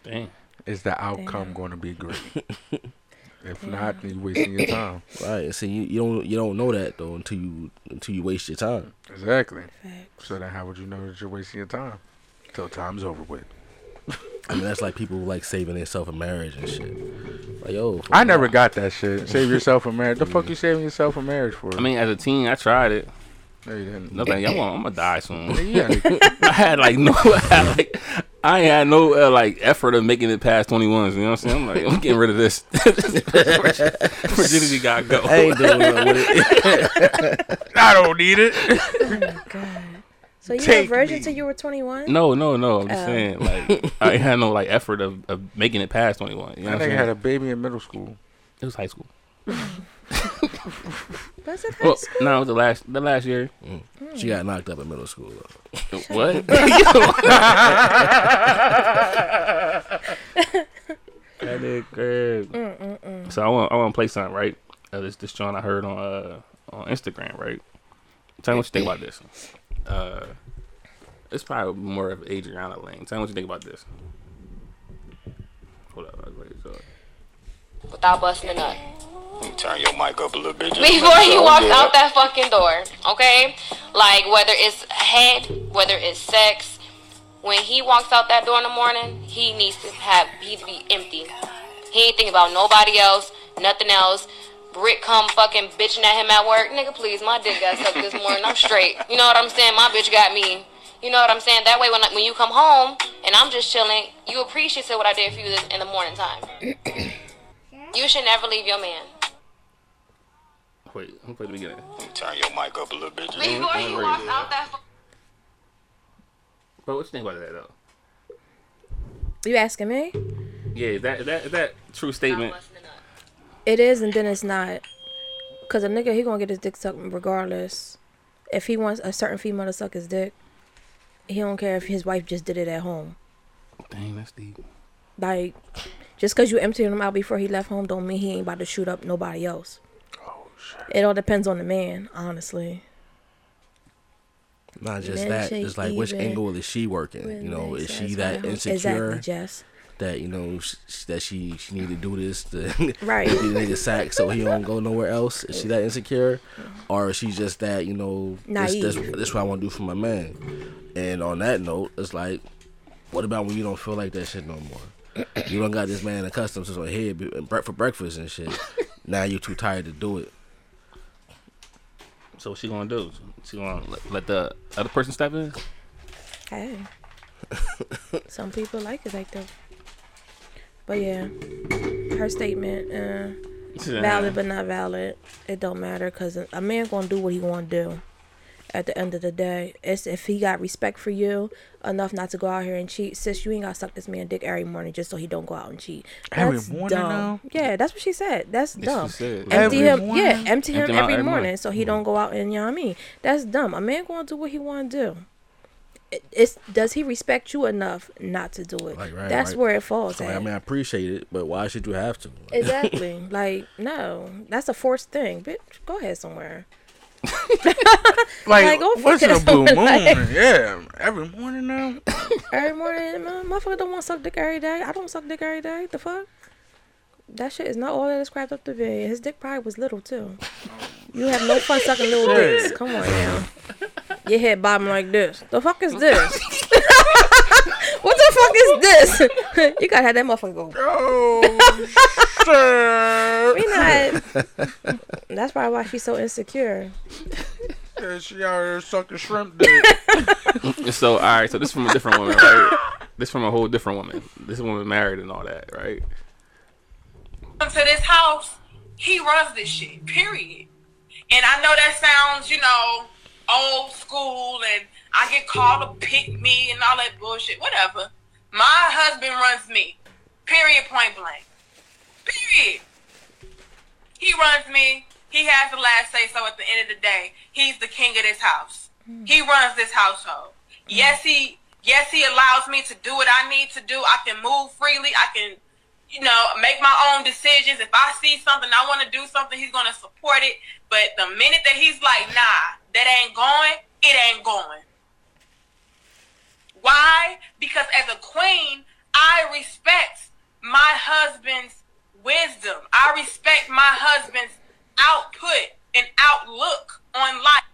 Dang.
Is the outcome going to be great? if not, then you're wasting your time.
Right. See, you, you don't you don't know that though until you until you waste your time.
Exactly.
Fact.
So then, how would you know that you're wasting your time? Till time's over with.
I mean, that's like people like saving themselves a marriage and shit. Like, yo,
I never got that shit. Save yourself from marriage. The fuck you saving yourself from marriage for?
I mean, as a teen, I tried it.
no, you didn't.
Nothing. Y'all, want- I'm gonna die soon.
Yeah,
I had like no, I, had, like, I ain't had no uh, like effort of making it past 21s. You know what I'm saying? I'm like, I'm getting rid of this. Virginity gotta go.
I ain't doing nothing with it.
I don't need it.
Oh God. So you were a
Take
virgin
me.
till you were 21?
No, no, no. I'm just
Oh.
saying, like, I ain't had no like effort of, of making it past 21. You know
I
what I'm
think I
saying?
had a baby in middle school.
it was high school.
Was it high
Well,
school?
no, it was the last the last year.
Mm. She got knocked up in middle school.
what? That nigga crazy. So I want I want to play something right. Uh, this this joint I heard on uh on Instagram right. Tell me what you think about this. Uh, it's probably more of Adriana Lane. Tell me what you think about this. Hold up, I was waiting, so-
without busting a nut.
Turn your mic up a little bit. Just
Before
make
he
sure,
walks
yeah.
out that fucking door, okay? Like whether it's head, whether it's sex, when he walks out that door in the morning, he needs to have he to be empty. He ain't thinking about nobody else, nothing else. Rick come fucking bitching at him at work. Nigga, please, my dick got sucked this morning. I'm straight. You know what I'm saying? My bitch got me. You know what I'm saying? That way, when when you come home and I'm just chilling, you appreciate what I did for you this, in the morning time. you should never leave your man.
Wait, I'm gonna play the beginning.
Turn your mic up a little bit. Just
Before he walks out that fu-
But what you think about that though?
You asking me?
Yeah, is that is that is that true statement?
It is, and then it's not. Cause a nigga, he gonna get his dick sucked regardless. If he wants a certain female to suck his dick, he don't care if his wife just did it at home.
Dang, that's deep.
Like, just cause you emptied him out before he left home, don't mean he ain't about to shoot up nobody else. Oh shit! It all depends on the man, honestly.
Not just
Men
that.
should
It's like which
even
angle is she working? You know, is she that
Exactly,
insecure
Jess.
that you know sh- sh- that she she need to do this to
Right.
get the nigga sack so he don't go nowhere else? Is she that insecure, or is she just that you know this this,
Naive.
this what I want to do for my man? And on that note, it's like, what about when you don't feel like that shit no more? You don't got this man accustomed to his head be- and bre- for breakfast and shit. now you're too tired to do it.
So what she gonna do? She gonna let, let the other person step in?
Hey. Some people like it like that. But yeah, her statement. Uh, valid but not valid it don't matter because a man gonna do what he gonna do at the end of the day it's if he got respect for you enough not to go out here and cheat sis you ain't gotta suck this man dick every morning just so he don't go out and cheat
Every
that's
morning
dumb
now?
yeah that's what she said that's
what she
dumb
said.
empty
Every
him
morning?
yeah empty him
Empty him out
every,
every
morning,
morning.
so he don't go out and you know what i mean that's dumb a man gonna do what he wanna do It- it's does he respect you enough not to do it
Like, right,
that's
right.
where it falls
Like,
at
I mean, I appreciate it, but why should you have to? Like,
Exactly. like, no, that's a forced thing. Bitch, go ahead somewhere.
Like,
Like, oh, fuck
what's in a
it.
blue moon?
Like-
yeah, every morning now.
Every morning, my motherfucker don't want to suck dick every day. I don't suck dick every day. The fuck? That shit is not all that it's cracked up to be. His dick probably was little too. You have no fun sucking little
Oh, Shit.
dicks. Come on now. Your head bobbing like this. The fuck is this? what the fuck is this? you gotta have that motherfucker go.
Oh, shit.
We not. That's probably why she's so insecure.
Yeah, she out here sucking shrimp dick.
So all right, so this from a different woman, right? This from a whole different woman. This woman married and all that, right?
come to this house, he runs this shit, period. And I know that sounds, you know, old school and I get called to pick me and all that bullshit, whatever. My husband runs me, period, point blank. Period. He runs me. He has the last say so at the end of the day. He's the king of this house.
Hmm.
He runs this household. Yes, he yes, he allows me to do what I need to do. I can move freely. I can you know, make my own decisions. If I see something, I want to do something, he's going to support it. But the minute that he's like, nah, that ain't going, it ain't going. Why? Because as a queen, I respect my husband's wisdom. I respect my husband's output and outlook on life.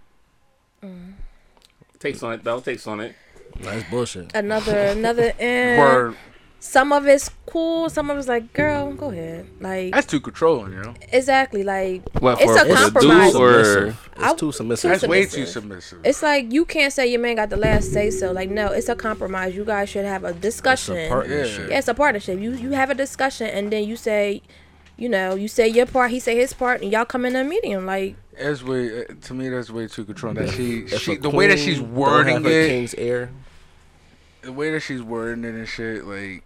Takes on it though. Takes on it.
That's bullshit.
Another, another. eh.
Word.
some of it's cool, some of it's like, girl, go ahead. Like
That's too controlling, you know?
exactly, like
What,
it's
for-
a
for the
compromise.
dude or-
Submissive.
I-
It's too submissive.
That's way too
Submissive.
submissive.
It's like you can't say your man got the last say so. Like no, it's a compromise. You guys should have a
It's
discussion.
a
Yeah,
partnership.
it's a partnership. You you have a discussion and then you say you know, you say your part, he say his part, and y'all come in a medium. Like,
That's way uh, to me. That's way too controlling. That she,
If
she
a
the way that
queen
she's
don't
wording
have her
it,
King's heir.
the way that she's wording it and shit. Like,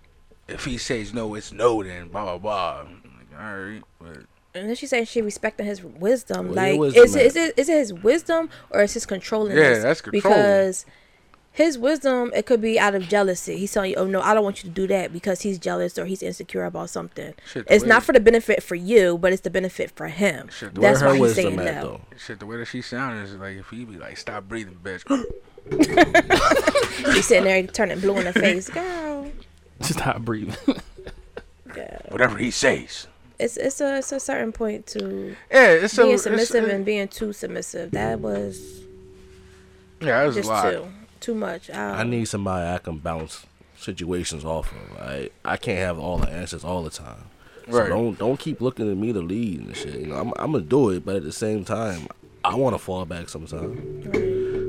if he says no, it's no. Then blah blah blah. I'm Like, all right, but
and then she saying she respecting his wisdom.
Well,
like,
your wisdom
is it, is
at?
it is it his wisdom or is his controlling?
Yeah, that's controlling.
Because his wisdom, it could be out of jealousy. He's telling you, "Oh no, I don't want you to do that because he's jealous or he's insecure about something."
Shit,
it's not
wait.
for the benefit for you, but it's the benefit for him.
Shit, where
that's why
Where her
he's
wisdom
saying
at
no.
though?
shit, the way that she sounds is like if he be like, stop breathing, bitch.
He's sitting there turning blue in the face, girl.
Stop breathing.
Yeah.
Whatever he says.
It's it's a it's a certain point to
Yeah, it's so
being
it's,
submissive
uh,
and being too submissive. That was
yeah, that was a
just
lot.
too too much. Um,
I need somebody I can bounce situations off of. I I can't have all the answers all the time.
Right.
So don't don't keep looking at me to lead and shit. You know, I'm I'm gonna do it, but at the same time, I want to fall back sometime.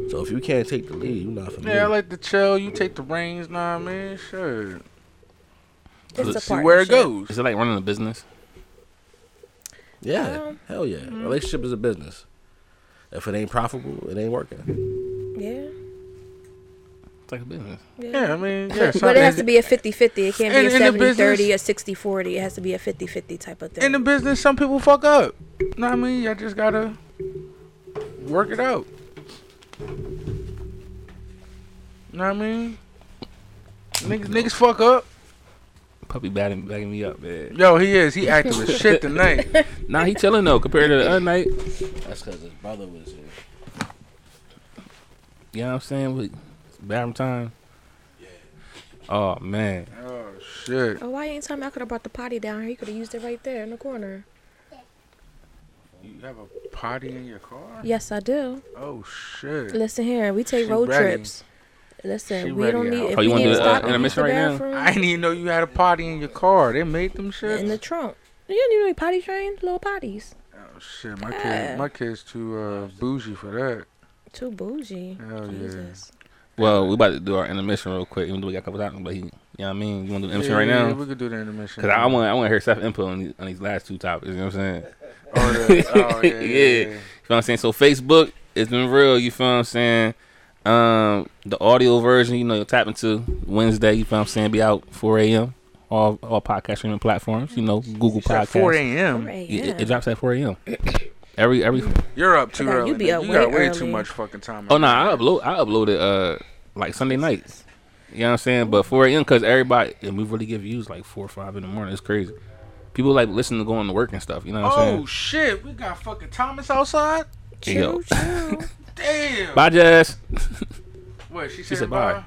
So if you can't take the lead, you're not for me.
Yeah, I like to chill. You take the reins, nah, man. Sure,
it's a
see where
partnership.
it goes.
Is it like running a business?
Yeah,
Um,
hell yeah. Relationship is a business. If it ain't profitable, it ain't working.
Yeah.
It's like a business.
Yeah, I mean, yeah.
But
something-
it has to be a 50 50. It can't
And-
be a
and the
70 30 or
business-
60 40. It has to be a 50 50 type of thing.
in the business, some people fuck up. Know what I mean? I just gotta work it out. Know what I mean? Niggas, niggas fuck up.
Puppy batting, backing me up, man.
Yo, he is. He active as shit tonight.
Nah, he chilling though compared to the other night.
That's because his brother was here.
You know what I'm saying? With bathroom time. Oh man,
Oh shit.
oh, why ain't time I could have brought the potty down here? You could have used it right there in the corner.
You have a potty in your car?
Yes, I do.
Oh shit.
Listen here, we take
She
road
ready.
trips. Listen,
She
we
ready
don't
out.
need. If
Oh, you
we
wanna
need to
do the, uh,
stop and use
intermission
the
right now?
bathroom,
I didn't even know you had a potty in your car. They made them shit.
in the trunk. You don't need no potty trained little potties.
oh shit, my
Yeah.
kid, my kid's too uh, bougie for that.
Too bougie.
Hell yeah.
Jesus.
Well, we about to do our intermission real quick. Even though we got a couple times, but he, you know what I mean? You want to do the intermission
Yeah,
right
yeah,
now?
yeah, we could do the intermission.
Cause I want, I want to hear Seth input on these, on these last two topics. You know what I'm saying?
Oh, the- oh, yeah, yeah,
You
yeah.
feel what I'm saying? So Facebook, it's been real. You feel what I'm saying? Um, the audio version, you know, you're tapping to Wednesday. You feel what I'm saying? Be out 4 a.m. All all podcast streaming platforms. You know, Google
It's at
Podcast.
4 a.m.
Right.
Yeah, it,
Yeah.
it drops at 4 a.m. Every every.
You're up too
God,
early.
you be
nigga.
up
you got
way
way
early.
too much fucking time.
Oh no, I upload I uploaded uh like Sunday nights. You know what I'm saying? But 4 a.m. because everybody and we really get views like four or five in the morning. It's crazy. People like listen to going to work and stuff. You know what I'm
Oh
saying?
shit, we got fucking Thomas outside.
Yo.
Choo choo.
Damn.
Bye, Jazz.
What she said?
said
bye.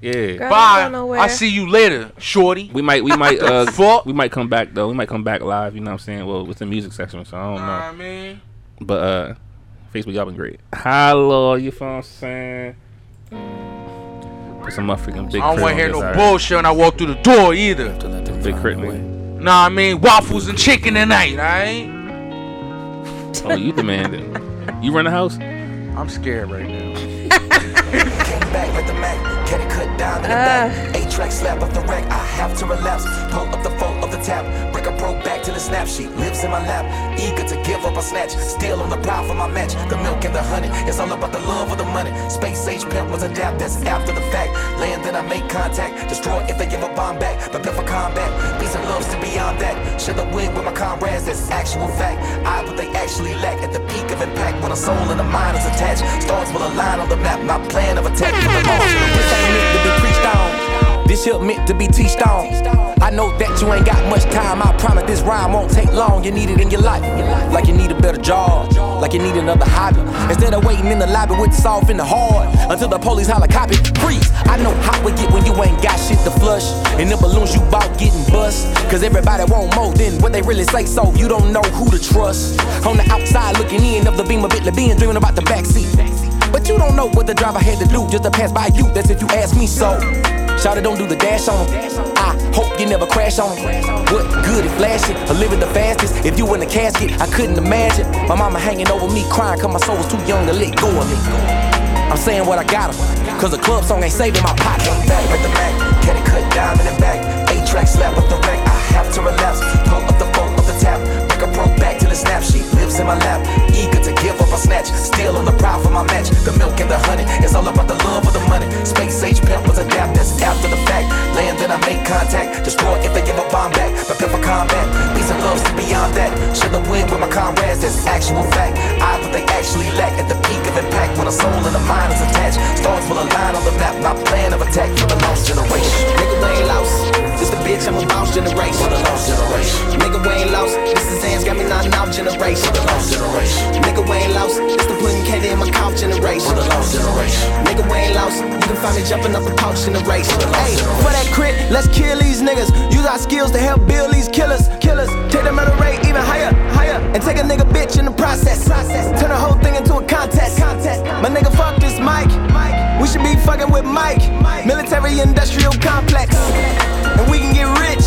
yeah.
Girl, I
Bye.
don't know where.
I see you later, shorty.
We might, we might, uh,
fuck?
we might come back though. We might come back live. You know what I'm saying? Well, with the music section, so I don't
Nah,
know.
I mean,
But uh, Facebook, y'all been great. Hello, you feel what I'm saying? Put some motherfucking big.
I don't
Crit
want
on
to hear
this,
no
alright?
bullshit when I walk through the door either.
Big crit, man.
Nah, I mean waffles and chicken tonight. Alright.
Oh, you demand it. You run the house?
I'm scared right now.
Came back with the Mac, get it cut down in the back. Eight track slap up the rack, I have to relapse. Pull up the phone of the tap, break a broke back till the snap sheet lives in my lap. Eager to give up a snatch, still on the prowl for my match. The milk and the honey, it's all about the love of the money. Space age pimp was a dap, that's after the fact. Land that I make contact, destroy if they give a bomb back. Prepare for combat, peace and love's to beyond that. Share the win with my comrades, that's actual fact. I what they actually lack at the peak of impact when a soul and a mind is attached. Stars will align on the map, my plan of attack for the most. This ain't meant to be preached on. This here meant to be teached on. I know that you ain't got much time. I promise this rhyme won't take long. You need it in your life. Like you need a better job. Like you need another hobby. Instead of waiting in the lobby with the soft and the hard. Until the police holler copy. Freeze. I know how it get when you ain't got shit to flush. And the balloons you bought getting bust. Cause everybody want more than what they really say, so you don't know who to trust. On the outside looking in of the beam of Bentley Benz, dreaming about the backseat. But you don't know what the driver had to do just to pass by you. That's if you ask me so. Shout don't do the dash on 'em. I hope you never crash on 'em. What good if flashing or living the fastest? If you in the casket, I couldn't imagine. My mama hanging over me crying cause my soul was too young to let go of me. I'm saying what I got him, cause the club song ain't saving my pocket. Back with the Mac, get it cut down in the back. Eight track slap up the rack, I have to relapse. Pull up the phone up the tap, lips in my lap. Eager to give up, I snatch. Still on the prowl for my match. The milk and the honey. It's all about the love of the money. Space age pimp was adapt. That's after the fact. Land that I make contact. Destroy if they give a bomb back. Prepare for combat. Peace and love sit beyond that. Should the win with my comrades. That's actual fact. I what they actually lack at the peak of impact. When a soul and a mind is attached. Stars will align on the map. My plan of attack for the lost generation.
Nigga, we ain't lost. This the bitch, I'm a boss generation.
For the lost generation.
Nigga, we ain't lost. This is hands got me knocking out generation.
For the lost generation.
Nigga, we ain't lost. This the putting candy in my couch generation.
For the lost generation.
Nigga, we ain't lost. You can find me jumping up the couch in the race. Hey, for that crit, let's kill these niggas. Use our skills to help build these killers. Killers, take them at a rate even higher, higher, and take a nigga bitch in the process. Process, turn the whole thing into a contest. Contest, my nigga, fuck this Mike. We should be fucking with Mike. Military industrial complex, and we can get rich.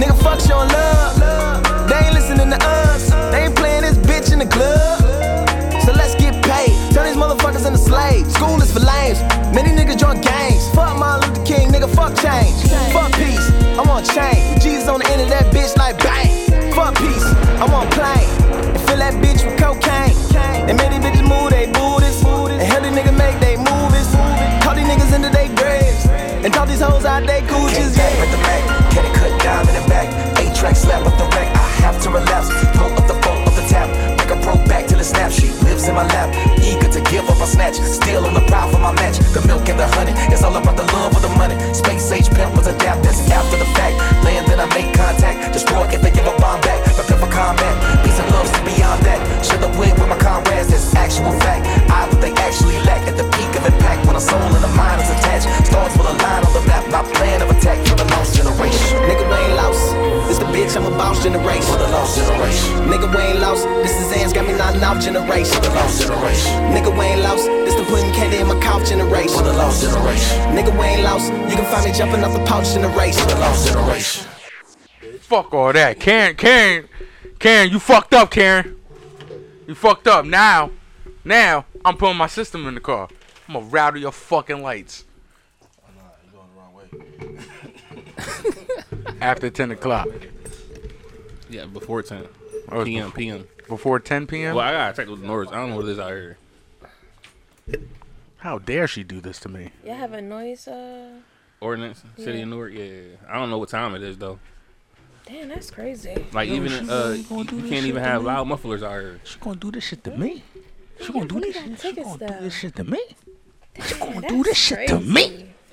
Nigga, fuck showing love. They ain't listening to us. They ain't playing this bitch in the club. So let's get paid. Turn these motherfuckers into slaves. School is for lames. Many niggas join gangs. Fuck Martin Luther King, nigga. Fuck change. Fuck peace. I want change. Jesus on the end of that bitch like bang. Fuck peace. I want plane. And fill that bitch with cocaine. And many bitches move they booties. And hell these niggas make they movies. Call these niggas into they graves. And talk these hoes out they
Came
coochies.
back
Yeah.
with the Mac, can it cut down in the back? Eight tracks slap up the rack, I have to relapse. Pull up the phone, up the tap, make a pro back till it snaps. She lives in my lap, eager to give up a snatch. Still on the prowl for my match. The milk and the honey, it's all about the love of the money. Space age pimp was adapt, that's after the fact. Land that I make contact, destroy if they give a bomb back. Prepare for combat, peace and love sit beyond that. Should have win with my comrades, that's actual fact. I what they actually lack at the peak of impact when a soul and a mind is attached. Stars will align on the map, my plan of attack for the lost generation.
Nigga, we ain't lost. This the bitch, I'm a boss generation.
For the lost generation.
Nigga, we ain't lost. This is hands got me knocking out generation.
For the lost generation.
Nigga, we ain't lost. This the putting candy in my couch generation.
For the lost generation.
Nigga, we ain't lost. You can find me jumping off the pouch in the race.
The lost generation.
Fuck all that. Karen, Karen, Karen, you fucked up, Karen. You fucked up. Now, now, I'm putting my system in the car. I'm gonna rattle your fucking lights. After 10 o'clock.
Yeah, before 10
Or
p.m. p.m.
Before 10 p.m.?
Well, I gotta check with the Norris. I don't know what it is out here.
How dare she do this to me?
Y'all have a noise. Uh,
Ordinance, City of Newark. Yeah, I don't know what time it is though.
damn, that's crazy.
Like even uh, you can't even have loud mufflers out here.
She gonna do this shit to me. She gonna do
we
this
got
shit. She
tickets,
gonna do
though.
this shit to me.
She gonna
do this shit to me.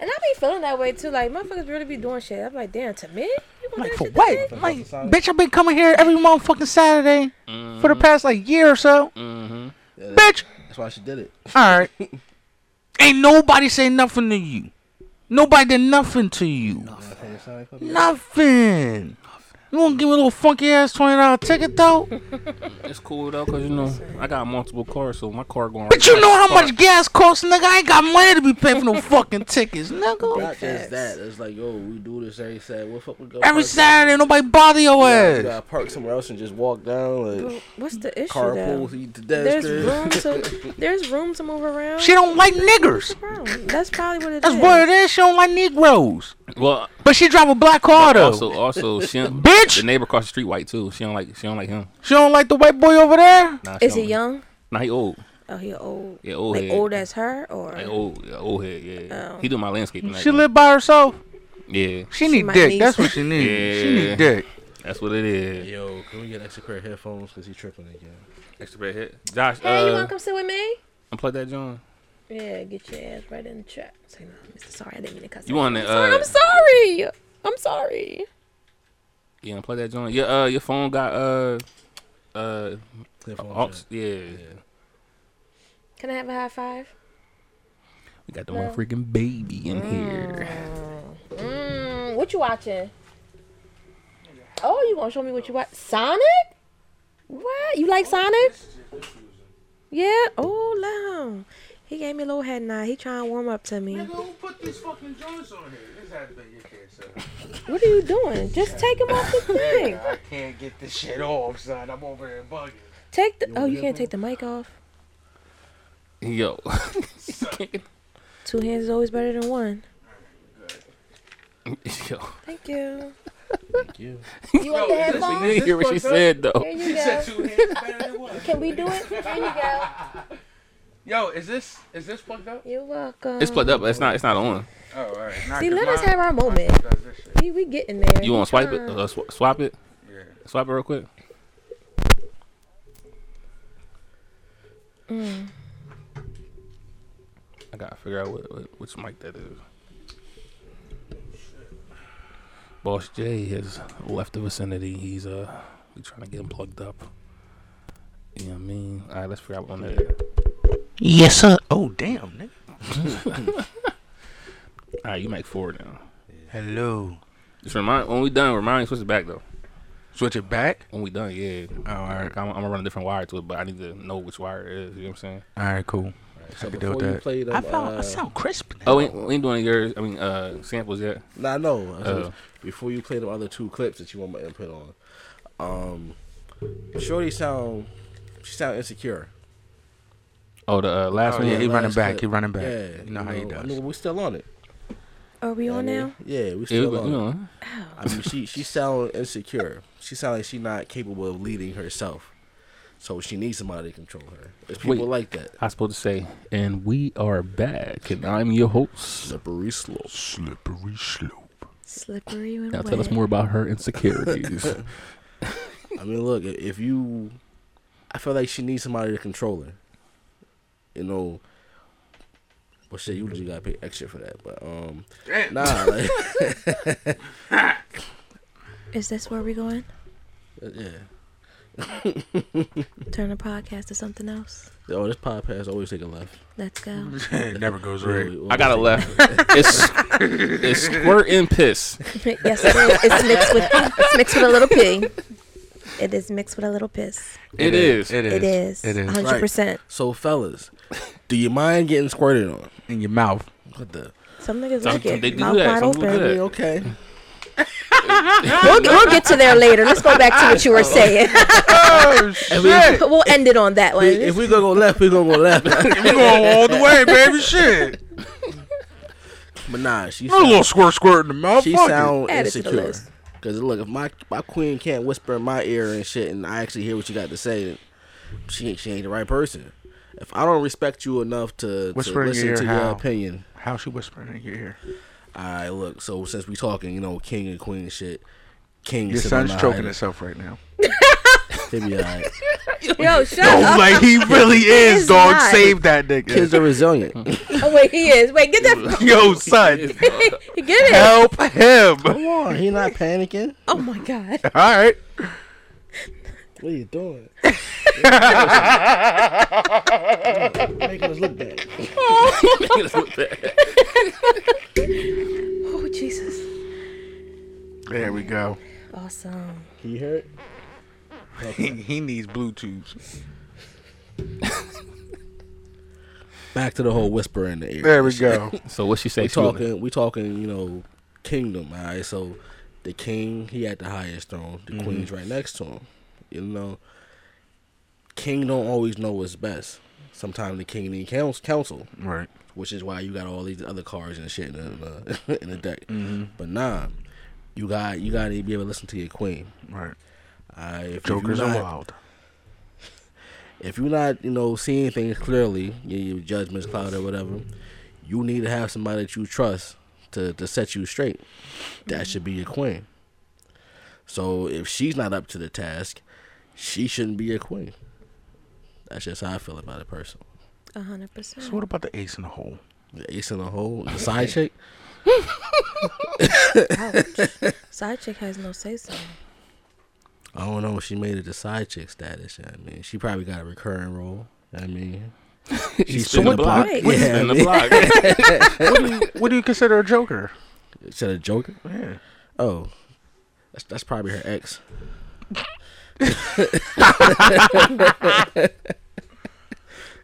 And I be feeling that way too. Like motherfuckers really be doing shit. I'm like, damn, to me? You gonna
Like
do
for
shit to me?
what? Like, bitch, I've been coming here every motherfucking Saturday for the past like year or so.
Mm-hmm.
Mm-hmm.
Bitch,
That's why she did it.
all right. Ain't nobody say nothing to you. Nobody did nothing to you. Nothing. You wanna give me a little funky ass twenty dollar ticket though?
It's cool though, cause you know I got multiple cars, so my car going.
But you know how much gas costs, nigga. I ain't got money to be paying for no fucking tickets, nigga.
Not just that. It's like, yo, we do this every Saturday. What fuck we go
Every
park-
Saturday, nobody bother your
You
ass.
gotta park somewhere else and just walk down. Like,
But What's the issue
carpool,
though?
eat the
There's
desk.
room to there's room to move around.
She don't like niggers.
Problem. That's probably what it is.
That's what it is. She don't like Negroes.
Well,
But she drive a black car though.
also, also, she don't-
Bitch!
The neighbor across the street white too. She don't like. She don't like him.
she don't like the white boy over there.
Nah, she
Is
don't
he
like-
young?
Nah, he old.
Oh, he old.
Yeah, old
like
head.
old as her, or
Like old, yeah, old head. Yeah,
Oh.
he do my landscaping. like
She
that.
live by herself.
Yeah,
She need
might
dick.
need
That's what she need. She
Yeah.
need dick.
that's what it is.
Yo, can we get extra pair of headphones? Cause he tripping again.
Extra bad hit. Josh,
hey, you
uh,
wanna come sit with me?
unplug that John.
Yeah, get your ass right in the trap. Say no, Mr. Sorry, I didn't mean to cuss.
You
out.
want to
Sorry,
uh,
I'm sorry. I'm sorry.
yeah, unplug that John. Your uh, your phone got uh, uh,
Headphone
aux.
jack.
Yeah,
Can I have a high five?
we got the motherfucking baby in here.
Mm, what you watching? Oh, you gonna show me what you watch? Sonic? What? You like Sonic? Yeah. Oh, loud. He gave me a little head nod. He trying to warm up to me.
Who put these fucking joints on here? This has been your kid, son.
What are you doing? Just take him off the thing.
I can't get this shit off, son. I'm over here bugging.
Take the. Oh, you can't take the mic off.
Mm. Yo,
Two hands is always better than one.
yo,
Thank you. You want the
You
headphones?
didn't hear what she said though.
Here you go. Can we do it? Here you go.
Yo, is this is this plugged up?
You're welcome.
It's plugged up. but It's not. It's not on.
Oh, all right. Nah,
See,
'cause
let us
mine-
have our moment.
does this shit.
We, we getting there.
You want to swipe it?
Come on.
Uh, sw- swap it.
Yeah.
Swap it real quick. I gotta figure out what, what which mic that is. Boss J has left the vicinity. He's uh, we trying to get him plugged up. You know what I mean? All right, let's figure out what one that is.
Yes, sir. Oh, damn. Nigga.
All right, you make four now.
Hello.
Just remind when we done. Remind me to switch it back though.
Switch it back.
When we done, yeah.
Oh, all right.
Like, I'm, I'm gonna run a different wire to it, but I need to know which wire it is. You know what I'm saying?
All right, cool.
So
I can deal with
before you
that.
played, um,
I found. I
uh,
sound crisp. Now.
Oh, we ain't, we ain't doing any yours. I mean, uh, samples yet.
Nah, no.
Oh.
Before you play the other two clips that you want my input on, um, Shorty sound she sound insecure.
Oh, the uh, last
Oh,
one.
yeah,
Yeah,
he
last
running back.
clip.
He running back.
Yeah,
You know how he
I
does.
mean, we still on it.
Are we on now? Oh.
Yeah, we
yeah,
still
but,
on
you
it.
know,
I mean, she she sound insecure. She sound like she not capable of leading herself. So she needs somebody to control her. There's people
Wait.
like that.
I was supposed to say, and we are back, and I'm your host.
Slippery slope.
Slippery slope.
Slippery when
Now
wet.
tell us more about her insecurities.
I mean, look, i- if you, I feel like she needs somebody to control her. You know, well, shit, you just gotta pay extra for that, but um, nah, like,
Is this where we going?
yeah.
Turn the podcast to something else.
Oh, this podcast always take a left.
Let's go.
it never goes right.
Always-
I got a
always
left. It's it's squirt and piss.
yes, it is. It's mixed with it's mixed with a little pee. It is mixed with a little piss.
It is.
It is.
It is.
It is.
100%.
take- So, fellas, do you mind getting squirted on?
In your mouth.
What the?
Some niggas
Some-
like
some-
it.
they do
Mouth
that.
wide
Some people
open.
do that.
Hey, okay.
We'll, we'll get to there later. Let's go back to what you were saying.
Oh shit!
we'll end it on that one.
If we gonna go left, we gonna go left.
We going all the way, baby. Shit.
but nah, she
Another little
sound,
squirt, squirt in the mouth.
she
Fuck it.
sound
Add it to the
insecure.
list.
Cause look, if my my queen can't whisper in my ear and shit, and I actually hear what you got to say, then she ain't she ain't the right person. If I don't respect you enough to, to
Whisper in your
listen
ear
to
how?
your opinion,
How she whispering in your ear?
I look. So since we talking, you know, king and queen and shit, king.
Your
is
son's
sitting
choking
on the
himself right now.
island. He be alright.
Yo, shut
Oh,
up.
like he really is,
is
dog.
not.
Save that nigga.
Kids are resilient.
Oh, wait, he is. Wait, get that.
Yo, son,
Get it.
help him.
Come on, he not panicking.
Oh, my God.
All right.
What are you doing? Making us look bad.
Oh, Jesus.
There we go.
Awesome.
Can you hear it?
He, he needs Bluetooth.
Back to the whole whisper in the ear.
There we go.
So what she say?
we
She was-
talking we talking you know kingdom all right so the king he at the highest throne
Mm-hmm.
the queen's right next to him you know king don't always know what's best sometimes the king need counsel, counsel
Right.
which is why you got all these other cards and shit in the, in the deck
Mm-hmm.
but nah you got you got to be able to listen to your queen
Right.
all right if,
Jokers
you
are
not,
wild.
if you're not you know seeing things clearly your, your judgment's clouded or whatever you need to have somebody that you trust to, to set you straight that should be your queen so if she's not up to the task she shouldn't be your queen that's just how i feel about it personally
A 100%.
So what about the ace in the hole?
the ace in the hole the side chick
Ouch. Side chick has no say so.
i don't know if she made it to side chick status you know what i mean she probably got a recurring role you know what i mean
She spin
spin
the
the
block.
block.
She spin the block.
What do you consider a joker?
is that a joker
Yeah.
oh that's, that's probably her ex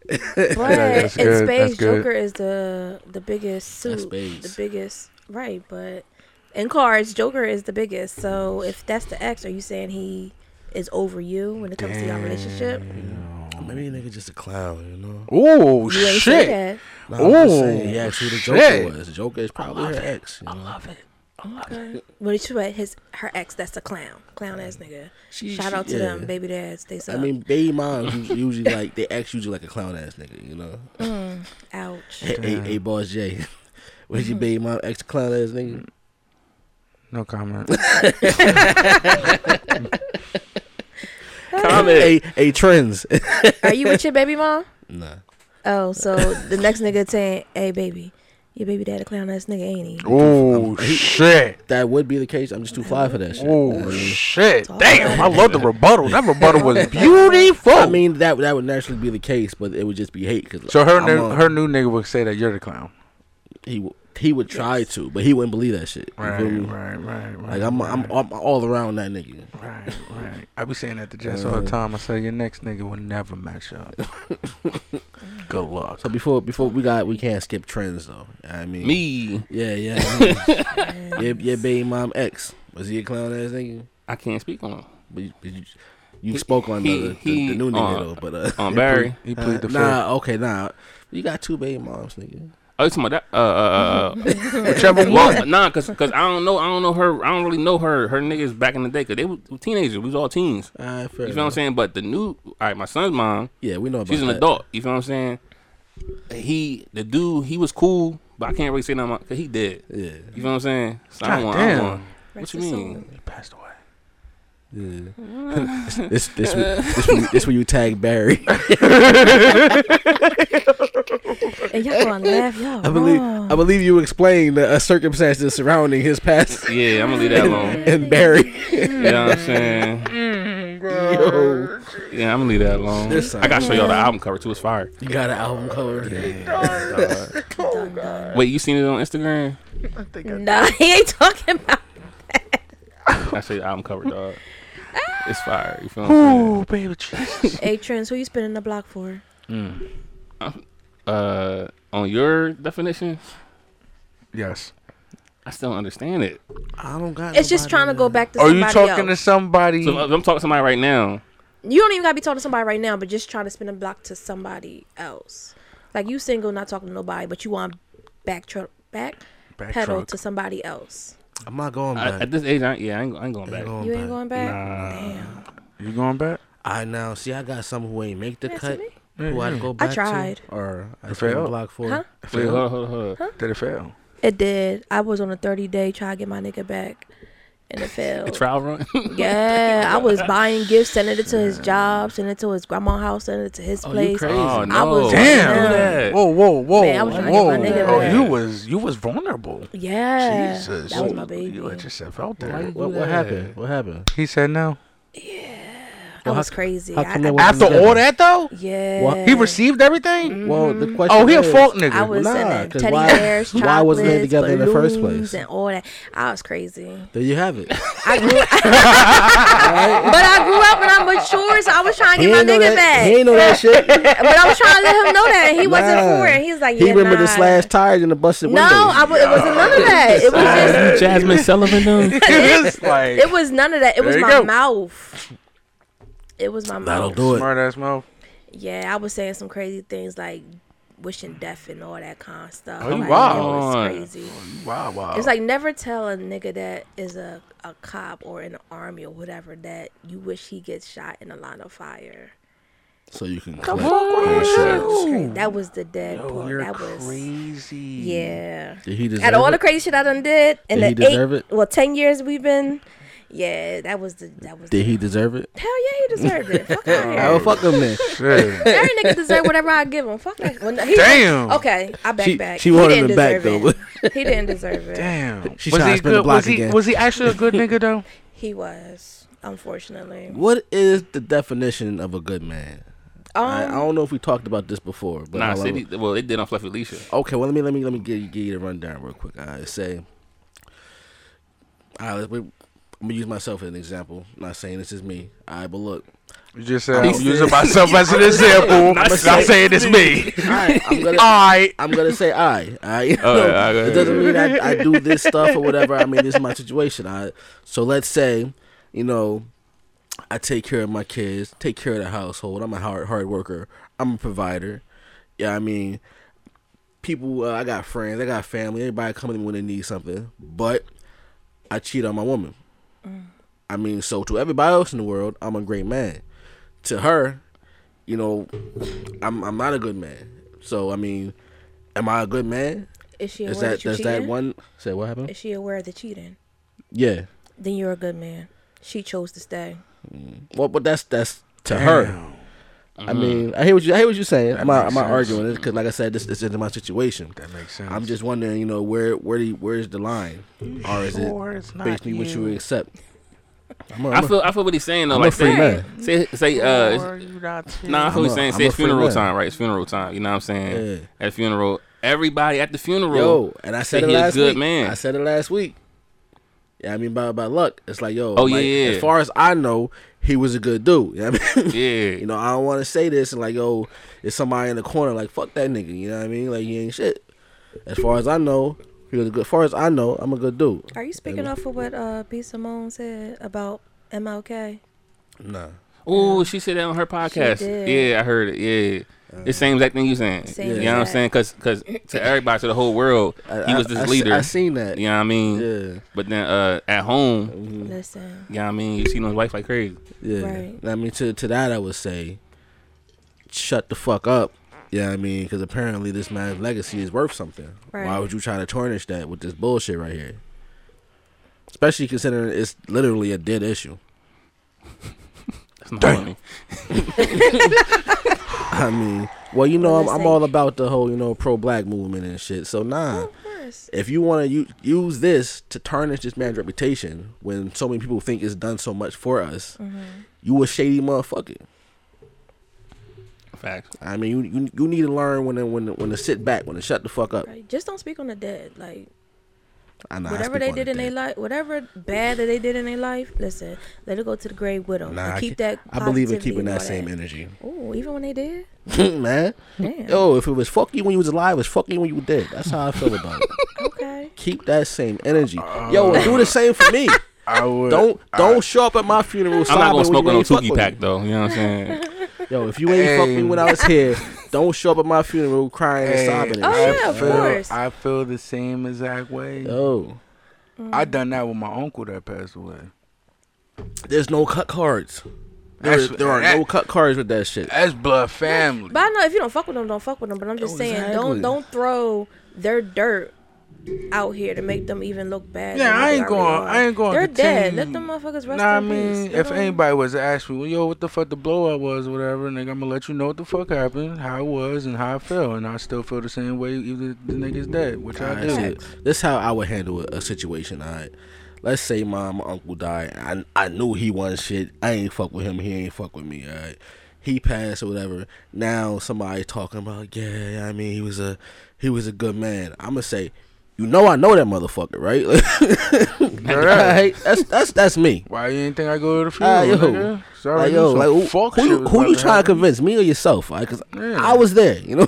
But in
that's good, that's
space,
good.
Joker is the the biggest suit.
That's spades.
The biggest, right? But in cards, Joker is the biggest. So if that's the ex, are you saying he is over you when it comes to your relationship?
maybe a nigga just a clown you know
Oh
You ain't say
shit!
that.
No, I'm just
Ooh,
saying, he asked who the
shit.
Joker was. The Joker is probably her ex. You know?
Love it.
Okay. But it's what his her ex that's a clown, clown ass nigga.
She-
Shout
she-
out to
yeah.
them, baby dads. They suck.
I mean, baby moms usually, usually like they act usually like a clown ass nigga, you know.
Mm, ouch.
Hey, hey, hey, boss J, was
Mm-hmm.
your baby mom ex clown ass nigga?
No comment.
Comment.
Hey, hey, trends.
Are you with your baby mom?
nah.
Oh, so the next nigga saying, "Hey, baby, your baby dad a clown ass nigga, ain't he?"
Oh shit.
That would be the case. I'm just too fly for that shit.
Oh shit. Damn. I love the rebuttal. That rebuttal was beautiful.
I mean, that that would naturally be the case, but it would just be hate. Cause
so her
I'm
new,
on-
her new nigga would say that you're the clown.
he w- he would try to, but he wouldn't believe that shit. You
Right,
feel me?
right, right, right.
Like I'm, I'm I'm all around that nigga.
Right, right. I be saying that to Jess all the time. I say your next nigga will never match up. Good luck.
So before before we got we can't skip trends though. I mean
Me,
Yeah, yeah. I mean, your, your baby mom ex was he a clown ass nigga?
I can't speak on him.
But you, but you, you spoke on the,
he-
the,
he-
the new nigga
uh,
though. But uh,
On Barry.
He played the
nah, okay, nah. You got two baby moms, nigga.
Oh, you talking about that? Uh, uh, uh, uh,
fifth. Whichever
Well,
one.
nah, cause, cause I don't know, I don't know her. I don't really know her. Her niggas back in the day, cause they were teenagers. We was all teens.
All right,
You feel
fair
what I'm
enough.
saying? But the new, all right, my son's mom,
Yeah, we know about
she's an
that.
adult. You feel what I'm saying? He, the dude, he was cool, but I can't really say nothing about, cause he dead.
Yeah,
You feel what I'm saying? So I
God
don't want, I don't
damn.
want. What you mean?
He passed away.
yeah. this this this this, when- this when you tag Barry.
And y'all gonna laugh, y'all.
I believe
wrong.
I believe you explained the uh, circumstances surrounding his past
Yeah, I'm gonna leave that alone.
and Barry.
you know what I'm saying?
Yo,
Yeah, I'm gonna leave that alone.
This
I gotta show y'all the album cover too. It's fire.
you got an album cover.
Wait, you seen it on Instagram?
Nah, he ain't talking about.
I say the album cover, dog. It's fire. You feel what I'm saying?
Oh baby, Jesus.
Hey, Trends, who you spinning the block for?
Mm.
Uh, on your definition,
yes.
I still don't understand it.
I don't got.
It's just trying to go back to
Are
somebody
you talking to
else.
somebody?
So if I'm talking to somebody right now.
you don't even gotta be talking to somebody right now, but just trying to spin a block to somebody else. Like you single, not talking to nobody, but you want back tr- back
Back
pedal
truck.
to somebody else.
I'm not going
I,
back.
at this age, I, yeah, I ain't, I ain't going back.
Going
You ain't
back.
going back.
You going back?
I now see. I got some who ain't make the
Answer
cut.
me.
Who I
Mm-hmm.
go
I
back
tried.
to, or I
You
failed
failed?
block for.
Huh?
Wait, hold, on, hold, on, hold. on.
Did it fail?
It did. I was on a 30 day try to get my nigga back, and it failed.
Trial run.
Yeah, I was buying gifts, sending it to his job, sending it to his grandma's house, sending it to his place.
Oh no!
I was
Damn.
Damn.
Whoa, whoa, whoa,
Man, I was trying to get
whoa!
my nigga
oh,
back.
you was you was vulnerable.
Yeah,
Jesus,
that was
You-
my baby.
You let yourself out
What,
there.
what,
that?
happened? What happened?
He said no.
That was crazy.
How
I-
come
I-
that wasn't
After
together?
all that though,
yeah, Mm-hmm.
What?
he received everything.
well, the question.
Oh, he a
is,
fault nigga.
I was
Nah,
sending
'cause
teddy
why-
bears, chocolates,
why wasn't they together in the first
balloons,
place?
and all that. I was crazy.
There you have it.
I grew, but I grew up and I'm mature, so I was trying to
He
get my
ain't know
nigga
that.
back.
He ain't know that shit.
But I was trying to let him know that, and he wasn't
Nah.
for it. He was like,
He
yeah,
remembered the
nah.
slashed tires and the busted
No,
windows.
I w- it wasn't none of that. It was just
Jasmine Sullivan. Though.
It's like
It was none of that. It was
There you
my
go.
mouth. It was my
That'll
mouth.
do it.
smart ass mouth.
Yeah, I was saying some crazy things like wishing death and all that kind of stuff.
Oh, you
like, It
wild.
was crazy.
Oh,
Oh,
Wow, wow.
It's like never tell a nigga that is a, a cop or in the army or whatever that you wish he gets shot in a line of fire.
So you can
The
collect
fuck?
insurance.
That was the dead part.
you're
That was
crazy.
yeah.
Did he deserve
Out of all
it?
the crazy shit I done did in
Did he
the eight,
deserve it?
well, ten years we've been, yeah, that was the that was.
Did
the,
he deserve it?
Hell yeah, he deserved it. Fuck out here.
Oh, fuck him then.
Shit.
Every nigga deserve whatever I give him. Fuck that. Well, he,
Damn.
Okay, I back
She-
back.
she
He
wanted
didn't
him back,
deserve
though,
it. he didn't deserve it.
Damn.
She
was
tried
he
to spin the
good?
block
was he
again.
was he actually a good nigga though?
He was, unfortunately.
What is the definition of a good man? I, I
Um,
don't know if we talked about this before, but
Nah,
I'll-
City. Well, it did on Fluffy Alicia.
Okay, well let me let me let me give you, give you the rundown real quick. I say, I I'm gonna use myself as an example. not saying this is me. I but look,
You just said I'm
said-
using myself as an example. Not saying it's me.
I, I'm gonna
I
I'm gonna say I. I
Oh,
no,
yeah, I got
it
it.
doesn't mean I, I do this stuff or whatever. I mean this is my situation. I so let's say, you know, I take care of my kids, take care of the household. I'm a hard hard worker. I'm a provider. Yeah, I mean, people. Uh, I got friends. I got family. Everybody coming to me when they need something. But I cheat on my woman. I mean, so to everybody else in the world, I'm a great man. To her, you know, I'm I'm not a good man. So I mean, am I a good man?
Is she aware
Is
that,
that
you're
does
cheating?
that one say what happened?
Is she aware of the cheating?
Yeah.
Then you're a good man. She chose to stay.
Well, but that's that's to her. I mean, I hear what you I hear what you're saying. I'm not, I'm not
makes
arguing it because, like I said, this is in my situation.
That makes sense.
I'm just wondering, you know, where where do you, where's the line, or is
sure
it
it's not
basically what you
you?
accept? I'm a-
I
I'm a-
feel I feel what he's saying though.
I'm a
like
free
say,
man.
say say uh nah, I feel what
I'm
he's
a-
saying.
I'm
Say
a
it's
free
funeral
man.
time, right? It's funeral time. You know what I'm saying?
Yeah.
At funeral, everybody at the funeral.
yo, and I
say
said it
he a
last
good
week.
man.
I said it last week. Yeah, I mean by by luck, it's like yo.
Oh,
like,
yeah.
As far as I know, he was a good dude. You know what I mean?
yeah.
You know, I don't want to say this and like, yo, it's somebody in the corner like, fuck that nigga. You know what I mean? Like, he ain't shit. As far as I know, he was a good. As far as I know, I'm a good dude.
Are you speaking off of what uh, B. Simone said about MLK?
Nah.
Oh, she said that on her podcast.
did.
Yeah, I heard it. Yeah.
Uh,
the same exact thing you saying.
Same
you know what I'm
exact.
saying? Because to everybody, to the whole world,
I-
he
I-
was this
I se-
leader.
I seen that.
You know what I mean?
Yeah. Mm-hmm.
But then uh, at home,
Listen,
you know what I mean? You seen his wife like crazy.
Yeah.
Right.
I mean, to to that I would say, shut the fuck up. Yeah, I mean, because apparently this man's legacy is worth something. Why
Right.
would you try to tarnish that with this bullshit right here? Especially considering it's literally a dead issue.
That's not funny.
I mean, well, you know, I'm, I'm
listen.
all about the whole, you know, pro black movement and shit. So nah,
of course.
if you want to use this to tarnish this man's reputation when so many people think it's done so much for us,
Mm-hmm.
you a shady motherfucker.
Fact.
I mean, you you, you need to learn when to, when to, when to sit back, when to shut the fuck up.
Right. Just don't speak on the dead. Like
I know, I
whatever
speak
they
on
did
it
in their
that.
life, whatever bad that they did in their life, listen, let it go to the grave with them.
Nah, I
keep
ke-
that.
I believe in
positivity
keeping
and
that
all
same energy,
Oh, even when they did.
man.
Damn.
Yo, if it was fuck you when you was alive, it's fuck you when you were dead. That's how I feel about it.
Okay.
Keep that same energy.
Uh,
Yo, and do the same for me.
I would
Don't don't show up at my funeral.
I'm not going to
sobbing when
smoke
you
on no
ain't fuck with
Tuki
me.
pack, though. You know what I'm saying?
Yo, if you ain't fuck me when I was here, don't show up at my funeral crying
Hey,
and sobbing.
Oh,
and shit.
yeah, of
feel-
course.
I feel the same exact way.
Yo,
Mm-hmm.
I done that with my uncle that passed away.
there's no cut cards. There,
That's-
there are no
that-
cut cards with that shit.
That's blood family.
But I know if you don't fuck with them, don't fuck with them. But I'm just saying,
Exactly.
don't don't throw their dirt out here to make them even look bad.
Yeah,
than what
I
they
ain't going.
already are.
I ain't going.
They're dead. Let
continue.
them motherfuckers rest
Nah, I
in
mean,
peace. They
if
don't-
anybody was to ask me, well, yo, what the fuck the blowout was, or whatever, nigga, I'm gonna let you know what the fuck happened, how it was, and how I felt, and I still feel the same way, even if the nigga's dead, which I
Alright,
do.
so This how I would handle a, a situation. All right. Let's say my, my uncle died. and I I knew he was shit. I ain't fuck with him. He ain't fuck with me. All right. He passed or whatever. Now somebody talking about yeah. I mean he was a he was a good man. I'm gonna say. You know I know that motherfucker, right? Alright, that's that's that's me.
Why you ain't think I go to the funeral,
Ah, yo.
nigga? Sorry,
Like, yo, like, who,
fuck
who,
shit
you-
was
who
about
you
to
trying to
happen.
convince, me or yourself? Like, 'cause
Yeah.
I was there, you know.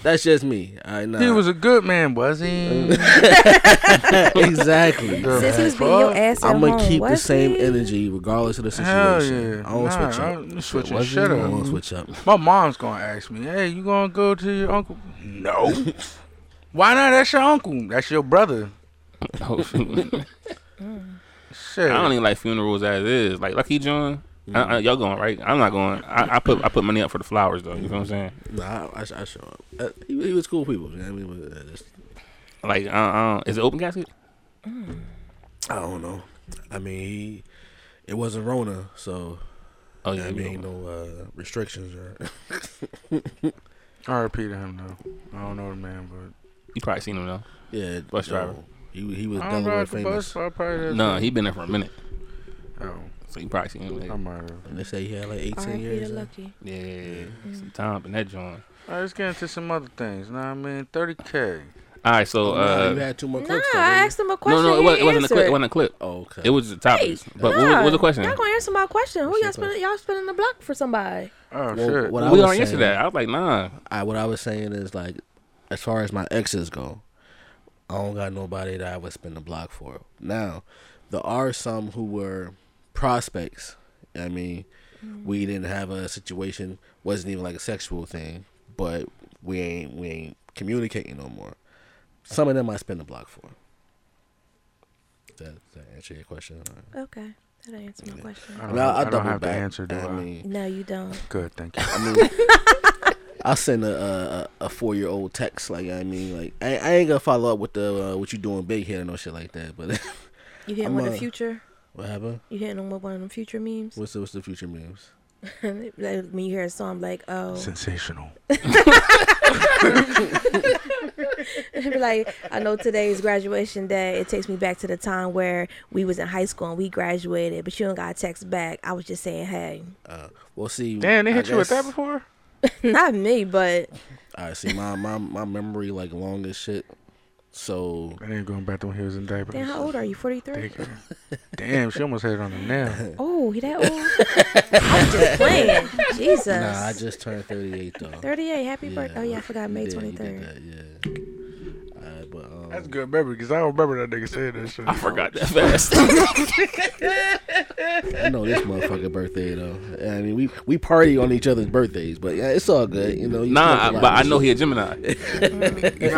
That's just me. I know.
He was a good man, was he?
exactly.
Since he was beating your ass at
I'm gonna
home,
keep the
was
same
he?
energy regardless of the
Hell
situation.
yeah.
I don't
Nah,
switch up.
I'm switching
Was it?
shit
I
up.
don't switch up.
My mom's gonna ask me, "Hey, you gonna go to your uncle?" No. Why not? That's your uncle. That's your brother.
Oh, shoot.
Shit.
I don't even like funerals as is. Like Lucky John, I,
Mm-hmm.
I, y'all going right? I'm not going. I, I put I put money up for the flowers though. You know what I'm saying?
Nah, I, I, I show up. Uh, he, he was cool people. You know what I mean, but, uh, that's-
Like, uh, uh, is it open casket?
I don't know. I mean, he, it wasn't Rona, so
Oh
I
yeah,
mean,
yeah.
no uh, restrictions or.
I repeat him though. I don't know the man, but
you probably seen him though.
yeah,
Bus
yo,
driver.
He he was
I don't ride the
Delaware
bus.
famous.
So I probably
No,
just-
he been there for a minute,
Oh,
so you probably seen him.
I
Later.
might have.
And they say he had like 18
R.I.P.
years. Mm-hmm.
to
uh,
Lucky.
Yeah, some time in that joint.
All right, let's get into some other things. Know what I mean? 30K.
All right, so
Oh, nah,
uh,
you had two more
Nah, I
clicks. though, didn't you?
asked him a question.
no, no, it,
he
was, it wasn't a
answer
clip. It wasn't a clip.
Oh, okay.
It was the topics.
Hey,
but what, was, what was
nah,
the question?
Y'all gonna answer my question? Who y'all
your
spinning? Y'all spinning the block for somebody?
Oh
Well,
shit.
what I
We
was
already answered
saying-
that. I was like, nah.
I what I was saying is like, as far as my exes go, I don't got nobody that I would spend the block for. Now, there are some who were prospects. I mean, we didn't have a situation. wasn't even like a sexual thing, but we ain't we ain't communicating no more. Some of them I spend the block for. that, that answer your question.
Okay. That answered my question.
I don't,
I'll- I'll
I don't
double
have the
back.
answer, do I?
I mean,
No, you don't.
Good, thank you.
I mean, I'll send a a, a four year old text. Like I mean, like I, I ain't gonna follow up with the uh, what you doing big head and no shit like that. But
You hitting
I'm,
with the
uh,
future?
what happened?
You hitting them with one of them future memes?
What's the, what's the future moves?
Like, when you hear a song like, oh,
Sensational.
It'd be like, I know today is graduation day. It takes me back to the time where we was in high school and we graduated, but you don't got a text back. I was just saying, hey,
Uh, well, see,
Damn, they
I
hit you with that
guess-
before?
not me, but
I see my my my memory like long as shit. So
I ain't going back to when he was in diapers.
damn, how old are you? Forty three.
Take her. Damn, she almost had it on her nail.
Oh, he that old? I was just playing. Jesus.
nah, I just turned thirty eight though.
Thirty eight. Happy birthday. Oh yeah, I
you
forgot May
did- you
twenty third.
did that, Yeah. Alright, but um,
That's good memory because I don't remember that nigga saying that shit.
I forgot that fast.
I know this motherfucker birthday though. I mean, we we party on each other's birthdays, but yeah, it's all good. You know. You
nah,
smoke a lot
but
of
I know
shit.
he a Gemini.
You
You know
got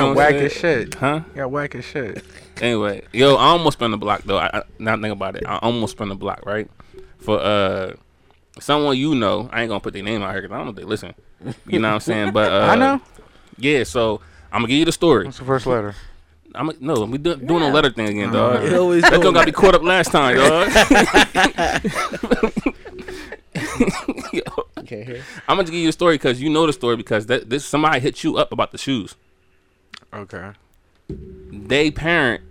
what
whack
I'm
as
saying?
shit.
Huh?
You got whack as shit.
Anyway, yo, I almost spun the block though. I, I now think about it. I almost spun the block, right? For uh someone you know, I ain't gonna put their name out here because I don't know if they listen. You know what I'm saying? But uh,
I know.
Yeah, so I'm gonna give you the story.
What's the first letter?
I'm gonna- no, we do, doing a
No.
letter thing again,
Uh-huh.
dog.
It Uh-huh. always
that
do.
don't got me caught up last time, dog. Yo.
Can't hear.
I'm gonna give you the story because you know the story because that this somebody hit you up about the shoes.
Okay.
They parent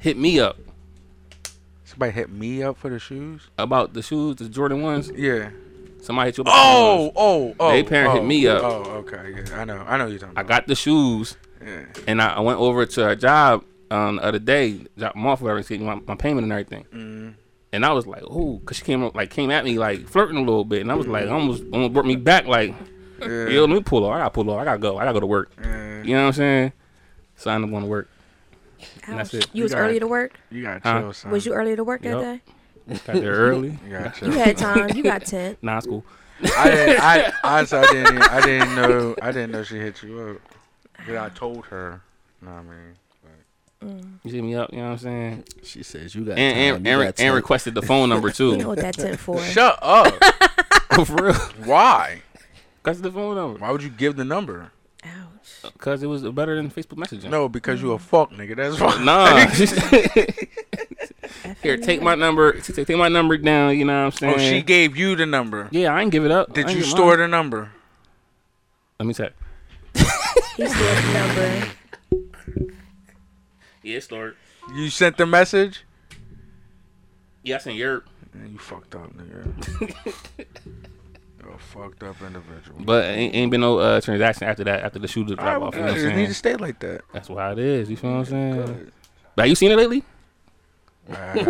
hit me up
Somebody hit me up for the shoes.
about the shoes, the Jordan ones.
Yeah.
Somebody hit you up. About the Jordan
Oh,
ones.
oh, oh.
They parent hit
oh,
me up.
Oh, okay. Yeah, I know. I know you're talking.
I
About.
got the shoes
Yeah.
and I, I went over to her job um, the other day, dropped them off where I was getting my, my payment and everything.
Mm-hmm.
And I was like, oh, cause she came up like came at me like flirting a little bit, and I was like, almost almost brought me back like,
Mm-hmm. Yeah.
yo, let me pull off. I gotta pull off. I gotta go. I gotta go to work.
yeah.
You know what I'm saying? So I ended up going to work. And that's it.
You was
You got
early
it.
to work.
You got
Huh?
chill, son.
Was you early to work that
Yup.
day?
Got there early.
You got
You
chill.
had time. You got tent.
Nah, it's cool.
I, didn't, I honestly, I didn't. even- I didn't know. I didn't know she hit you up. But I told her. Know what I mean?
You hit me up. You know what I'm saying?
She says you
and
got time,
and,
you
and,
got
and
time.
requested the phone number
You know
too.
what that tent for?
Shut up.
for real,
Why?
requested the phone number
Why would you give the number?
Ouch.
because it was better than Facebook Messenger.
No, because you a fuck nigga. That's why.
nah. Here, take my number. t- Take, my number down. You know what I'm saying?
Oh, she gave you the number.
yeah, I ain't give it up.
Did you store the number?
Let me check.
He still the number.
Yeah, stored.
You sent the message.
Yeah, I sent your.
Man, you fucked up, nigga. You're a fucked up individual.
But ain't, ain't been no uh, transaction after that. After the shooter drop off. You know what I'm
it need
saying?
to stay like that.
That's why it is. You feel what I'm saying? But you seen it lately?
I have,
It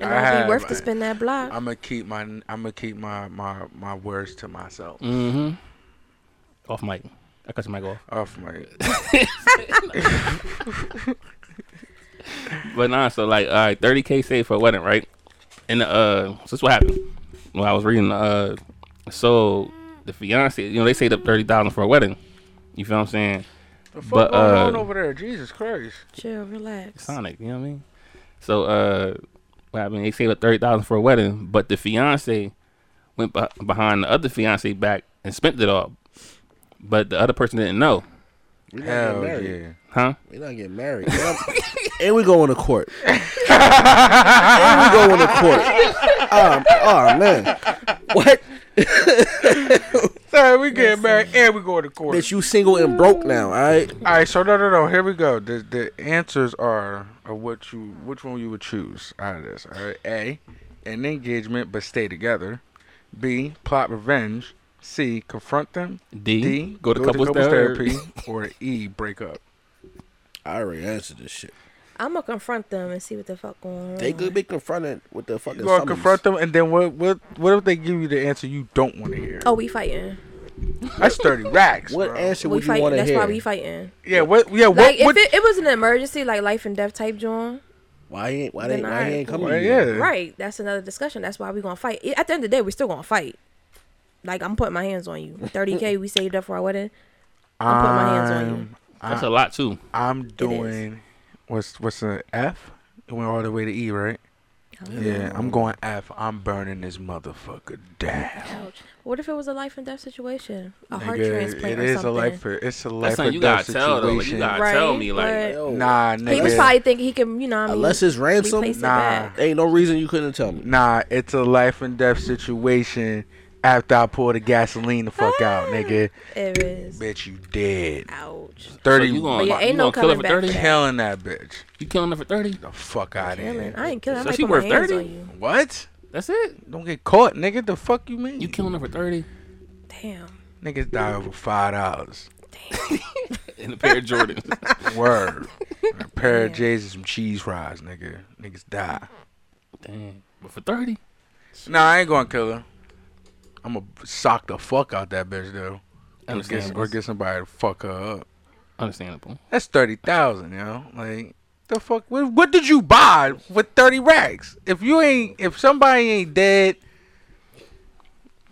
might be worth to spend that block.
I'm gonna keep my I'm gonna keep my, my, my words to myself.
Mm-hmm. Off mic. I cut your mic off.
Off my
But nah, so like, all right, thirty k saved for a wedding, right? And uh, so this what happened. When I was reading, uh, so the fiance, you know, they saved up thirty thousand for a wedding. You feel what I'm saying?
the fuck
But,
going on
uh,
over there. Jesus Christ.
Chill, relax.
Sonic, you know what I mean? So uh, what happened? They saved up thirty thousand for a wedding, but the fiance went beh- behind the other fiance back and spent it all. But the other person didn't know,
we not getting
Hell
married.
yeah.
huh?
We not getting married. and we going to court. and we going to court. Um, oh man, what?
Sorry, we getting married and we going to court.
Bitch, you single and broke now, all right?
All right, so no, no, no. Here we go. The the answers are of what you which one you would choose out of this. All right, A, an engagement but stay together. B, plot revenge. C, confront them.
D, go to couples,
or E, break up.
I already answered this shit.
I'm gonna confront them and see what the fuck going on.
They could be confronted with the fucking.
You gonna
summons.
confront them, and then what? What? What if they give you the answer you don't want to hear?
Oh, we fighting.
That's thirty racks.
What
bro.
answer
we
would you
fighting.
want to
That's
hear?
why we fighting.
Yeah. What? Yeah. What?
Like
what
if it, it was an emergency, like life and death type joint,
why he ain't why,
Then
they, why he
I-
ain't coming?
Well,
to you?
Yeah.
right? That's another discussion. That's why we gonna fight. I- At the end of the day, we still gonna fight. Like I'm putting my hands on you. 30k we saved up for our wedding. I'm putting my hands on you.
That's a lot too.
I'm doing What's what's an F? It went all the way to E, right?
Oh.
Yeah, I'm going F. I'm burning this motherfucker down.
Ouch. What if it was a life and death situation? A heart
Nigga,
transplant
it
or
is
something.
a life. or- It's a life
That's
or
something you
death
gotta tell though. Like,
situation.
you gotta tell
Right,
me like,
but-
Yo,
Nah,
He was
nigga.
probably thinking he can, you know, what I mean,
Unless it's ransom,
replace it
nah.
back.
ain't no reason you couldn't tell me.
Nah, it's a life and death situation. After I pour the gasoline the fuck out, nigga.
Ah, It is.
Bitch, you dead.
Ouch.
Thirty.
you gonna-
But yeah,
you
ain't no
gonna kill
coming
her for
back. for
30?
that.
killing that bitch.
you killing her for thirty?
The fuck out of
Killing.
here.
I ain't killing. I
So
might
she
put
worth
my hands
30?
on you.
What?
That's it.
Don't get caught, nigga. The fuck you mean?
You killing her for thirty
Damn.
Niggas die over five dollars.
in a pair of Jordans.
Word. a pair of J's and some cheese fries, nigga. Niggas die.
Damn. But for thirty,
Nah, I ain't gonna kill her. I'ma sock the fuck out that bitch though. Or get,
understandable.
or get somebody to fuck her up.
understandable.
That's thirty thousand, you know. Like the fuck. What, what did you buy with thirty racks? If you ain't, if somebody ain't dead,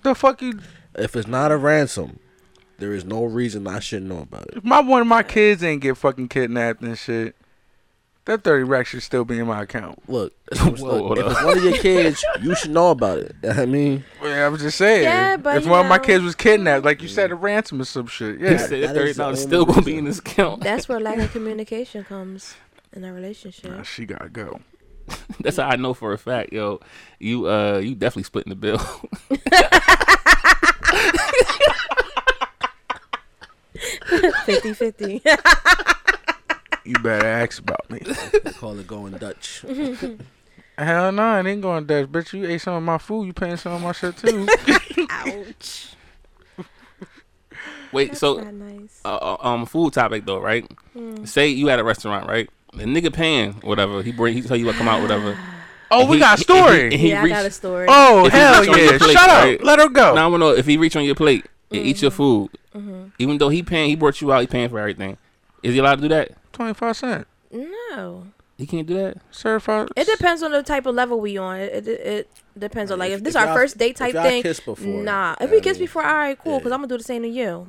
the fuck you.
If it's not a ransom, there is no reason I shouldn't know about it.
If my one of my kids ain't get fucking kidnapped and shit, that thirty racks should still be in my account.
Look, look,
hold
if
up.
it's one of your kids, you should know about it. I mean,
Yeah, I was just saying.
Yeah, but
if
you
one of my
know-
kids was kidnapped, like you said, a ransom or some shit.
He
Yeah.
said
that
that thirty
is the
dollars
only
still gonna be
reason.
in this account.
That's where lack of communication comes in a
Nah,
relationship.
she gotta go.
That's how I know for a fact, yo. You uh, you definitely splitting the bill.
Fifty fifty.
You better ask about me.
they call it going Dutch.
Hell no, it ain't going Dutch. Bitch, you ate some of my food. You paying some of my shit too.
Ouch.
Wait,
That's
so
not nice. Hmm.
uh, um, food topic though, right? Say you at a restaurant, right? The nigga paying whatever he bring, he tell you what come out whatever.
oh, we
He-
got a
he-
story.
and he
yeah,
reached-
I got a story.
oh,
If he
hell
reach on
yeah.
your plate,
Shut up.
right?
Let her go.
Now I want to know if he reach on your plate and eat
Mm-hmm.
your food, even though he paying, he brought you out, he paying for everything. Is he allowed to do that?
25 cents.
No,
He can't do that.
Certified.
it depends on the type of level we on. It, it, it depends on like
If-
if this
if
our
y'all-
first date
if
type
y'all
thing.
kissed before,
nah, if
I
we kiss
mean,
before, all right, cool. Cause I'm gonna do the same to you.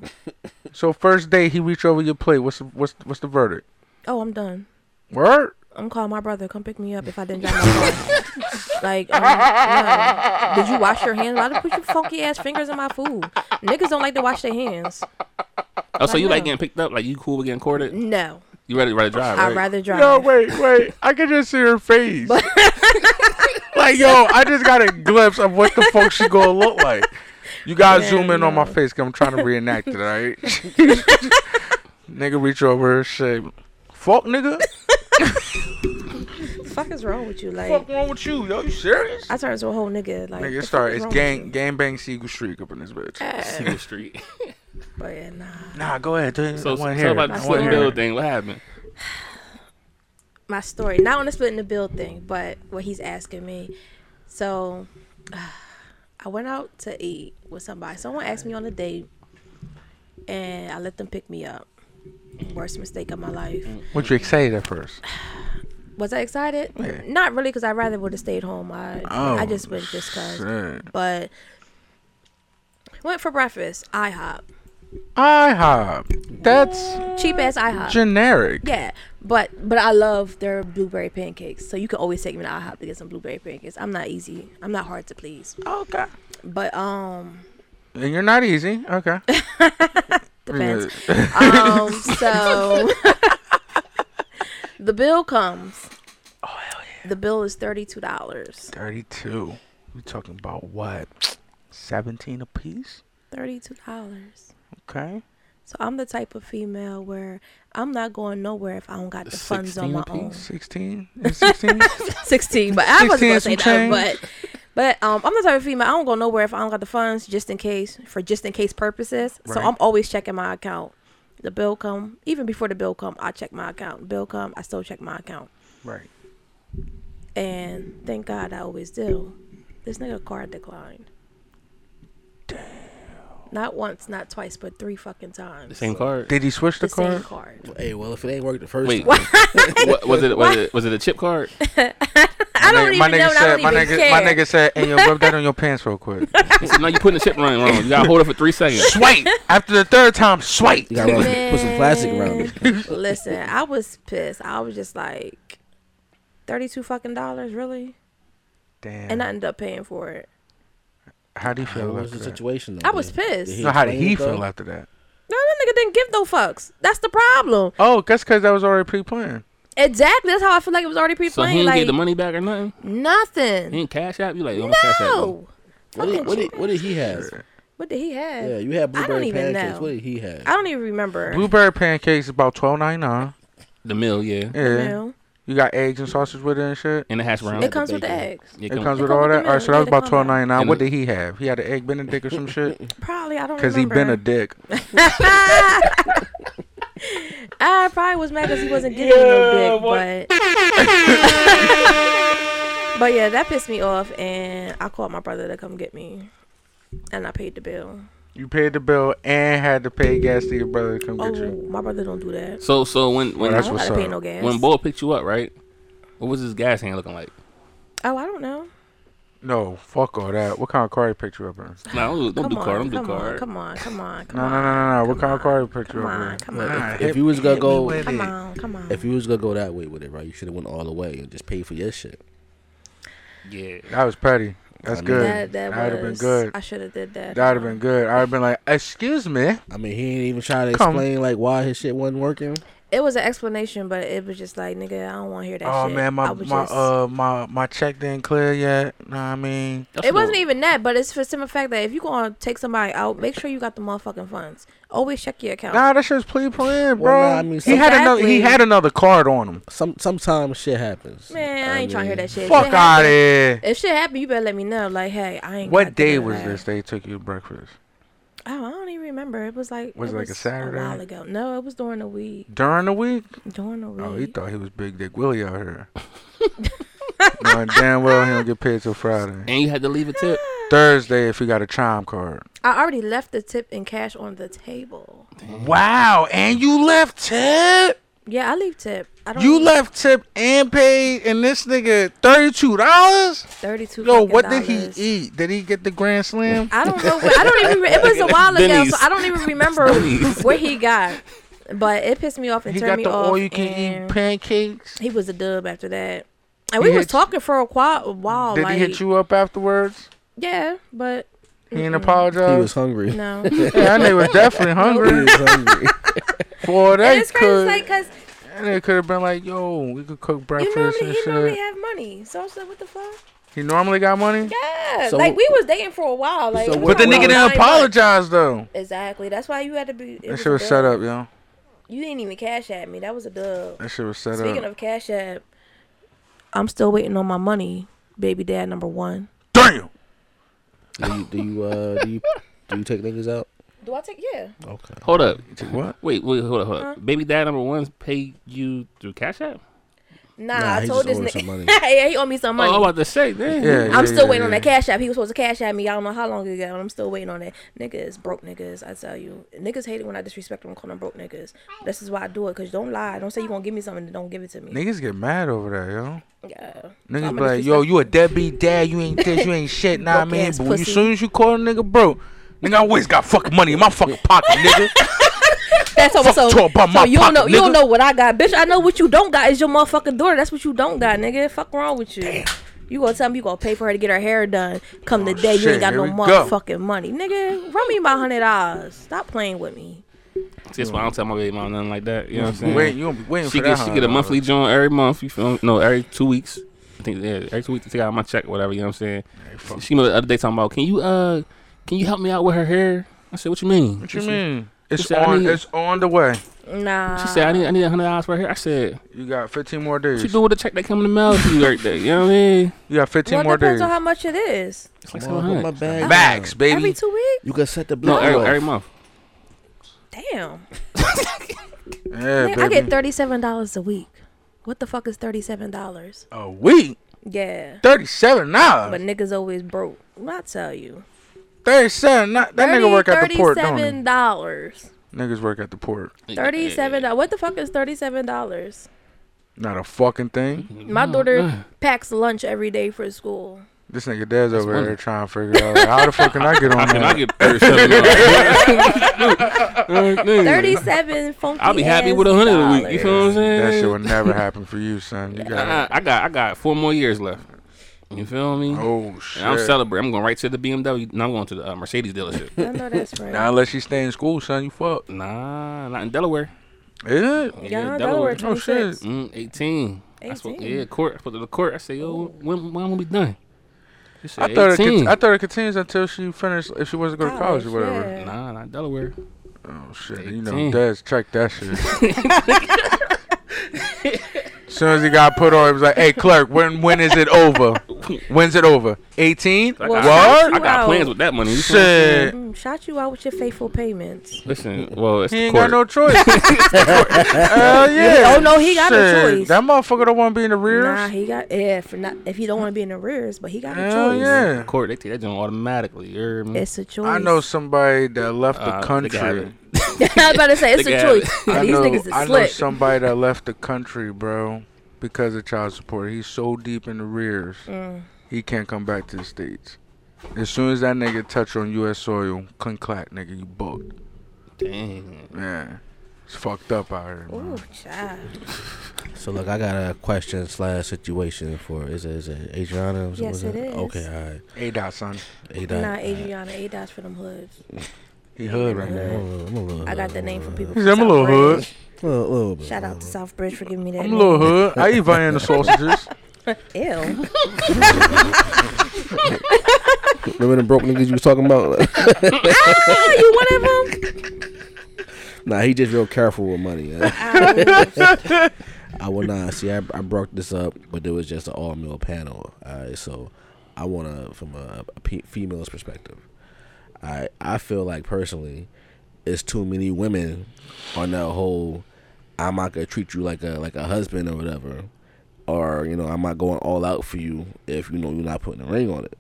So first day, he reach over your plate. What's what's what's the verdict?
Oh, I'm done.
Word.
I'm calling my brother. Come pick me up if I didn't drive my car. like, um, no. did you wash your hands? Why did you put your funky ass fingers in my food? Niggas don't like to wash their hands.
Uh,
Oh, so you like
know.
getting picked up? Like you cool with getting courted?
No,
You ready to ride a drive?
I'd
right?
rather drive.
Yo, wait, wait. I can just see her face. like, yo, I just got a glimpse of what the fuck she gonna look like. You guys
Man,
zoom in on my
no.
face, cause I'm trying to reenact it. All right. nigga, reach over her shit. Fuck, nigga.
What the fuck is wrong with you? Like,
fuck wrong with you, yo? You serious?
I turned to a whole nigga. Like,
Nigga,
the
it
fuck
start.
is
It's
wrong with
gang,
you?
gang bang, seagull streak up in this bitch.
Eh,
Single street.
but yeah, nah.
Nah, go ahead. Tell
so
I
so
want to
tell
hear.
about
it. I
the
wanna
splitting
hear
bill
it.
thing. What happened?
my story, not on the splitting the bill thing, but what he's asking me. So I went out to eat with somebody. Someone asked me on a date, and I let them pick me up. Worst mistake of my life.
What you excited at first?
Was I excited?
Yeah.
Not really, because I rather would have stayed home. I I just went just cause.
Oh, shit.
But went for breakfast. IHOP,
IHOP. That's
cheap ass IHOP.
generic.
Yeah, but but I love their blueberry pancakes. So you can always take me to IHOP to get some blueberry pancakes. I'm not easy. I'm not hard to please.
Okay.
But um,
And you're not easy. Okay.
depends. um, so the bill comes. Oh hell yeah! The bill is thirty two dollars.
32. We talking about what? 17 apiece?
Thirty two dollars.
Okay.
So I'm the type of female where I'm not going nowhere if I don't got the funds on
16
my own.
apiece?
16 and 16?
16, but I wasn't
16
gonna
and
say
some
that. But but um, I'm the type of female I don't go nowhere if I don't got the funds, just in case for just in case purposes. So
Right.
I'm always checking my account. The bill come even before the bill come, I check my account. Bill come, I still check my account,
right.
and thank God I always do. This nigga card declined. Not once, not twice, but three fucking times.
The same card.
Did he switch the,
The same
card?
card.
hey, well, if it ain't worked the first
Wait,
time,
what, was it was it was it a chip card?
I don't even
my
know and
nigga
I
said,
don't
my
even
nigga,
care.
my nigga said, "Hey, yo, rub that on your pants real quick."
So now you putting the chip running wrong. You gotta hold it for three seconds.
Swipe after the third time. Swipe.
You gotta rub- put some plastic around it.
Listen, I was pissed. I was just like, thirty-two fucking dollars, really?
Damn.
And I ended up paying for it.
How do you feel
What was
after
the
that?
situation?
I was pissed.
No, how did he
explain it,
feel
though?
after that?
No, that nigga didn't give no fucks. That's the problem.
Oh, that's because that was already pre-planned.
Exactly. That's how I feel like it was already
So he
pre-planned.
ain't
like
get the money back or nothing. He
nothing.
ain't cash out. You like oh, cash out. me.
No.
What did, what, did, what did he have?
What did he have?
Yeah, you had
I don't
blueberry
even
pancakes.
know.
What did he have?
I don't even remember.
Blueberry pancakes is about twelve ninety nine.
The meal, yeah,
Yeah.
Meal.
You got eggs and sausage with it and shit.
and it has round.
It comes with the eggs.
It comes with all
with the
that. All
meal.
right, so that was
Yeah, they
about
come
twelve
with-
ninety nine. What
And
did he have? He had an egg Benedict or some shit.
Probably I don't
Cause
remember.
he been a dick.
I probably was mad because he wasn't getting no dick, but but yeah, that pissed me off, and I called my brother to come get me, and I paid the bill.
You paid the bill and had to pay gas to your brother to come
Oh,
get you.
my brother don't do that.
So so when when
Well, that's
I don't
what's
gotta pay
up.
no gas.
when Bull picked you up, right? What was his gas hand looking like?
oh, I don't know.
No, fuck all that. What kind of car he picked you up in?
No, don't, don't
Come
do
on,
card. Don't do
come on,
card.
come on, come on, come
No,
on.
no, no, no, no. What
come
kind of
on,
car you picked you
come
up in?
on, come on.
Nah,
If-
hit-
if you was gonna
hit me
go-
with
Come
it.
on, come on.
If you was gonna go that way with it, right, you should have went all the way and just paid for your shit.
Yeah.
That was petty. That's
I mean-
good.
that that
would have
was.
been good.
I should have did that.
That would have been good. I would have been like, excuse me.
I mean, he ain't even trying to
Come.
explain like why his shit wasn't working.
It was an explanation, but it was just like, nigga, I don't want to hear that
Oh
shit.
man,
I
my
was
my
just-
uh my my check didn't clear yet. Know what I mean?
That's
It wasn't
no-
even that, but it's for the simple fact that if you gonna take somebody out, make sure you got the motherfucking funds. Always check your account.
Nah, that shit's plea plan, bro.
Well, nah, I mean,
he had another he
Exactly.
had another card on him.
Some sometimes shit happens.
Man, I ain't trying to hear that shit.
Fuck
Shit
out
happen.
of here.
If shit happen, you better let me know. Like, hey, I ain't.
What
got
day
the-
was this? They took you to breakfast
Oh, I don't even remember. It was like
Was it like a Saturday?
A while ago. No, it was during the week.
during the week.
During the week.
Oh, he thought he was Big Dick Willie out here. Knowing damn well he don't get paid till Friday,
And you had to leave a tip.
Thursday if you got a chime card.
I already left the tip and cash on the table.
Wow, and you left tip.
Yeah, I leave tip. I don't
You left tip and paid, and this nigga thirty two dollars.
thirty two.
Yo, what did he eat? Did he get the grand slam?
I don't know. Where, I don't even. It was a while ago, so
Denny's.
I don't even remember
Denny's.
where he got. But it pissed me off and
He
turned
got
me
the
off.
all you can eat
and
pancakes.
He was a dub after that, and
He
we was
hit-
talking for a while. A while
Did
like,
he hit you up afterwards?
Yeah, but
He didn't
He
apologize.
was hungry.
no.
yeah, that nigga was definitely
He
hungry.
was hungry.
Boy,
And
they
it's crazy,
could.
like, cause
that nigga could have been like, "Yo, we could cook
you
breakfast
normally
and
he
shit."
normally have money, so I was like, what the fuck?
he normally got money,
Yeah,
So-
like we was dating for a while, like.
So
we
what-
was
but the
talking
nigga
for
didn't
nine months.
apologize though.
Exactly. That's why you had to be. it
That
was
shit
a
was set
dub.
up, yo.
You didn't even cash at me. That was a dub.
That shit was set
Speaking
up.
of Cash App, I'm still waiting on my money, baby dad number one.
Damn.
do you do you, uh, do you do you take niggas out?
Do I take yeah?
Okay.
Hold up.
What?
Wait, wait, hold up, hold up. Baby dad number one's paid you through Cash App?
Nah,
Nah,
I
he
told
just
this
owed some
nigga.
money.
yeah, he owed me some money.
Oh, I'm about to say, damn.
Yeah, yeah,
I'm still
yeah,
waiting on
yeah.
that cash app. He was supposed to cash at me. I don't know how long ago, and I'm still waiting on that. Niggas, broke niggas, I tell you. Niggas hate it when I disrespect them and call them broke niggas. This is why I do it, because don't lie. Don't say you're going to give me something and don't give it to me.
Niggas get mad over that, yo.
Yeah.
Niggas
I'm
be
a
like, yo,
disrespect-
you a deadbeat dad, you ain't this, you ain't shit, nah, I
Broke
mean,
ass
but when you
pussy.
soon as you call a nigga broke, nigga I always got fucking money in my fucking pocket, nigga.
That's over.
fuck
So,
talk about
so
my
you don't know.
pocket,
You
nigga.
don't know what I got, bitch. I know what you don't got is your motherfucking daughter. That's what you don't got, nigga. Fuck wrong with you. You gonna tell me you gonna pay for her to get her hair done? Come the day you
shit,
ain't got
here
no
we go.
motherfucking money, nigga. Run me my hundred dollars. Stop playing with me.
That's why I don't tell my baby mom nothing like that. You know what I'm saying?
Wait, you gonna be waiting
she
for that?
get she get a
$100.
monthly joint every month. You feel me? No, every two weeks. I think yeah, every two weeks to take out my check, whatever. You know what I'm saying?
fuck.
she know the other day talking about, can you uh, can you help me out with her hair? I said, what you mean?
What you mean? It's
said, I
on.
need-
It's on the way.
Nah.
She said, I need I need a hundred dollars right here. I said,
You got 15 more
what you
days.
doing with the check that come in the mail to you every day? You know what I mean?
You got 15
Well,
more
it depends
days.
on how much it is.
It's like
Come on, put
700.
my bag down.
Max, baby.
Every two weeks.
You can set the
No,
block
every,
off.
every month.
Damn.
yeah,
Nigga,
baby.
I get thirty-seven dollars a week. What the fuck is thirty-seven dollars?
a week.
Yeah.
37
But
dollars.
niggas always broke. What I tell you.
37. Not, that nigga work at the port, don't he?
Thirty-seven dollars.
Niggas work at the port.
Thirty-seven dollars. What the fuck is thirty-seven dollars?
Not a fucking thing.
My daughter packs lunch every day for school.
This nigga dad's over there trying to figure out like, how the fuck can I get on
How
that?
can I get thirty-seven?
Thirty-seven funky.
I'll be happy
ass
with a hundred a week. You
dollars.
feel what I'm saying?
That shit will never happen for you, son. You got
Uh-uh, I got I got four more years left. You feel me?
oh shit.
And I'm celebrating. I'm going right to the BMW. No, I'm going to the uh, Mercedes dealership.
I know that's right.
Now unless you stay in school, son, you fucked.
nah, not in Delaware.
Is it?
Yeah, Delaware,
Oh shit.
26.
Mm, 18. That's what,
18.
yeah, court. I put to the court. I say, yo, when, when will we done? She said,
I thought, it con-
18.
I thought it continues until she finished, if she wasn't going to college
College,
or whatever.
yeah.
nah, not Delaware.
Oh, shit. You know,
Eighteen.
Dad's check that shit. soon as he got put on, he was like, hey, clerk, when when is it over? When's it over? 18?
I
Well,
got,
What?
I got
Wow.
plans with that money. You feel me?
Shit.
Mm, Shout you out with your faithful payments.
Listen, well, it's
He
the
ain't
court.
got no choice. Hell yeah.
Oh, no, he got a
Shit,
choice.
That motherfucker don't want to be in the rears.
Nah, he got yeah. For not if he don't want to be in the rears, but he got a
Hell
choice.
yeah.
court. They take that joint automatically. You heard me?
It's a choice.
I know somebody that left
Uh,
the
they got it.
country.
I was about to say it's
They
a
got
choice.
it.
I
These
know,
niggas
I
is
know
slick.
somebody that left the country, bro, because of child support. He's so deep in the rears,
Mm.
he can't come back to the states. As soon as that nigga touch on U.S. soil, clink clack, nigga, you booked.
Dang.
Yeah, it's fucked up out here. Man.
Ooh, child.
So look, I got a question slash situation for is it is it Adriana? Was
Yes, it
was
is.
Okay, all right.
Hey, dot son,
A dot.
Nah, Adriana, A dots for them hoods.
he hood right
I'm a
now.
little- I'm a little-
I got the name from people.
He
from
said, I'm a little
Southbridge.
hood.
little- little bit.
Shout out to Southbridge for giving me that.
I'm a little hood. I eat Vienna sausages.
name. Ew.
Remember the broke niggas you was talking about?
ah, you one of them?
nah, he just real careful with money. uh. I will not see. I, I brought this up, but it was just an all male panel. All right, so I want to from a, a pe- female's perspective. I I feel like personally, it's too many women on that whole. I'm not gonna treat you like a like a husband or whatever, or you know I'm not going all out for you if you know you're not putting a ring on it.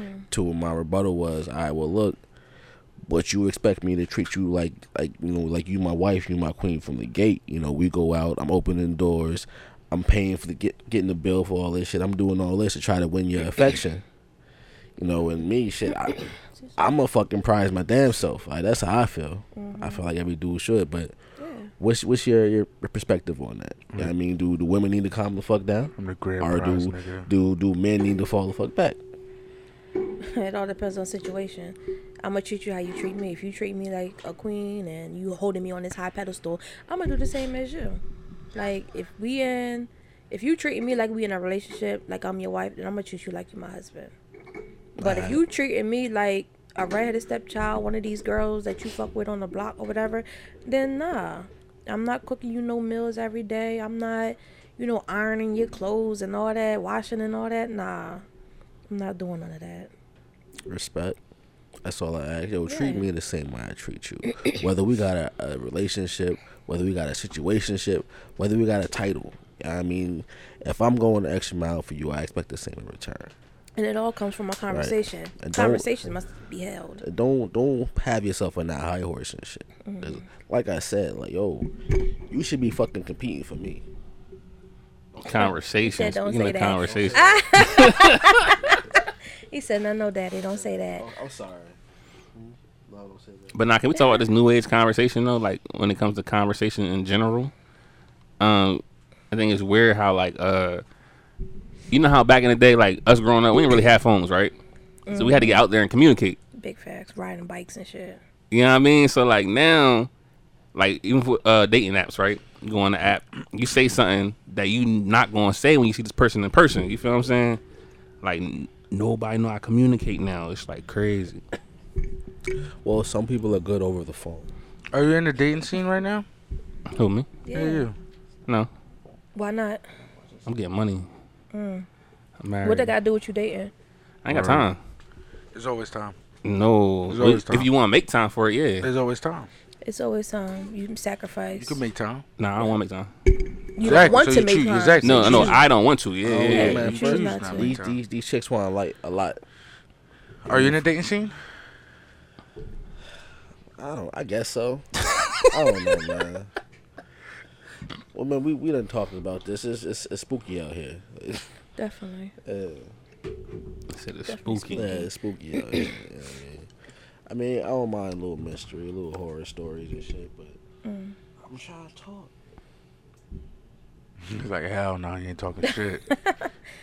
Mm.
To my rebuttal was, I will look, but you expect me to treat you like like you know like you my wife you my queen from the gate you know we go out i'm opening doors i'm paying for the get getting the bill for all this shit i'm doing all this to try to win your affection you know and me shit I, i'm a fucking prize my damn self like that's how i feel i feel like every dude should but what's what's your your perspective on that You know what i mean do do women need to calm the fuck down
Mm. I'm the grand
or
prize,
do
nigga.
do do men need to fall the fuck back
It all depends on situation. I'm gonna treat you how you treat me. If you treat me like a queen and you holding me on this high pedestal, I'm gonna do the same as you. Like if we in, if you treating me like we in a relationship, like I'm your wife, then I'm gonna treat you like you're my husband. But if you treating me like a redheaded stepchild, one of these girls that you fuck with on the block or whatever, then nah, I'm not cooking you no meals every day. I'm not, you know, ironing your clothes and all that, washing and all that. Nah, I'm not doing none of that.
respect. That's all I ask. Yo, treat
Yeah.
me the same way I treat you. whether we got a, a relationship, whether we got a situationship, whether we got a title. I mean, if I'm going the extra mile for you, I expect the same in return.
And it all comes from a conversation.
And don't-
Conversation must be held.
Don't don't have yourself on that high horse and shit. 'Cause Like I said, like yo, you should be fucking competing for me.
Conversation.
Mm. Said don't
Speaking
say
of
that.
conversation.
He said, "No, no, daddy, don't say that."
I'm sorry. No, don't say that.
But now, can we talk about this new age conversation though? Like when it comes to conversation in general, um, I think it's weird how like uh, you know how back in the day, like us growing up, we didn't really have phones, right? So we had to get out there and communicate.
Big facts, riding bikes and shit.
You know what I mean? So like now, like even for uh, dating apps, right? You go on the app, you say something that you not gonna say when you see this person in person. You feel what I'm saying? Like n- nobody know how to communicate now. It's like crazy.
Well, some people are good over the phone.
Are you in the dating scene right now?
Who me?
Yeah. you.
No,
Why not? Mm.
I'm getting money. I'm married.
What that got to do with you dating?
I ain't got
Right.
time.
It's always time.
No,
There's always
if
time.
you want to make time for it, yeah.
It's always time.
It's always time you sacrifice.
You can make time.
Nah, I don't want to make time.
You
Exactly.
don't want
so
to
you
make
choose-
time.
Exactly.
No,
You
no,
choose-
I don't want to. Yeah, yeah,
Oh, man,
yeah.
choose
first,
not to.
these, these these chicks want like a lot.
Are you in the dating scene?
I don't. I guess so. I don't know, man. Well, man, we we done talking about this. It's it's, it's spooky out here.
Definitely.
Uh,
Said it's
Definitely
spooky.
Yeah, it's spooky. Out here, you know what I, mean? I mean, I don't mind a little mystery, a little horror stories and shit, but I'm trying to talk.
He's like, hell no, you ain't talking shit.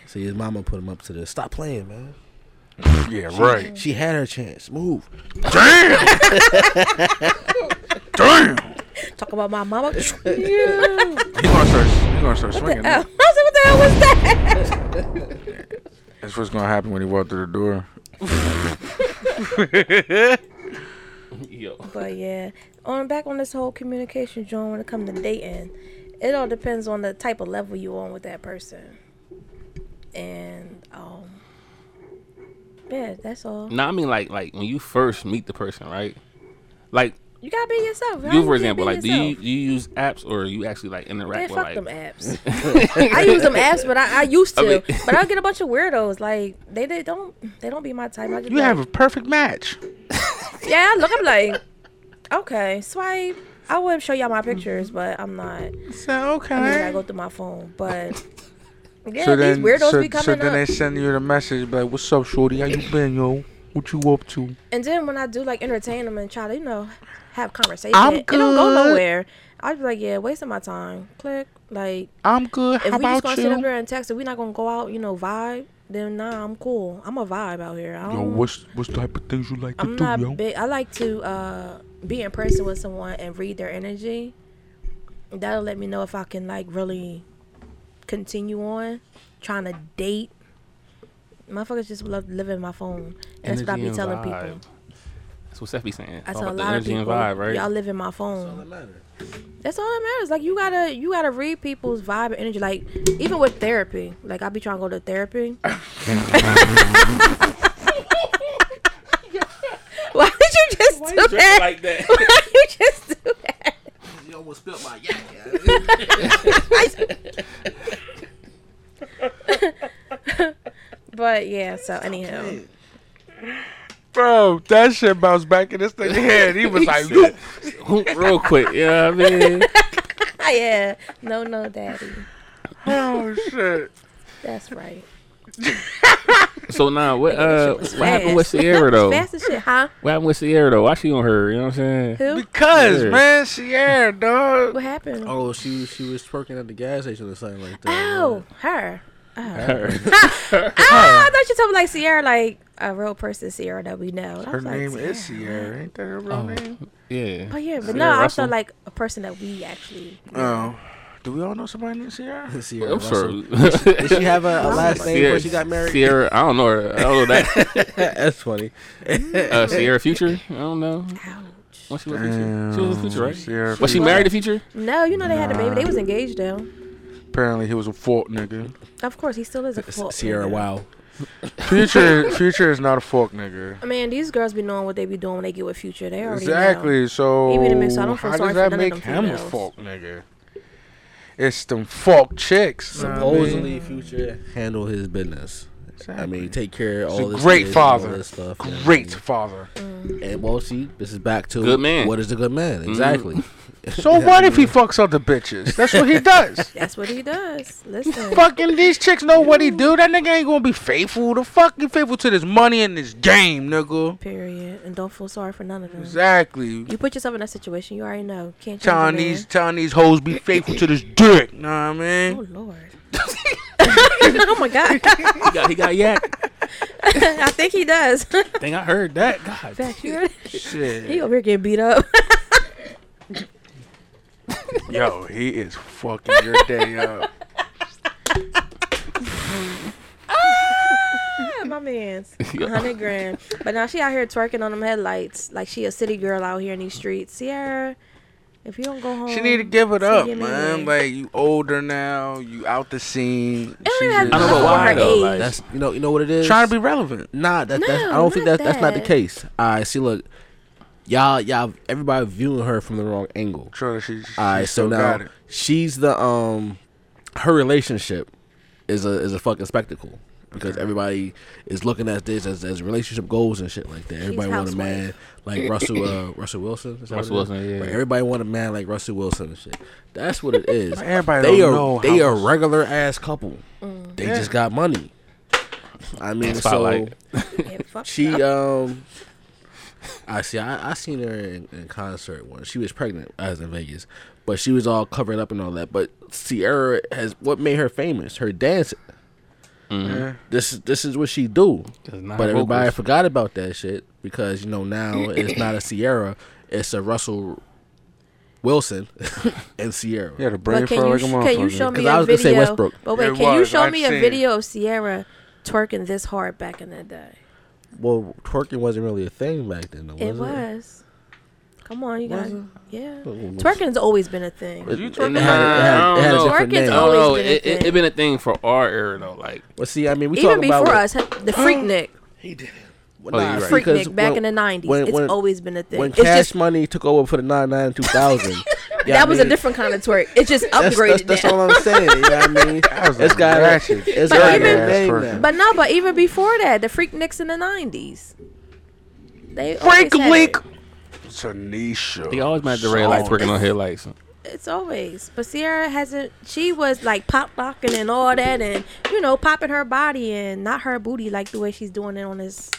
See, his mama put him up to this. Stop playing, man.
yeah, right.
She had her chance. Move.
Damn. Damn.
Talk about my mama. what the
He gonna start. He gonna start swinging.
hell? I said, what the hell was that?
That's what's gonna happen when he walked through the door.
Yo.
But yeah, on back on this whole communication, John, when it comes to dating, it all depends on the type of level you on with that person. And um, yeah, that's all.
No, I mean like like when you first meet the person, right? Like
You gotta be yourself. How
you,
can't
for
be
example, like do you,
yourself?
do you use apps or you actually like
Man,
interact
fuck
with
them
like?
apps. I use them apps, but I, I used to.
I mean-
but I get a bunch of weirdos. Like they, they don't they don't be my type. I just
You
like-
have a perfect match.
yeah. I Look, I'm like, okay, swipe. I would show y'all my pictures, but I'm not.
So
I mean, I
okay.
go through my phone, but yeah,
so
these
then,
weirdos
so,
be coming
so then
up.
they send you the message like, "What's up, shorty? How you been, yo? What you up to?"
and then when I do like entertain them and try to, you know, have conversation,
I'm
it don't go
good.
nowhere. I'd be like, yeah, wasting my time. Click. Like,
I'm good.
if
How
we just
about
gonna sit up
you?
there and text, if we not gonna go out, you know, vibe, then nah, I'm cool. I'm a vibe out here. I
Yo,
don't,
what's what's the type of things you like
Oh. I'm
to
not
do, yo?
big. I like to uh, be in person with someone and read their energy. That'll let me know if I can like really continue on trying to date. Motherfuckers just love living my phone. And that's what I
Energy
be
and
telling people.
vibe. That's what Seth be saying.
I
All
tell a
about the
lot of
energy
people,
and vibe, right?
y'all live in my phone.
Doesn't matter.
That's all that matters. Like you gotta you gotta read people's vibe and energy. Like even with therapy. Like I be trying to go to therapy. Why did you just do that?
that.
Why you just do that?
You almost spilled my yak.
But yeah, so anyhow.
Bro, that shit bounced back in this thing head. He was like, "You
Real quick, yeah, you know what I mean,
Ah, yeah. No no daddy.
oh shit."
That's right.
so now what? Uh, what happened with
Fast. That
Sierra
was
though?
Fast as shit, huh?
What happened with Sierra though? Why she on her? You know what I'm saying?
Who?
Because
Yeah.
man, Sierra, dog.
What happened? Oh,
Oh, she she was twerking at the gas station or something like that.
her. Oh.
Her.
Ah, I thought you told me like Sierra, like a real person Sierra that we know. And I
Her
was like,
name is
Sierra.
Sierra. Ain't that her real name?
Oh, yeah.
But yeah, but
Sierra
no, I
Russell.
felt like a person that we actually.
Oh, do we all know somebody named Sierra?
Sierra
I'm sorry.
Russell. Did she have a, a last name before she got married?
Sierra, I don't know her. I don't know that.
That's funny.
Uh, Sierra Future, I don't know.
Ouch.
When she was Future, she was a Future, right?
Sierra.
Was she
Future.
married to Future?
No, you know they had a baby. They was engaged though.
Apparently, he was a fork nigga.
Of course, he still is a full.
Sierra Wow.
Future, future is not a fork nigga.
I mean, these girls be knowing what they be doing when they get with Future. They already know.
Exactly. So
Even if it's- I don't feel
Oh, how
sorry
does
for
that
none of
make
them
him a
females.
fork nigga? It's them fork chicks. know what I mean?
Supposedly, Future handle his business. I mean, take care of all
He's a
this.
great
kids and all
father.
this stuff, you know what I
Great
mean?
father.
Mm.
And well, see, this is back to
Good man. Mm-hmm.
What is a good man? Exactly.
So what if he fucks other bitches? That's what he does.
That's what he does. Listen,
Fucking these chicks know what he do. That nigga ain't gonna be faithful. The fuck he faithful to this money and this game, nigga.
period, and don't feel sorry for none of them.
Exactly.
You put yourself in that situation, you already know. Can't change a man.
Telling these, telling these hoes be faithful to this dick. Know what I mean?
Oh Lord. oh my God.
He got, he got yak.
I think he does.
Think I heard that. God.
Fact, you heard it?
Shit.
he over here getting beat up.
Yo, he is fucking your day up.
Yeah, my man's A hundred grand. But now she out here twerking on them headlights like she a city girl out here in these streets. Sierra, if you don't go home,
She need to give it
so
up,
give me
man.
away.
Like you older now, you out the scene.
don't
She
even have
just
I don't know
Not
why
her
though.
age.
Like,
That's you know you know what it is.
trying to be relevant.
Nah, that, that's, I
No,
don't think
not
that's that's not the
that.
case. I see. Look, y'all, y'all, everybody viewing her from the wrong angle.
Sure, she. she
All right, so
still
now
got it.
she's the um, her relationship is a is a fucking spectacle. because everybody is looking at this as, as relationship goals and shit like that. Everybody want a man like Russell uh, Russell Wilson. Is that
Russell
what it is?
Wilson, yeah.
Like, everybody want a man like Russell Wilson and shit. That's what it is.
Everybody
they
don't
are
know
they
how
are
much-
regular ass couple. They just got money. I mean, so
Spotlight.
she um. I see. I, I seen her in, in concert once. She was pregnant. I was in Vegas, but she was all covered up and all that. But Sierra has what made her famous? Her dancing. This this is what she do.
Just Mm-hmm. not
But everybody
vocals.
forgot about that shit because you know now it's not a Sierra, it's a Russell Wilson and Sierra.
Yeah, the brain
But can
fro
you,
like
sh-
a
can you show
motherfucker.
me
'Cause I
a
was gonna say
video?
Westbrook.
But wait,
It
can you
was.
show
I've
me a
seen it.
video of Sierra twerking this hard back in the day?
Well, twerking wasn't really a thing back then, though, was it?
it was. Come on, you
Was
guys. Yeah,
was-
twerking's always been a thing.
It,
You
it,
twerking?
had, it, had, it had a
Nah, I
don't
different
know. Twerking's
name.
I
always
don't know. Oh,
been a
It, it,
thing.
it been a thing for our era though. Like
Well, see, I mean, we
Even
talking about
before
what-
us, the Freaknik,
Well,
Oh,
nah,
you're right.
because
Freaknik back
when-
in the '90s.
when-
it's
when-
always been a thing.
When
it's
Cash
just
Money took over for the 99 and 2000. yeah,
that
I
was a
mean,
different kind of twerk. It just
That's, that's,
upgraded
that's
now.
all I'm saying. You know what I mean?
was
It's
a
got
ratchet,
It's
But
got a
even-
name now.
person.
But no, but even before that, the Freakniks in the '90s. They
Break
always had
Link.
it.
Tanisha.
they always made the red light twerking on headlights.
It's always. But Sierra hasn't. She was like pop locking and all that, and you know, popping her body and not her booty like the way she's doing it on this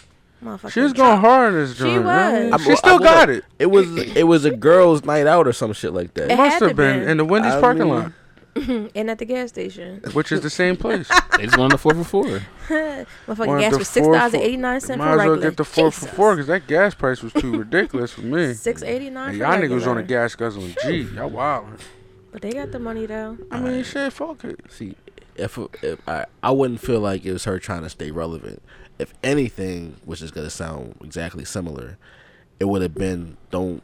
motherfucker.
She was going hard in this joint.
She was.
man.
I
She
bro-
still
I
got
bro-
it.
It was it was a girls' night out or some shit like
It
that.
Must
had to
have been
been.
in the Wendy's
I
parking
mean-
lot,
and at the gas station,
which is the same place.
They just won the four for four.
motherfucking
Wanted
gas
the
was six
four
dollars
for-
eighty nine cents
Might
for
as well
regular.
get the four for four because that gas price was too ridiculous for me.
Six eighty nine.
And
for
y'all niggas was on
regular.
the gas guzzling. Gee, y'all wild.
But they got the money though.
I mean, shit, fuck it.
See, if, if I I wouldn't feel like it was her trying to stay relevant. If anything, which is gonna sound exactly similar, it would have been don't.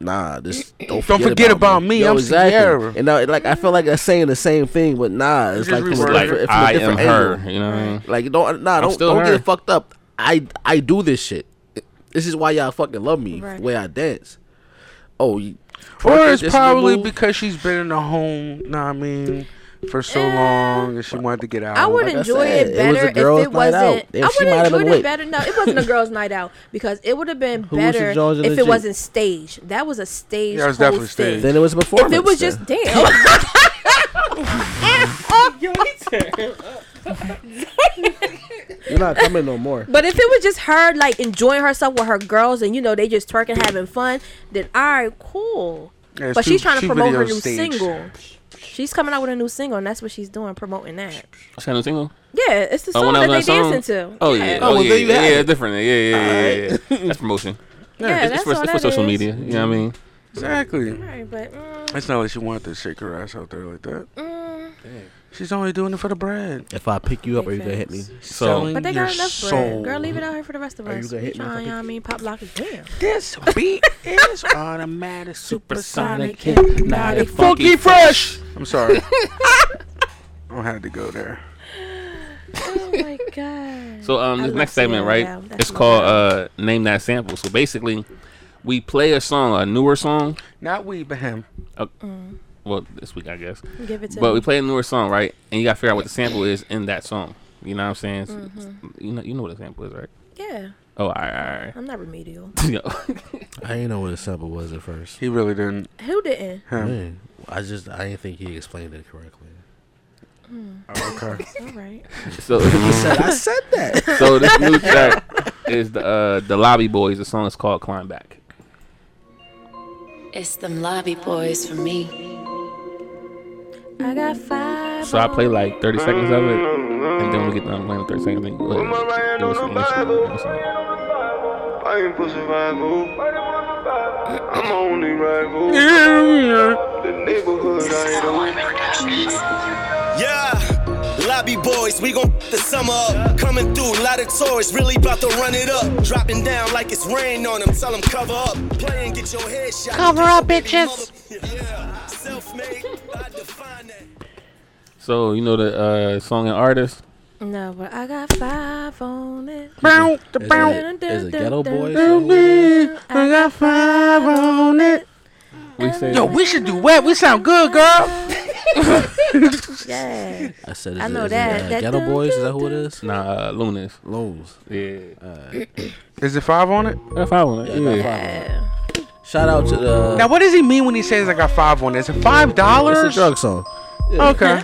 Nah, this don't forget,
forget about me,
Yo,
I'm Sierra.
And now, like I feel like that's saying the same thing, but nah, it's
Just
like from a
reword
Like
different, it's from a
I am
different
her.
angle.
You know. What I mean?
Like don't nah, don't
still
don't
her.
get it fucked up. I I do this shit. This is why y'all fucking love me
Right.
the way I dance. Oh, you,
Or
twerking,
it's
this is the
probably
move.
because she's been in the home, know what I mean, for so
Eh,
long and she wanted to get out.
I would
Um, I
enjoy
said,
it
it was a
better
girls'
if
night
it wasn't.
out.
I
If she
would
might
have
have been
enjoyed it
lit.
better. No, it wasn't a girls' night out because it would have been
was the
better
judge of the
if
Jeep?
it wasn't staged. That was a stage.
Yeah, it was
whole
definitely
stage.
staged.
Then it was a
If
performance.
it was
then.
just damn.
you're not coming no more.
But if it was just her like enjoying herself with her girls and you know they just twerking, having fun, then all right, cool.
Yeah, it's
but
too-
she's trying to
too
promote her
video
new
staged.
single. She's coming out with a new single, and that's what she's doing, promoting that.
She got no single.
Yeah, it's the
Oh,
song
when I
that they
was on that
dancing
song?
to.
Oh yeah.
Oh,
Oh
well,
yeah.
there you
Yeah,
have
yeah,
it.
different. Yeah, yeah, yeah, yeah. yeah. That's promotion.
Yeah,
It's-
that's
it's for,
all
it's for
that
social
is.
media. You know what I mean?
Exactly.
Right, but mm,
It's not like she wanted to shake her ass out there like that.
mm,
She's only doing it for the bread.
If I pick you up, are you gonna hit me?
Defense.
So
but they
Your
got enough
soul.
bread. Girl, leave it out here for the rest of
Are you
us.
gonna
We
hit me if I
trying, you know
pick
what I mean? Pop lock is damn.
This beat is automatic,
supersonic, hypnotic,
funky fresh. I'm sorry. I had to go there.
Oh my god.
So um,
I
this
love
next segment,
Sierra
right?
now. That's
It's
my
called
girl.
uh, name that sample. So basically, we play a song, a newer song.
Not we, but him.
Mm-hmm.
Well, this week I guess.
Give it to
But
me.
we play a newer song, right? And you gotta figure out what the sample is in that song. You know what I'm saying? S- You know, you know what the sample is, right?
Mm-hmm. yeah,
Oh, all right,
I'm not remedial.
all right.
I didn't know what a sample was at first.
He really didn't.
Who didn't?
Him.
Man, I just I didn't think he explained it correctly.
Oh, okay.
All right.
so,
I said that.
so this new track is the uh, the Lobby Boys. The song is called "Climb Back."
It's them lobby boys for me.
I got five.
So I play like 30 seconds of it, and then we get done playing 30 seconds. Then you go ahead. and do some instrumental song.
I ain't for survival. I'm only rival. The neighborhood I don't.
Yeah, lobby boys, we gon' f- the summer up. Coming through, lot of tourists, really about to run it up. Dropping down like it's rain on them, tell them cover up. Play and get your head shot. Cover up, bitches. Yeah, self-made, I define that.
So you know the uh, song and artist.
No, but I got five on it.
Bow, the
Is
bow.
it, is it ghetto boys?
I got five on it.
We say
Yo, we should do wet. We sound good, girl.
yeah.
I said,
I
is
know
it,
that.
is It,
That
uh, Ghetto
do-
Boys, is that who it is?
Nah, uh, Lunas.
Loons.
Yeah.
Is it five on it?
I
Uh,
got five on it. Yeah.
Shout out to
Uh,
the.
Now, what does he mean when he says I got five on it? Is it five dollars?
It's a drug song.
Okay.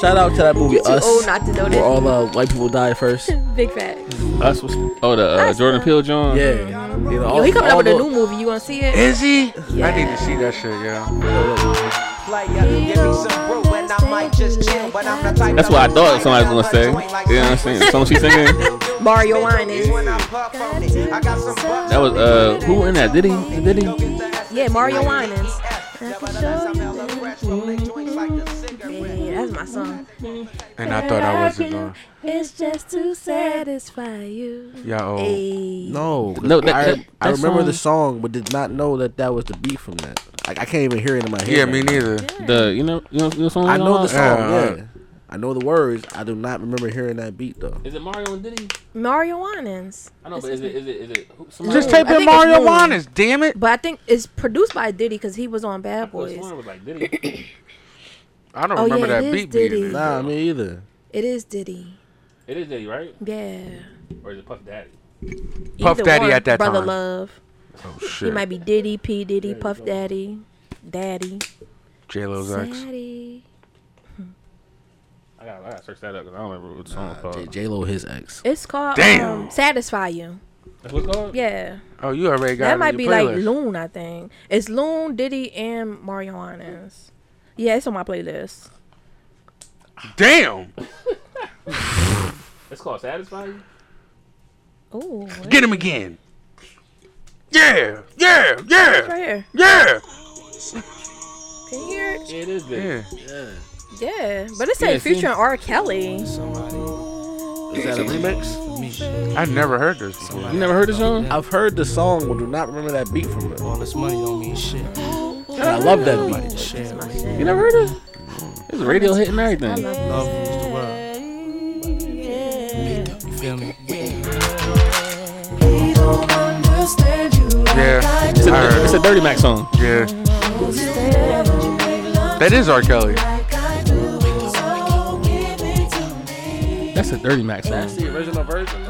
Shout out to that movie
You too
Us.
old not to know
Where
that.
all uh, white people die first.
Big fat.
Us was oh the uh, Jordan Peele John.
Yeah. You know,
Yo,
all-
he coming up
all
with a
the-
new movie. You want to see it?
Is he?
Yeah.
I need to see that shit, yeah.
That's what I thought somebody was gonna say. You know what I'm saying? The song she's singing.
Mario Wine is.
That was uh who in that? Did he? Did he?
Yeah, Mario Winans. Yeah, that's my song.
And I thought I wasn't going.
It's just to satisfy you.
Y'all old.
Ayy.
oh. No,
No,
no.
that-
I,
that-
I
that
remember the song, but did not know that that was the beat from that. Like I can't even hear it in my head.
Yeah,
right
me
now.
neither.
The you know you know, you know the song.
I know the song.
Yeah. uh-huh.
Yeah. I know the words. I do not remember hearing that beat though.
Is it Mario and Diddy?
Mario Winans.
I know, but is it is it is it? Who, somebody
Just
was-
type
I
in
think it's
Mario
Moon.
Juanes, damn it.
But I think it's produced by Diddy because he was on Bad Boys.
Someone was like Diddy.
I don't
Oh,
remember
yeah,
that
it is
beat beating
Diddy.
it.
Nah, me either.
It is Diddy.
It is Diddy, right?
Yeah.
Or is it Puff Daddy?
Puff
Either
Daddy
one,
at that
Brother
time.
Love.
Oh
He
shit.
might be Diddy, P. Diddy, Puff Daddy, Daddy,
J Lo's ex.
Daddy.
I got I got to search that up because I don't remember what the song was
Nah,
called.
J Lo, his ex.
It's called
Damn.
um, Satisfy You.
That's what it's called.
Yeah.
Oh, you already got
that might be like
Loon.
Loon, I think. It's Loon, Diddy, and Mario Winans. Yeah, it's on my playlist.
Damn.
It's called Satisfy You.
Ooh,
Get him again. Yeah. Yeah. Yeah.
right here.
Yeah.
Can you hear it?
Yeah, it is Diddy.
Yeah.
Yeah, but it's
Yeah,
a
see?
feature on R. Kelly.
Is that a remix?
I never heard this before.
You never heard this song?
I've heard the song, but do not remember that beat from it. All this money don't mean shit. I love that beat.
You never heard it? It's a radio hit and everything.
Yeah.
It's
I
a,
heard
it's
it.
a Dirty Mac song.
Yeah. That is R. Kelly.
That's a Dirty Mac song.
the original version.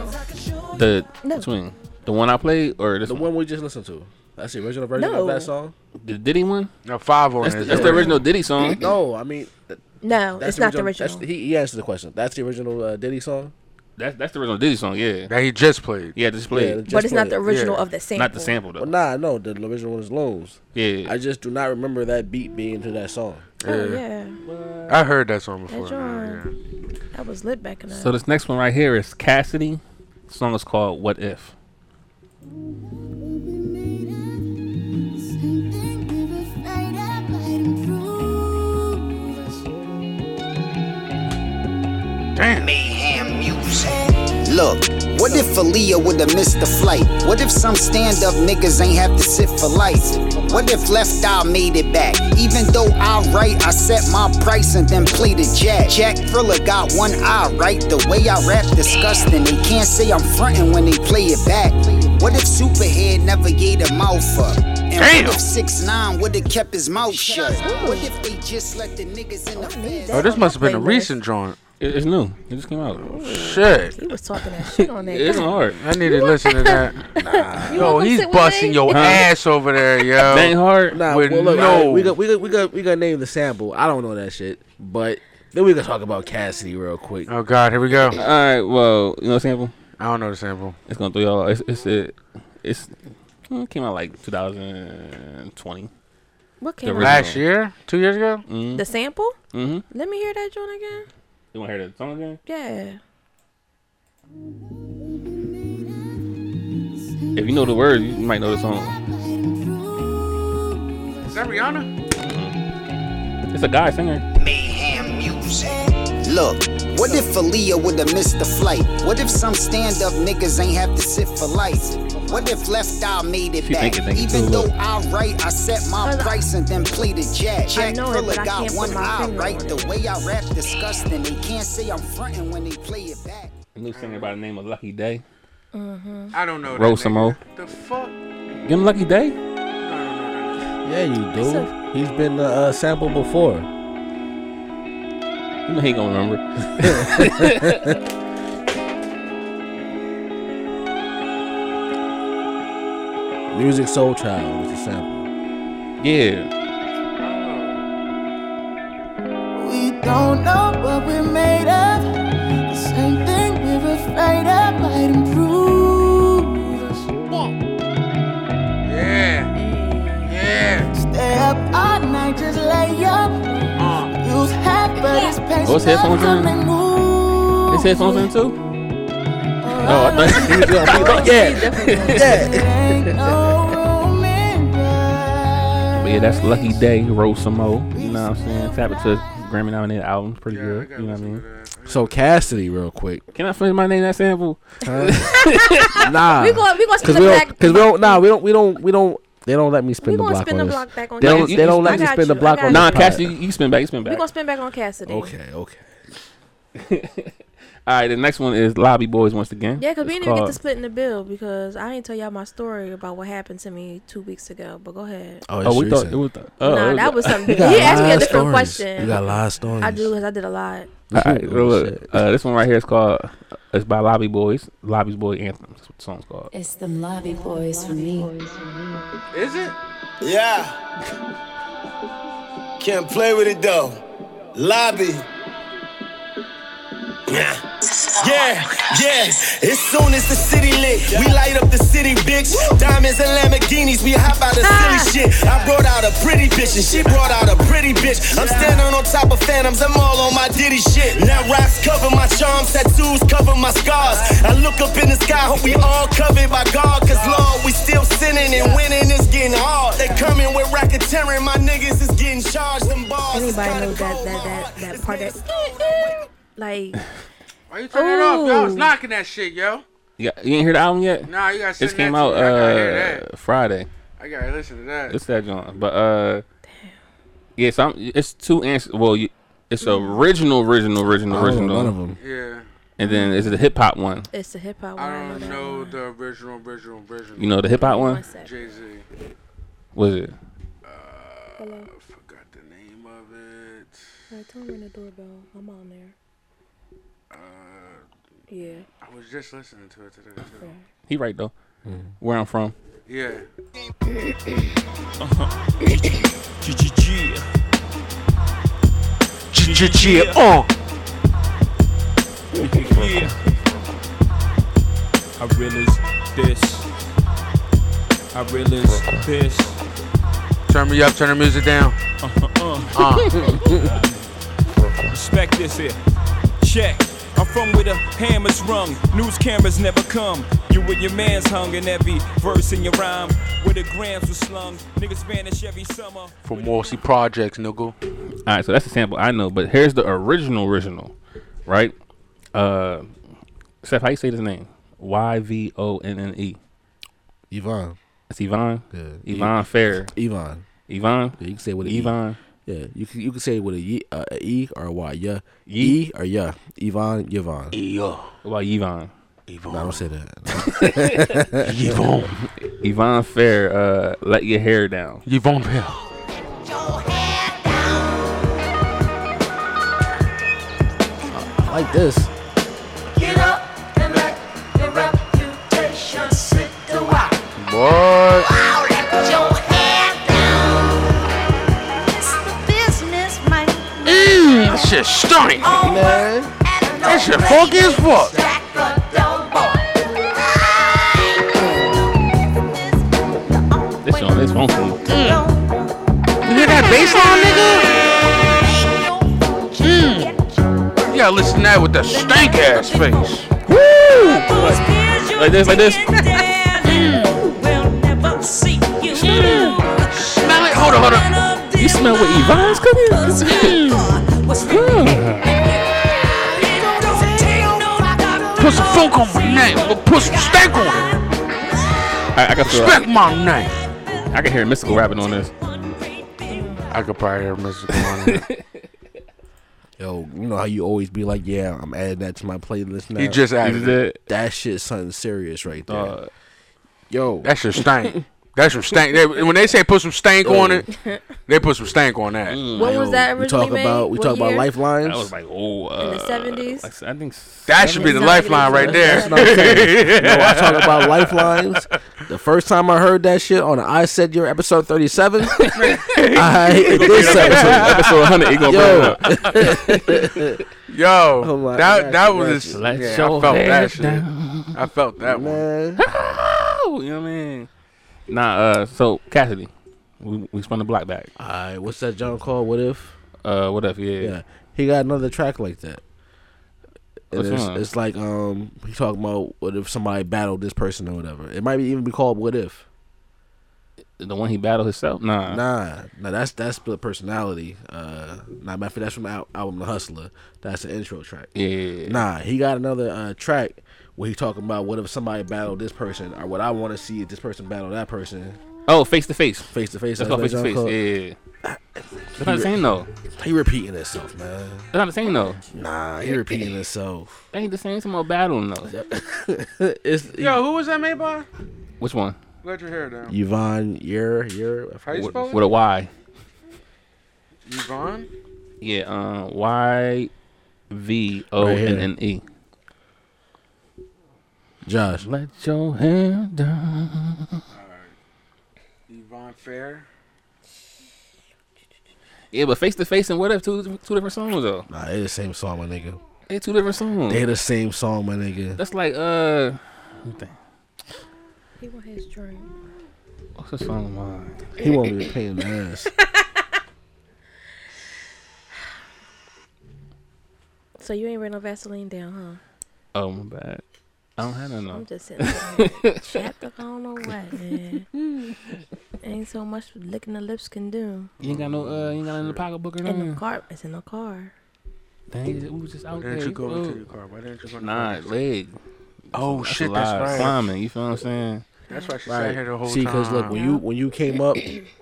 The which one? The one I played or this
The
one?
one we just listened to. That's the original version
No.
of that song.
The Diddy one?
No, five on
That's
it.
the, that's the original Diddy song.
No, I mean th-
No,
that's
it's not the
that's-
original.
he, he answered the question. That's the original uh, Diddy song.
That's that's the original Diddy song. Yeah,
That he just played.
yeah, just played.
Yeah, just
but it's not
played.
the original
Yeah.
of the sample.
Not the sample though.
Well, nah, no, the original one is Loans.
Yeah,
I just do not remember that beat being to that song.
Oh, yeah.
I heard that song before.
That's right. That was lit back in the
So this next one right here is Cassidy. The song is called What If.
Look, what if Aaliyah would've missed the flight? What if some stand-up niggas ain't have to sit for life? What if Left Eye made it back? Even though I write, I set my price and then play the jack. Jack Thriller got one eye, right? The way I rap disgusting. They can't say I'm frontin' when they play it back. What if Superhead never gave the mouth up? And
Damn.
what if 6 9 would've kept his mouth shut? What if they just let the niggas in the feds
Oh, this must have been a
Playlist.
recent joint. Oh,
It- it's new. It just came out.
Shit.
He was talking that shit on there.
It's hard.
I need to listen to that.
You wanna
Yo,
come
he's
sit with
busting
me?
your
Huh?
ass over there,
That ain't
yo.
hard.
Nah,
With
well, look,
no-
alright, we got we got we got we got name the sample. I don't know that shit, but then we gonna talk about Cassidy real quick.
Oh God, here we go.
All right. Well, you know the sample.
I don't know the sample.
It's gonna throw y'all. It's it's it, it's it came out like 2020.
What
The
came out?
original.
Last year, two years ago.
The sample?
Mhm.
Let me hear that joint again.
You wanna hear the song again?
Yeah.
If you know the words, you might know the song.
Is that Rihanna?
It's a guy singer.
mayhem music. Look, what if Aaliyah would've missed the flight? What if some stand-up niggas ain't have to sit for life? What if Left Eye made it
She
back?
think it, think it
Even
too,
though
look.
I write, I set my
Cause I-
price and then play the jack. Jack
know it,
Thriller
but I
got
can't put
one
my
eye
finger
right.
on
The
it.
way I rap disgusting. They can't say I'm frontin' when they play it back.
A new singer by the name of Lucky Day.
I don't know. that
Roll some
nigga.
more.
The fuck?
Give him Lucky Day.
Yeah, you do. He's been uh, sampled before.
You ain't gonna
remember. Music Soul Child was a sample.
Yeah.
We don't know what we're made of. The same thing we're afraid of might improve us.
Yeah. Yeah.
Stay up all night, just lay up. Use half of this patience.
Those headphones in? His headphones in too? Oh, I thought he was gonna be like, yeah. But yeah, that's Lucky Day, Roll Some Mo. You know what I'm saying? Tap it to Grammy nominated albums. Pretty good. You know what I mean?
So Cassidy, real quick.
Can I finish my name that sample?
nah,
We gonna- we gonna spin the
we don't,
black-
Cause we don't. Nah, we don't. We don't. We don't. They don't let me spin the
gonna
block
spin
on
the
this.
block back on
they don't.
Cassidy.
They don't
I
let me
got
spin
you,
the
I
block
got
on
you.
Nah,
this. pod.
Cassidy, you, you spin back. You spin
We
back.
gonna spin back on Cassidy.
Okay. Okay.
All right, the next one is Lobby Boys once again.
Yeah, cause we
It's
didn't even get
called-
to splitting the bill because I ain't tell y'all my story about what happened to me two weeks ago. But go ahead.
Oh, it's
we thought
recent.
it was. The, oh,
nah,
it
that was something.
You got
He asked me a
live
different
stories.
question.
You got live stories.
I do, cause I did a lot.
All right, well, look, uh, this one right here is called. It's by Lobby Boys. Lobby's Boy Anthem. That's what the song's called.
It's them lobby boys for me.
Is it?
Yeah. Can't play with it though. Lobby. Yeah. Yeah, yeah. As soon as the city lit, we light up the city, bitch. Diamonds and Lamborghinis, we hop out of
Ah.
silly shit. I brought out a pretty bitch and she brought out a pretty bitch. I'm standing on top of phantoms, I'm all on my ditty shit. Now rocks cover my charms, tattoos cover my scars. I look up in the sky, hope we all covered by God. Cause Lord, we still sinning and winning is getting hard. They coming with racketeering, my niggas is getting charged and bars. is
Anybody
kinda
knows that
cold.
that that that part that like.
Why you turning it off? Yo, I was knocking that shit, yo.
You, got, you ain't hear the album yet?
Nah, you gotta
This
send
came
that
out
to me. I gotta hear
uh, Friday.
I gotta listen to that.
It's that John, but uh, yeah, so I'm, it's two answers. Well, you, it's the original, original, original,
I don't know
original.
none Oh, of 'em.
Yeah.
And then is it the hip hop one?
It's the hip hop.
I don't know the original, original, original. Uh,
You know the hip hop one?
Jay Z.
Was it?
Like, don't ring the doorbell. I'm on there. Yeah.
I was just listening to it today too.
He right though. Where I'm from.
Yeah.
Yeah. Oh.
Yeah. I realize this. I realize this.
Turn me up, turn the music down.
Uh, uh,
Uh.
Respect this here. Check. I'm from where the hammers rung. News cameras never come. You and your man's hung in every verse in your rhyme. Where the grams were slung. Niggas vanish every summer.
For Morsi Projects, nigga.
All right, so that's a sample I know, but here's the original original, right? Uh, Seth, how you say this name? Y V O N N E.
Yvonne.
It's Yvonne.
Yeah.
Yvonne
E-
Fair.
Yvonne.
Yvonne.
Yeah, you can say it with a
Yvonne.
E. Yeah, you can you can say it with a ye, uh, a e or a y. Yeah, ye. e or yeah. Yvonne, Yvonne.
Yeah.
Why Yvonne?
Yvonne. No, don't say that.
Yvonne. Yvonne Fair. Uh, let your hair down.
Yvonne Fair.
I like this.
Get up and let your reputation sit the why.
Boy.
Wow, let your head down. It's the business mind.
Mmm, that shit stunning.
Man.
That shit funky as fuck.
This song is funky.
You hear that bass line, nigga? Mm. You gotta listen to that with that stank ass face.
Woo! Like this, like this.
Smell it. Hold on, hold on.
You smell what Yvonne's cooking?
Hmm. Put some funk on my name, but put some stank on it.
I, uh, I can feel.
Respect my name.
I can hear mystical rapping on this.
I could probably hear mystical on it.
Yo, you know how you always be like, yeah, I'm adding that to my playlist now.
You just added You
that. That shit's something serious right there. Yo,
That shit stank. That's some stank. They, when they say put some stank on it, they put some stank on that.
Mm.
What was that
we talk
originally
about
made?
we
What
talk about
year?
lifelines.
That was like oh, uh,
In the 70s?
like, I think
That should be the
70s.
lifeline right there.
That's what I'm saying. no, I talk about lifelines. The first time I heard that shit on the I Said Your episode 37, I it did something to me.
Episode 100, he gonna
Yo.
Yo,
Oh my
that
God,
that
that's-
was
Let
yeah, I
your
felt that
hair
shit. I felt that
one.
Oh, you know what I mean? Nah, uh, so Cassidy, we, we spun the block back.
All right, what's that John called? What if?
Uh, what if? Yeah.
Yeah, he got another track like that. And
Which
it's,
one?
it's like um, he talking about what if somebody battled this person or whatever. It might be even be called "What If."
The one he battled himself? Nah.
nah, nah. That's that's the personality. Uh, nah, matter of fact, that's from the al- album "The Hustler." That's the intro track.
Yeah.
Nah, he got another uh, track where he talking about what if somebody battled this person or what I want to see if this person battled that person.
Oh, face to face.
Face to face.
That's
that's
called
what
face to
John
face.
called.
Yeah. That's not the same though.
He repeating himself, man.
That's not the same though.
Nah, he repeating himself.
That ain't the same. Some more battling though.
it's
Yo, who was that made by?
Which one?
Let your hair down.
Yvonne, you're you're
How you
With,
spell it?
with a Y.
Yvonne?
Yeah. Um. Y. V. O.
Right here.
N. N. E.
Josh.
Let your hair down.
Yvonne Fair.
Yeah, but face to face and what if two two different songs though.
Nah, they the same song, my nigga.
They two different songs.
They the same song, my nigga.
That's like uh, what the-
He want his dream.
what's the song of mine?
He want me to pay in the ass.
So you ain't wearing no Vaseline down,
Oh my bad. I don't have none.
huh?
though.
I'm just sitting there. like, Shut the on away, man. ain't so much licking the lips can do.
You ain't got no uh, you ain't got nothing in the pocketbook or
In the
nothing.
car, it's in the car.
Dang, we was just out
Why didn't
there.
you go into
Ooh.
your car? Why didn't you go into
Nah,
your car?
leg.
Oh,
That's
shit,
a
that's
lot of
right.
Climbing, you feel what I'm saying?
That's why she
Right.
sat here the whole
See,
time.
cause look, when you when you came up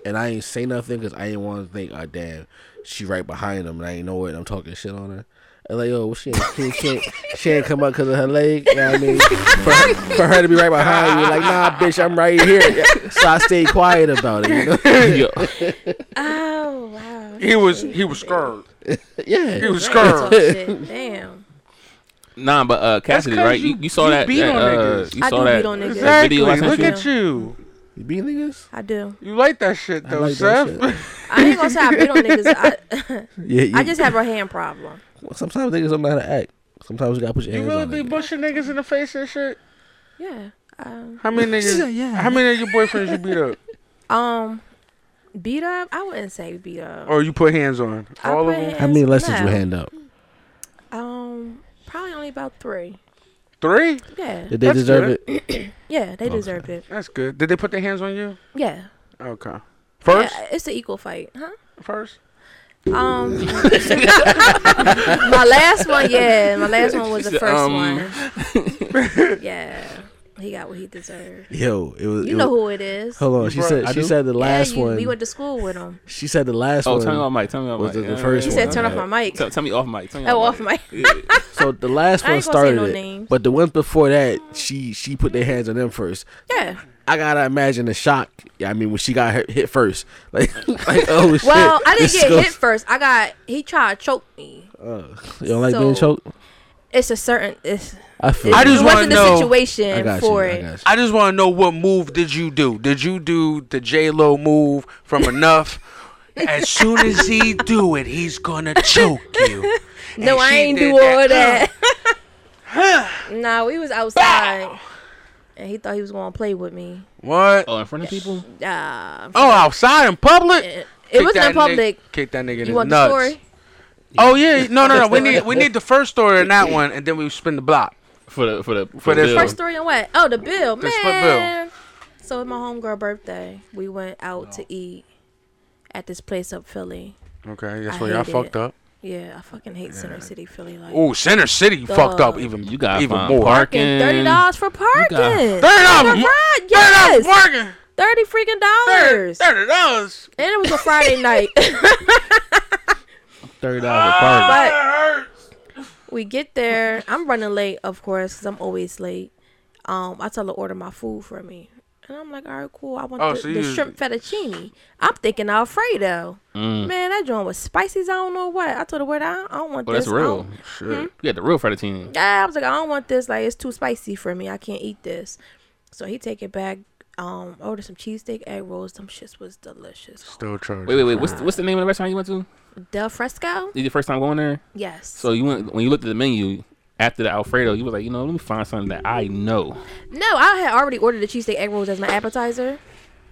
and I ain't say nothing, cause I ain't want to think, oh damn, she right behind him and I ain't know it. and I'm talking shit on her. And like, yo, she ain't, she, can't, she ain't come up because of her leg. You know what I mean? For her, for her to be right behind you, like, nah, bitch, I'm right here. Yeah. So I stayed quiet about it. You know?
Oh wow.
he was he was scared.
yeah.
He was
Talk
scared.
shit. Damn.
Nah, but uh, Cassidy,
'cause
right? You,
you-
you saw
you
that,
beat
that
on
uh,
niggas.
you
I
saw
do
that,
beat on niggas.
that video I
Exactly.
sent
Look
you.
at you.
You beat niggas?
I do.
You like that shit though,
like that
Seth.
I ain't gonna say I beat on niggas. I,
Yeah, you-
I just have a hand problem.
Sometimes niggas don't know how to act. Sometimes you gotta put your
You
hands
really
on
be
it.
bushing niggas in the face and shit.
Yeah. Um,
How many
She
niggas?
said, yeah.
How many of your boyfriends you beat up
um, beat up. I wouldn't say beat up.
or you put hands on?
I
All
put
of them.
How many
hands-
lessons you
no.
hand up?
Um, probably only about three.
Three.
Yeah.
Did they
That's
deserve
good.
it?
Yeah, they deserved it.
That's good. Did they put their hands on you?
Yeah.
Okay. First.
Yeah, it's an equal fight, huh?
First.
Um, my last one, yeah, my last one was the
She said,
first
um.
one. yeah, he got what he deserved.
Yo, it was.
You
it
know
was-
who it is.
Hold on, she
Bruh,
said.
I
She
do?
said the last
yeah, you,
one.
We went to school with him.
She said the last
Oh,
one.
tell me off mic. Tell me off mic.
was the- the
Yeah,
first
yeah,
He
one.
said, "Turn off my mic."
Tell, tell me off mic. Tell me
Oh, off mic.
Yeah.
So the last
I
one
ain't gonna say
started
no
it,
name.
but the ones before that, she she put their hands on them first.
Yeah.
I gotta imagine the shock. Yeah, I mean when she got hit, hit first, like, like oh shit.
Well, I didn't
this
get
goes-
hit first. I got he tried to choke me.
Oh, you don't like being
So-
choked?
It's a certain. It's,
I feel.
it,
you.
I just
it
wanna
wasn't
know-
the
I
situation
got you.
for
I
it.
got you.
I just want to know what move did you do? Did you do the J Lo move from enough? as soon as he do it, he's gonna choke you.
No,
And
I
she
ain't do
did
all
that.
that. nah, we was outside, and he thought he was gonna play with me.
What?
Oh, in front of people.
Uh,
Oh, outside in public?
it
Kick
wasn't
that
in public.
Nigga, kick that nigga in
You
his
want
nuts.
the story?
Oh yeah, no, no, no. We need we need the first story in that one, and then we spin the block.
For the for the for,
this
the
one.
First story on what? Oh, the bill,
The
man.
split bill.
So it's my homegirl birthday. We went out to eat at this place up Philly.
Okay, that's
I
where y'all
hate
fucked
it.
up.
Yeah, I fucking hate Center City, Philly. Like
Oh, Center City fucked up
Dog.
even
You got
even
fine
more.
parking.
fucking thirty dollars for parking.
$30
$30
For
mo-
ride,
Thirty dollars
yes,
parking.
thirty freaking dollars.
Thirty dollars.
And it was a Friday night.
Thirty dollars party.
but we get there. I'm running late, of course, because I'm always late. Um, I tell her to order my food for me. And I'm like, all right, cool. I want
Oh,
the,
so
the
you-
shrimp fettuccine. I'm thinking Alfredo.
Mm.
Man, that joint was spicy. as I don't know what. I told her, what I, don't- I don't want
Oh,
this.
that's
I
real.
don't-
Sure.
Hmm?
You got the real fettuccine.
Yeah, I was like, I don't want this. Like, it's too spicy for me. I can't eat this. So he take it back. Um, ordered some cheesesteak egg rolls. Them shits was delicious.
Still charging.
Wait, wait, wait. What's the, what's the name of the restaurant you went to?
Del Fresco.
Is your first time going there?
Yes.
So you went when you looked at the menu after the Alfredo, you was like, you know, let me find something that I know.
No, I had already ordered the cheesesteak egg rolls as my appetizer,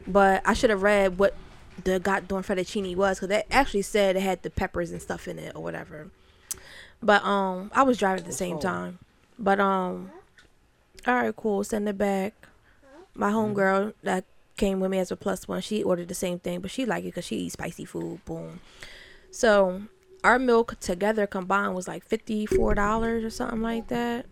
but I should have read what the goddamn fettuccine was because it actually said it had the peppers and stuff in it or whatever. But um, I was driving at the same time. But um, all right, cool. Send it back. My homegirl that came with me as a plus one, she ordered the same thing, but she liked it because she eats spicy food. Boom. So our milk together combined was like fifty four dollars or something like that.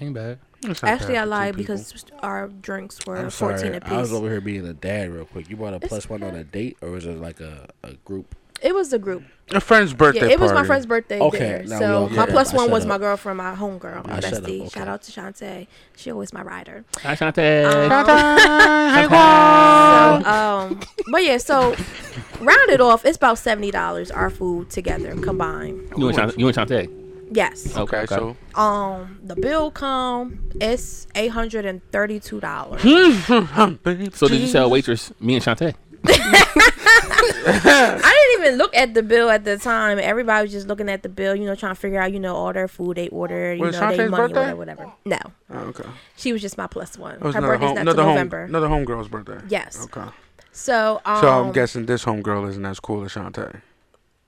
Ain't bad.
Actually, I lied because our drinks were
I'm sorry.
fourteen apiece.
I was over here being a dad real quick. You brought a
It's
plus one on a date, or is it like a, a group?
It was the group.
A friend's
yeah, it was my friend's birthday
Okay,
there.
now
So
look,
my
yeah,
plus
I
one
shut
was
up.
my girlfriend, my homegirl, my
I shut up,
bestie.
okay.
Shout out to Shantae. She always my rider.
Ashante.
Um, so, um, but yeah, so round it off, it's about seventy dollars our food together combined.
You and Shante. You and Shante.
Yes.
Okay, so
Um, the bill come it's eight hundred and thirty two dollars.
so did you tell waitress me and Shante?
I didn't even look at the bill at the time. Everybody was just looking at the bill, you know, trying to figure out, you know, all their food they ordered, you
Was
know, their
Shantae's
money,
birthday?
whatever, whatever. No,
Oh, okay.
she was just my plus one.
It was
Her
another
birthday's
home,
not
another
till
home,
November.
another homegirl's birthday.
Yes.
Okay.
So, um,
so I'm guessing this homegirl isn't as cool as Shantae.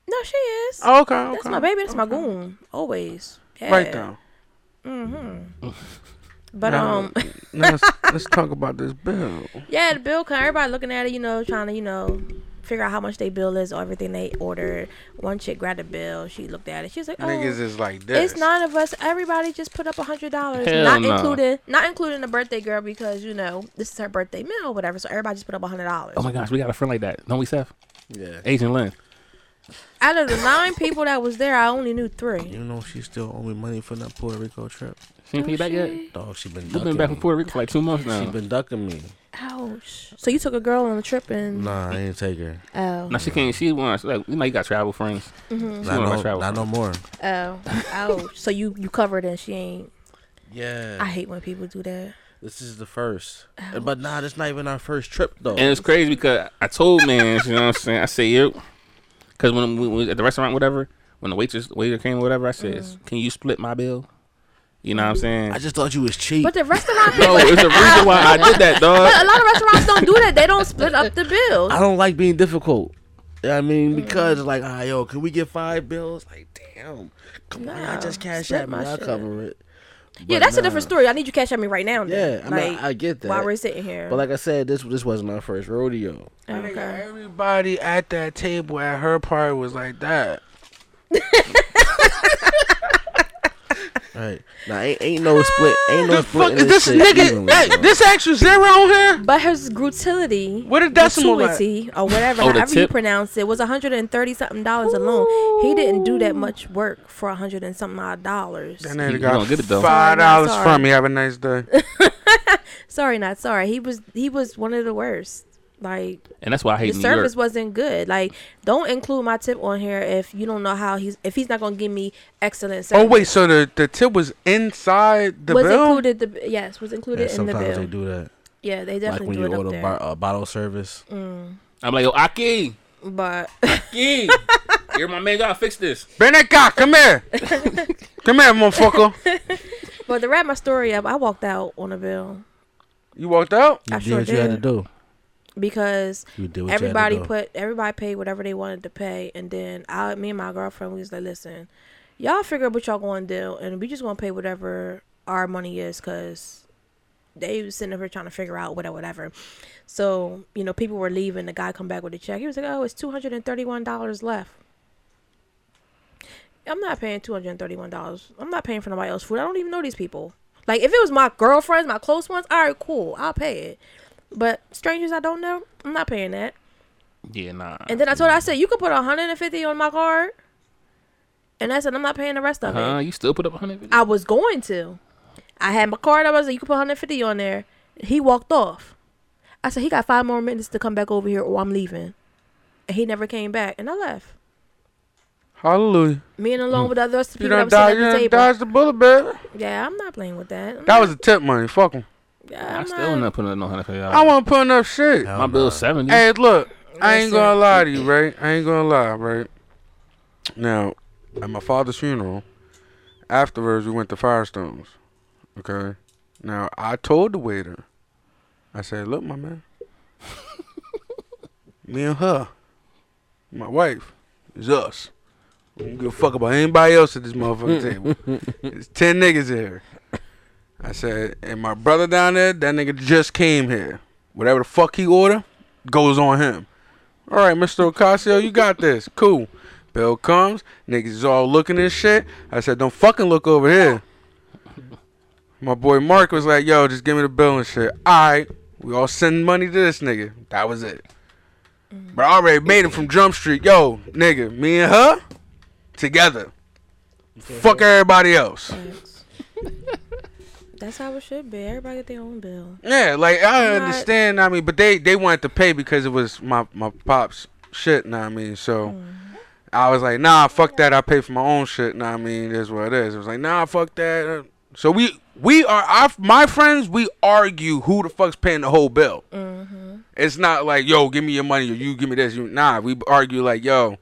No, she is.
Oh, okay,
That's
okay,
my baby. That's my goon. Always. Yeah.
Right now.
Mm-hmm. But
Now-
um,
now let's, let's talk about this bill.
yeah, the bill. Come, everybody looking at it, you know, trying to, you know, figure out how much they bill is or everything they ordered. One chick grabbed the bill. She looked at it. She was like, "Oh,
Niggas is like this.
It's nine of us. Everybody just put up a hundred dollars,
Hell
not
no.
including not including the birthday girl because you know this is her birthday meal, or whatever. So everybody just put up a hundred dollars.
Oh my gosh, we got a friend like that, don't we, Seth?
Yeah.
Asian Lynn.
Out of the nine people that was there, I only knew three.
You know she still owe me money for that Puerto Rico trip.
She ain't paid back yet.
Dog, she been
You
ducking
been back
me.
from Puerto Rico for like two months now.
She been ducking me.
Ouch. So you took a girl on a trip and
Nah, I ain't take her.
Oh.
Now she can't. She wants like you know you got travel friends.
Mhm.
She
Not
one of my
no-
travel
not no
friends.
more.
Oh, ouch. So you you covered and she ain't.
Yeah.
I hate when people do that.
This is the first.
Oh.
But nah, this not even our first trip though.
And it's crazy because I told man, you know what I'm saying? I said, yo, because when we, we was at the restaurant, whatever, when the waitress waiter came or whatever, I said, can you split my bill? You know what I'm saying? Mm. I
just thought you was cheap.
But the restaurant
no, it's the reason why I did that, dog.
But a lot of restaurants don't do that. They don't split up the bill.
I don't like being difficult. You know what I mean, because like, ah, yo, can we get five bills? Like, damn, come on, I just cash
split
at me,
my
I'll
shit.
cover it.
yeah,
But
that's a
nah.
different story. I need you cash at me right now.
Yeah,
Then.
I mean, I get that.
While we're sitting here. Oh,
But like I said, this this wasn't our first rodeo.
Nigga, Everybody at that table at her party was like that.
Right now, ain't, ain't no split, ain't no
the fuck
split.
is this nigga? Hey, this extra zero on here?
But his grutility,
What a decimal at?
gratuity, or whatever,
Oh, the
however you
tip?
pronounce it, was 130 something dollars alone. He didn't do that much work for 100 and something odd dollars.
That nigga
You
got
gonna get it, though.
five dollars
Sorry.
from me. Have a nice day.
Sorry, not sorry. He was he was one of the worst. Like,
And that's why I hate
the
New
service
York.
wasn't good. Like, don't include my tip on here if you don't know how he's if he's not gonna give me excellent service.
oh wait, so the the tip was inside the
was
bill.
included the yes was included in the
sometimes
bill.
they do that.
Yeah, they
Like
definitely
when
do
you
it up
order
there.
bar, uh, bottle service.
Mm,
I'm like, yo, Aki,
but
Aki, you're my man, gotta fix this.
Beneka, come here. come here, motherfucker.
but to wrap my story up, I walked out on a bill
You walked out.
You
I
did
sure
what you had to
did.
do.
because
You did what you had to
everybody
do.
put everybody paid whatever they wanted to pay, and then I, me and my girlfriend, we was like, listen, y'all figure out what y'all going to do, and we just gonna pay whatever our money is, cause they was sitting over trying to figure out whatever, whatever. So you know, people were leaving. The guy come back with a check. He was like, oh, it's two hundred and thirty one dollars left. I'm not paying two hundred and thirty one dollars. I'm not paying for nobody else's food. I don't even know these people. Like if it was my girlfriends, my close ones, all right, cool, I'll pay it. But strangers I don't know, I'm not paying that.
Yeah, nah.
And then I told her, I said,
Mm.
you could put 150 on my card. And I said, I'm not paying the rest of
Uh-huh.
Huh?
it.
You still put up 100?
I was going to. I had my card. I was like, you could put 150 on there. He walked off. I said, he got five more minutes to come back over here or I'm leaving. And he never came back. And I left.
Hallelujah.
Me and
Mm.
along with the rest of the
Hmm. You
people that
done
was sitting
dodged, you
at the
done
table.
dodged the bullet, baby.
Yeah, I'm not playing with that. I'm
That
not-
was a tip money. Fuck him.
yeah, I'm
Still not putting up no hundred for y'all.
I wasn't putting up shit.
My bill's seventy.
Hey, look, I ain't
Listen.
gonna lie to you, right? I ain't gonna lie, right? Now, at my father's funeral, afterwards we went to Firestones. Okay. Now I told the waiter, I said, "Look, my man, me and her, my wife, is us. I don't give a fuck about anybody else at this motherfucking table. It's ten niggas here." I said, and my brother down there, that nigga just came here. Whatever the fuck he order, goes on him. All right, Mr. Ocasio, you got this. Cool. Bill comes, niggas is all looking and shit. I said, don't fucking look over here. My boy Mark was like, yo, just give me the bill and shit. All right, we all send money to this nigga. That was it. But I already made him from Jump Street. Yo, nigga, me and her together. Fuck everybody else.
That's how it should be. Everybody get their own bill.
Yeah, like I
Not-
understand. I mean, but they they wanted to pay because it was my my pops shit. Know what I mean? So I was like, nah, fuck that. I pay for my own shit. Know what I mean? That's what it is. It was like, nah, fuck that. So we we are our, my friends. We argue who the fuck's paying the whole bill. It's not like yo, give me your money or you give me this. You nah. We argue like yo.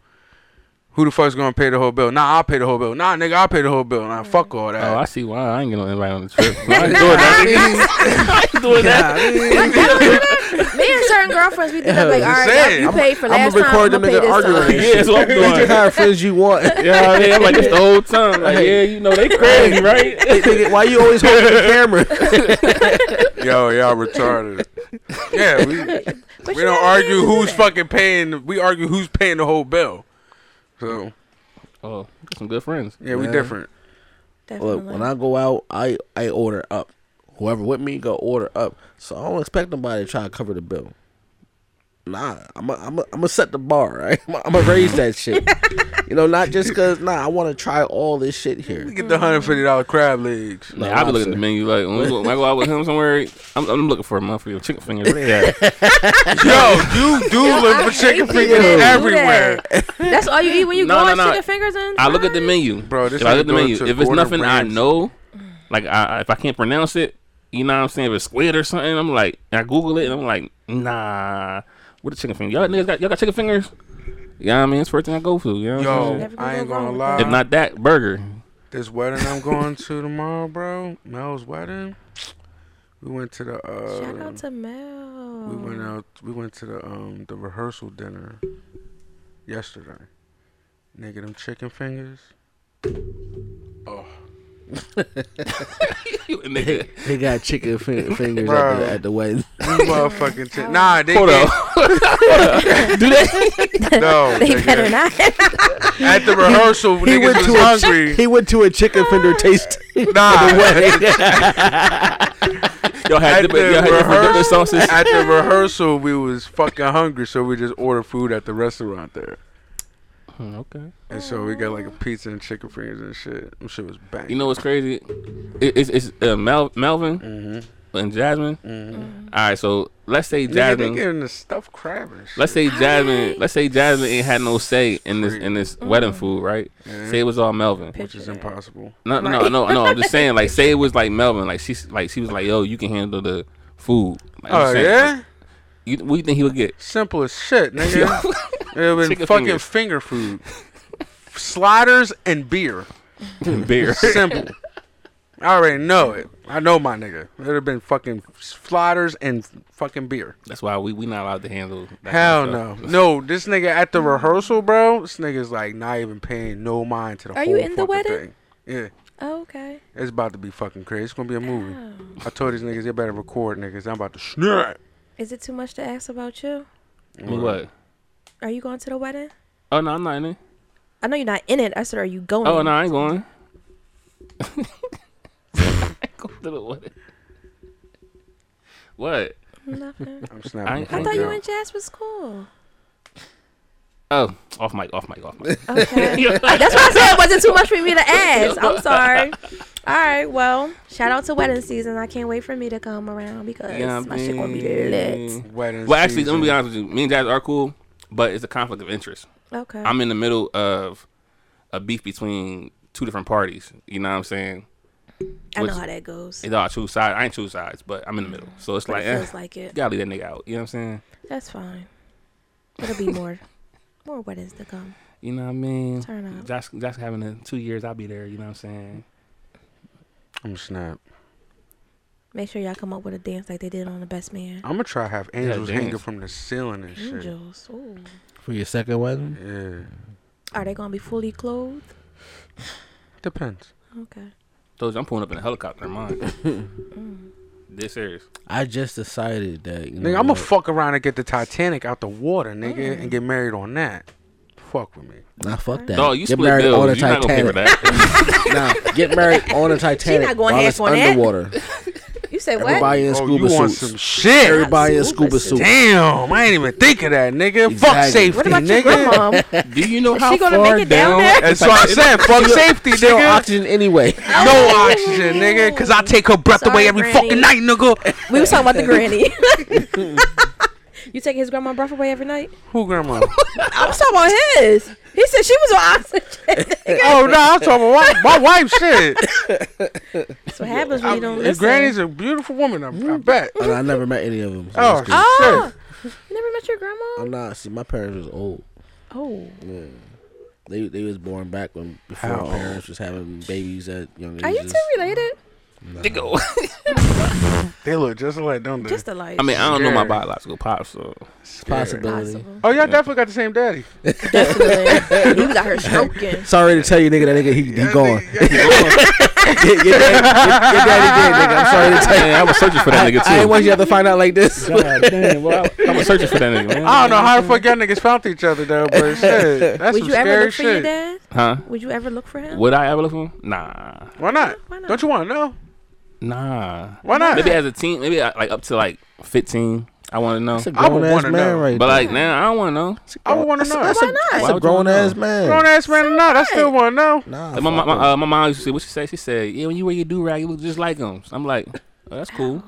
Who the fuck's gonna pay the whole bill? Nah, I'll pay the whole bill. Nah, nigga, I'll pay the whole bill. Nah, fuck all that.
Oh, I see why I ain't getting no invite on the trip. I ain't doing that. I ain't doing that.
Me and certain girlfriends, we do that. Like, all
Yeah,
right,
just
now
saying.
you
I'm-
paid for
I'ma
last time. I'm
record
gonna
the
pay
nigga
this time.
arguing. Yeah, that's what I'm
You
doing.
can have friends you want.
Yeah, I mean, I'm like this the whole time. Like, yeah, you know they crazy, right?
Why you always holding the camera?
Yo, y'all retarded. Yeah, we, we don't argue who's fucking paying. We argue who's paying the whole bill. So
Oh, some good friends.
yeah, we
Yeah.
different.
Look, when I go out, I I order up. Whoever with me go order up. So I don't expect nobody to try to cover the bill. Nah, I'm a, I'm a, I'm gonna set the bar. Right? I'm gonna raise that shit. you know, not just cause. Nah, I want to try all this shit here.
Get the hundred fifty dollar crab legs.
Nah, I be looking at the menu like when, we go, when I go out with him somewhere, I'm, I'm looking for a month for your chicken fingers. Where they at?
Yo, you do look for chicken fingers everywhere.
That's all you eat when you
No,
go
no,
and
no.
chicken fingers in.
I look at the menu,
bro.
This
this
if I look
nigga
at the
going
menu,
to
if it's
Gordon
nothing I
Ramsay.
know, like I, I- if I can't pronounce it, you know what I'm saying? If it's squid or something, I'm like, I Google it and I'm like, nah, what a chicken finger? Y'all niggas got y'all got chicken fingers? Yeah, I mean it's first thing I go to. You know what I'm
Yo,
saying?
I ain't gonna lie.
if not that burger,
this wedding I'm going to tomorrow, bro. Mel's wedding. We went to the. Uh,
Shout out to Mel.
We went out. We went to the um the rehearsal dinner yesterday. Nigga, them chicken fingers. Oh,
you a nigga.
They got chicken fin- fingers at
Bruh.
the, at the wedding.
you motherfucking chicken. Nah, they
Hold
gave-
Do they?
no.
They
nigga.
better not.
At the rehearsal,
He
niggas
went
was
to a
hungry.
he went to a chicken finger taste.
nah,
Y'all had
at the,
different, y'all had different, different
rehearsal,
sauces.
at the rehearsal, we was fucking hungry, so we just ordered food at the restaurant there.
Hmm, okay.
And so we got like a pizza and chicken fingers and shit. Them shit was bang.
You know what's crazy? It, it's it's uh, Mel, Melvin and Jasmine.
Mm-hmm.
All right, so let's say
Mm-hmm. Nigga, they
Jasmine.
getting the stuffed crab and shit.
Let's say Jasmine. Let's say Jasmine ain't had no say in this in this
Mm-hmm.
wedding food, right?
Mhm.
Say it was all Melvin.
which is impossible.
No, no, no, no. I'm just saying, like, say it was like Melvin. Like she's like she was like, yo, you can handle the food. Like, I'm
Oh
just saying,
yeah,
like, you, what do you think he would get?
simple as shit, nigga. it was
Chicken
fucking
fingers.
finger food, sliders and beer.
Beer.
Simple. I already know it. I know my nigga. It'd have been fucking sliders and fucking beer.
That's why we we not allowed to handle. That
Hell
kind
no.
of stuff.
No, this nigga at the rehearsal, bro, this nigga's like not even paying no mind to the
Are
whole
you in the
fucking
wedding?
thing. Yeah.
Oh, okay.
It's about to be fucking crazy. It's gonna be a movie. I told these niggas they better record niggas. I'm about to snap.
Is it too much to ask about you?
Me What?
Are you going to the wedding?
Oh no, I'm not in it.
I know you're not in it. I said, are you going?
Oh no, I ain't going. Go to the wedding. What?
Nothing.
I'm
I
snapping.
ain't-
the
I
fuck
thought you
out.
and Jazz was cool.
Oh, Off mic, off mic, off mic.
Okay. That's why I said it wasn't too much for me to ask. I'm sorry. All right, well, shout out to wedding season. I can't wait for me to come around because
Yeah, I
my shit gonna be
mean-
lit.
Well, actually, let me be honest with you. Me and Jazz are cool, but it's a conflict of interest.
Okay.
I'm in the middle of a beef between two different parties. You know what I'm saying?
I know how that goes. Mm.
You know, I choose sides. I ain't choose sides, but I'm in the middle. So it's
But
like,
it
eh,
feels like it.
gotta leave that nigga out. You know what I'm saying?
That's fine. It'll be more, more weddings to come.
You know what I mean?
Turn up.
Josh, Josh having a, two years, I'll be there. You know what I'm saying?
I'm snap.
Make sure y'all come up with a dance like they did on the Best Man.
I'm gonna try to have
Yeah,
angels
dance.
hanging from the ceiling and shit.
Angels. Ooh.
For your second wedding?
Yeah.
Are they gonna be fully clothed?
Depends.
Okay.
Told you, I'm pulling up in a helicopter.
Mm.
Mine. this serious.
I just decided that. You know,
Nigga, I'm gonna
what?
fuck around and get the Titanic out the water, nigga, and get married on that. Fuck with me.
Nah, fuck that.
Dog, you
get
split
married
bills.
on a
You're not gonna pay
Titanic.
for
nah, get married on a Titanic.
not going
while
half
it's
on that.
underwater.
You say what?
Everybody in
Oh,
scuba
you want
suits.
some shit?
Everybody in scuba suits.
Damn, I ain't even think of that, nigga. Fuck
Exactly.
safety,
What about your
nigga.
grandma?
Do you know
Is how she gonna far make it down down- there? That's what I said, fuck
She don't-
safety,
she don't
nigga.
oxygen anyway.
no oxygen, nigga, cause I take her breath away every fucking night, nigga.
We was talking about the granny. you taking his grandma breath away every night?
Who grandma?
I was talking about his. He said she was on oxygen.
oh no, I'm talking about my, my wife. Shit.
That's what happens when you don't
Your
listen.
Granny's a beautiful woman. I, I bet.
And I never met any of them. so
Oh,
that's good.
oh, you never met your grandma?
I'm not. See, my parents was old.
Oh,
Yeah. They they was born back when before
How old?
parents was having babies at young ages.
are you two related?
They look just alike, don't they?
Just alike.
I mean, I don't know my
Scary.
biological pops, so it's
possibility. Possible.
Oh, y'all definitely got the same daddy.
Definitely. You got her stroking.
Sorry to tell you, nigga, that nigga he, he gone. your, your, dad- your- your daddy dead, nigga. I'm sorry to tell you.
Man, I was searching for that nigga
I ain't
too.
want you to have to find out like this.
I was searching for that nigga. Man.
I don't know how the fuck y'all niggas found each other though, but shit, that's
Would
some
you ever
scary
look for your
shit.
dad?
Huh?
Would you ever look for him?
Would I ever look for him? Nah,
Why not? Don't you want to know?
nah.
Why not?
Maybe as a teen, maybe I- like up to like 15, I want to know.
a grown ass
wanna
man
know.
right
but
there.
like now, I don't want to know.
I would want to know.
that's,
Why
a,
not?
that's
Why
a
would you
grown
wanna
ass
know?
man.
Grown ass man or not, I still want to know.
Nah,
Like, my, my,
fuck
my,
that.
uh, my mom used to say, "What she say?" She said, "Yeah, when you wear your do rag, you look just like him." So I'm like, oh, "That's cool."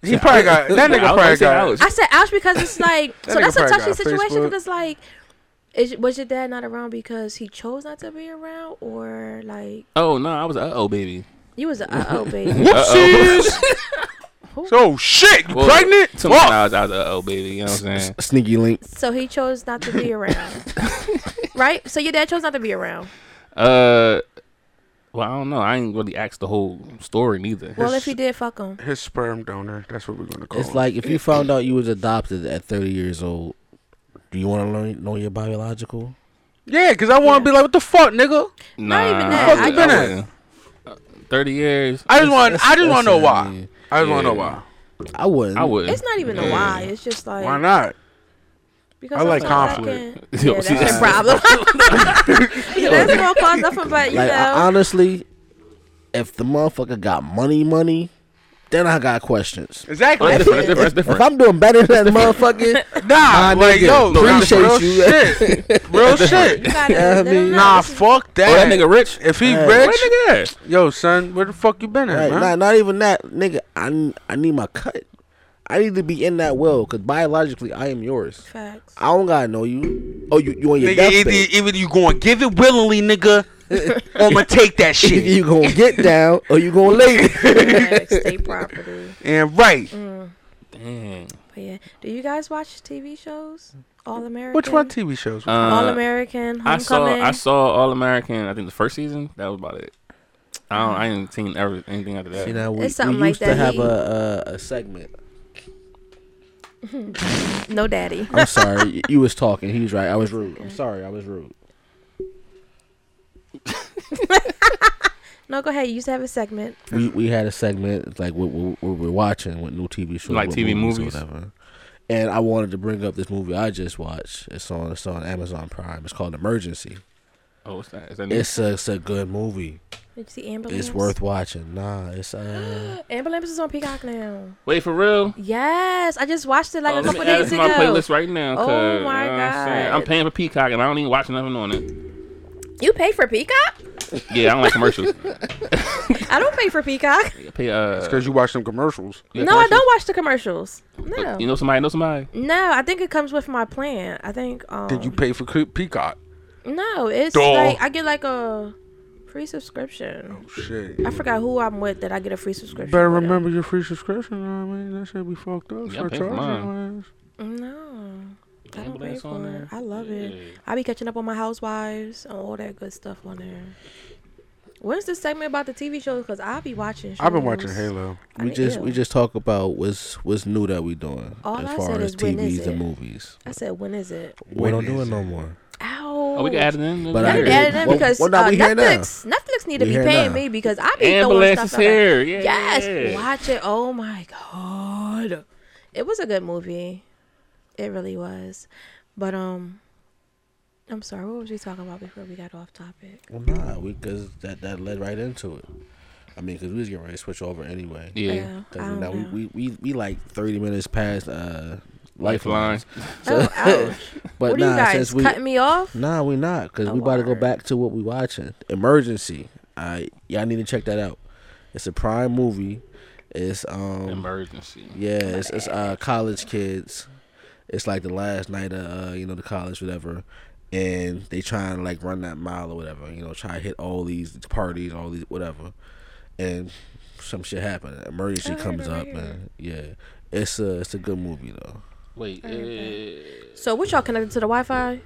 He probably got that
I was
nigga.
gonna
Probably
say
got.
I said ouch because it's like
That
so
nigga
that's a
probably
touchy
got
situation
Facebook.
because like is, was your dad not around because he chose not to be around or like
Oh no, I was uh oh baby.
you was a uh oh baby.
Whoopsies. so shit, you
Well,
pregnant?
To my
Fuck.
knowledge, I was uh oh baby. You know what I'm saying?
Sneaky link.
So he chose not to be around. right? So your dad chose not to be around.
Uh, well, I don't know. I ain't really asked the whole story neither.
Well, if he did, fuck him.
His sperm donor. That's what we're gonna call.
It's
him.
like if you found out you was adopted at 30 years old, do you want to learn know your biological?
yeah, cause I want to be like, what the fuck, nigga?
Nah,
even that. Fuck you been at?
wouldn't. Uh, Thirty years.
I just want. I just
that's
want to know
what I
why.
mean.
I just want to know
Yeah.
why.
I wouldn't.
I wouldn't.
It's not even a why. It's just like
Why not?
Because
I like
feel I
conflict.
can-
Yo,
yeah, that's
see,
your
that's-
problem. that's gonna cause nothing but you
Like
know.
I, honestly, if the motherfucker got money, money, then I got questions.
Exactly.
That's different. That's different. That's
If
different.
I'm doing better than that motherfucker,
Nah,
My
like
nigga,
yo,
no,
nah,
appreciate
real
you.
shit, real shit.
gotta
I
let them
mean-
know.
Nah, fuck that.
Oh, that nigga rich.
If he
Hey.
rich,
Where that nigga at?
yo, son, where the fuck you been at,
right,
man?
not, not even that, nigga. I n- I need my cut. I need to be in that will because biologically I am yours.
Facts.
I don't gotta know you. Oh, you you on your
Nigga, either,
deathbed.
either you going to give it willingly, nigga, or I'ma take that
Either
shit.
you gonna get down or you gonna lay.
Facts, State property. Mm.
and right.
Dang.
But yeah, do you guys watch TV shows? All American.
Which one TV shows?
Uh,
All American.
I saw.
Homecoming.
I saw All American. I think the first season. That was about it. I don't. I ain't seen ever anything after that.
You know, we,
It's something
we
like
used to
that,
have
he-
a, a a segment.
no daddy.
I'm sorry, y- you was talking. He was right. I was rude. I'm sorry, I was rude.
No, go ahead. You used to have a segment.
We we had a segment it's like what we, we, we're watching with new TV shows,
Like
what
TV
or
movies?
whatever. And I wanted to bring up this movie I just watched. It's on it's on Amazon Prime. It's called Emergency.
Oh, what's that? Is that new?
It's a, it's a good movie.
Did you see Amber
It's
Lambs?
worth watching. Nah, it's uh,
Ambulance is on Peacock now.
Wait for real.
Yes, I just watched it like
Oh,
a
let me
couple
add it
days
to
ago.
my playlist right now.
Oh
'cause,
my
you know what I'm, saying?
god!
I'm paying for Peacock and I don't even watch nothing on it.
you pay for Peacock?
Yeah, I don't like commercials.
I don't pay for Peacock.
Pay, uh,
it's because you watch them commercials.
no, I don't watch the commercials. No.
You know somebody? Know somebody?
no, I think it comes with my plan. I think. Um,
Did you pay for Cre- Peacock?
No, it's
Duh.
like I get like a free subscription.
Oh, Shit.
I forgot who I'm with that I get a free subscription.
Better
with.
remember your free subscription. You know what I mean, that should be fucked up.
Yeah,
Start
pay for
charging
mine.
your ass.
No. I don't pay
Ambulance
for
on
it.
there?
I love
Yeah.
it. I be catching up on my housewives and all that good stuff on there. When's the segment about the TV shows? Because I'll be watching. Shows.
I've been watching Halo.
we just we just talk about what's what's new that we doing
All
as
I
far
said
as
is when is
TVs and
it?
movies.
I said, when is it?
we don't do it no more.
Ow.
Oh, we can add it in.
But
I
I
need to
heard-
add it in
well-
because
well, now
uh,
we here now.
Netflix, Netflix need to
We
be
here
paying
now.
me because I be
Ambulance
throwing
is
stuff out there.
here. Yeah,
yes,
yeah.
watch it. Oh my god, it was a good movie. It really was. But um, I'm sorry. What was we talking about before we got off topic?
Well, nah, because that that led right into it. I mean, because we was getting ready to switch over anyway.
Yeah. Yeah,
'Cause
I don't
now we, we we we like thirty minutes past uh
Lifeline.
lifelines.
Oh, ouch.
What
but
are you
nah,
guys,
since we
cutting me off? Oh,
Nah, we not because we about to go back to what we watching. Emergency. I y'all need to check that out. It's a prime movie. It's um
emergency.
Yeah, it's, it's uh college kids. It's like the last night of uh, you know the college whatever, and they trying to like run that mile or whatever. You know, try to hit all these parties, all these whatever, and some shit happened. Emergency comes up, and yeah, it's a it's a good movie though.
Wait.
Uh,
uh, eh,
So what y'all connected to the Wi-Fi?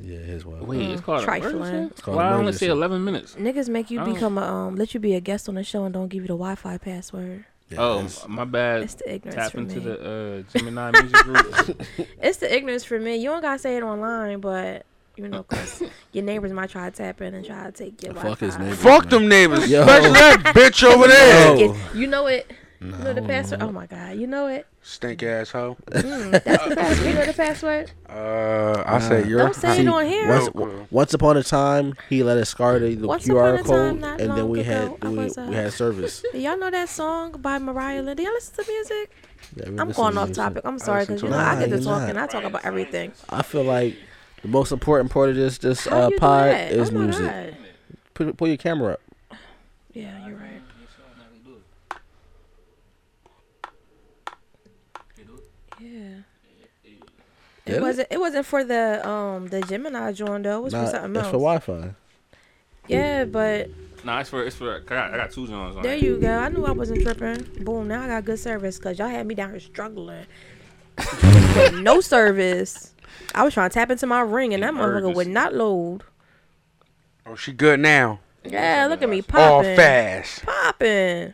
Yeah, his wife.
Wait, it's called
Mm. Trifling.
emergency?
It's called
Why I only
emergency.
say 11 minutes?
Niggas make you
I don't-
become a um, let you be a guest on the show and don't give you the Wi-Fi password.
Oh, my bad.
It's the ignorance
Tap
for
into
me.
the uh, Gemini music group.
It's the ignorance for me. You don't gotta say it online, but you know, 'cause your neighbors might try to tap in and try to take your
Fuck his
Wi-Fi.
neighbors.
Fuck them neighbors. Especially that bitch over there.
Yo.
You know it. You know the password. Oh my god, you know it.
Stink asshole.
Mm, that's the password. You know the password.
Uh, I say
Nah.
you're.
Don't say it on here.
Once, w- once upon a time, he let us scar the the
Once upon a
QR
time,
code,
not
and then
long
we
ago, I
had we,
was, uh,
we had service.
Do y'all know that song by Mariah Lynn? Do y'all listen to music?
Yeah, we
I'm
listen
going
to
off
music.
topic. I'm
I
sorry
listen
because
to
you know I
it.
get to
Nah, you're
talking.
not.
I talk about everything.
I feel like the most important part of this this uh,
you do
pod
that?
is
Oh my
music.
God.
Put, pull your camera up.
Yeah, you're right. Yeah.
Did
It
it?
wasn't. It wasn't for the um the Gemini joint though. It was
Nah,
for something else.
it's for Wi-Fi.
Yeah, but
nah, it's for, it's for, I got, I got two zones on
there
it.
you go. I knew I wasn't tripping. Boom. Now I got good service because y'all had me down here struggling. With no service. I was trying to tap into my ring and that motherfucker would
Emergency.
not load.
Oh, she good now.
Yeah, look at me
All
popping.
fast.
Popping.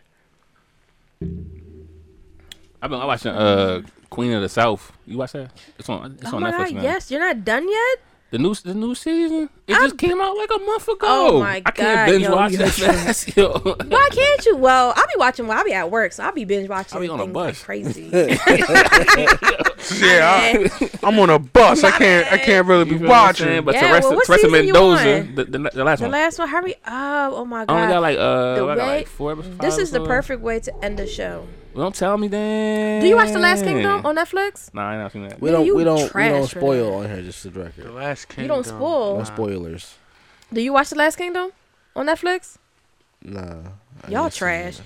I've been watching uh, Queen of the South. You watch that? It's on, it's
oh
on
my
Netflix
god,
now.
yes, you're not done yet?
The new, the new season? It just came out like a month ago.
Oh my
I
God,
can't binge
yo,
watch
you
that
tripping.
fast, yo.
Why can't you? Well, I'll be watching while I'll be at work, so I'll be binge watching.
I'll be on a
things
bus.
Like crazy.
Yeah, I, I'm on a bus. I can't. I can't really be
You feel what I'm
watching.
saying? But
Yeah, well,
Teresa,
what
Teresa
season you
Mendoza,
on?
the, the, the last
the
one.
last one, hurry up. Oh my god.
I only got like, uh,
The
I got
way-
like four episodes.
this is the perfect way to end the show.
Don't tell me then.
Do you watch The Last
Mm.
Kingdom on Netflix?
Nah, I ain't not seen that.
We don't
you
we don't we
trash
don't
for
spoil on here. Just the record.
The last
You don't Kingdom. spoil.
No
Nah.
spoilers.
Do you watch The Last Kingdom on Netflix?
Nah. I
Y'all
ain't seen
trash.
it.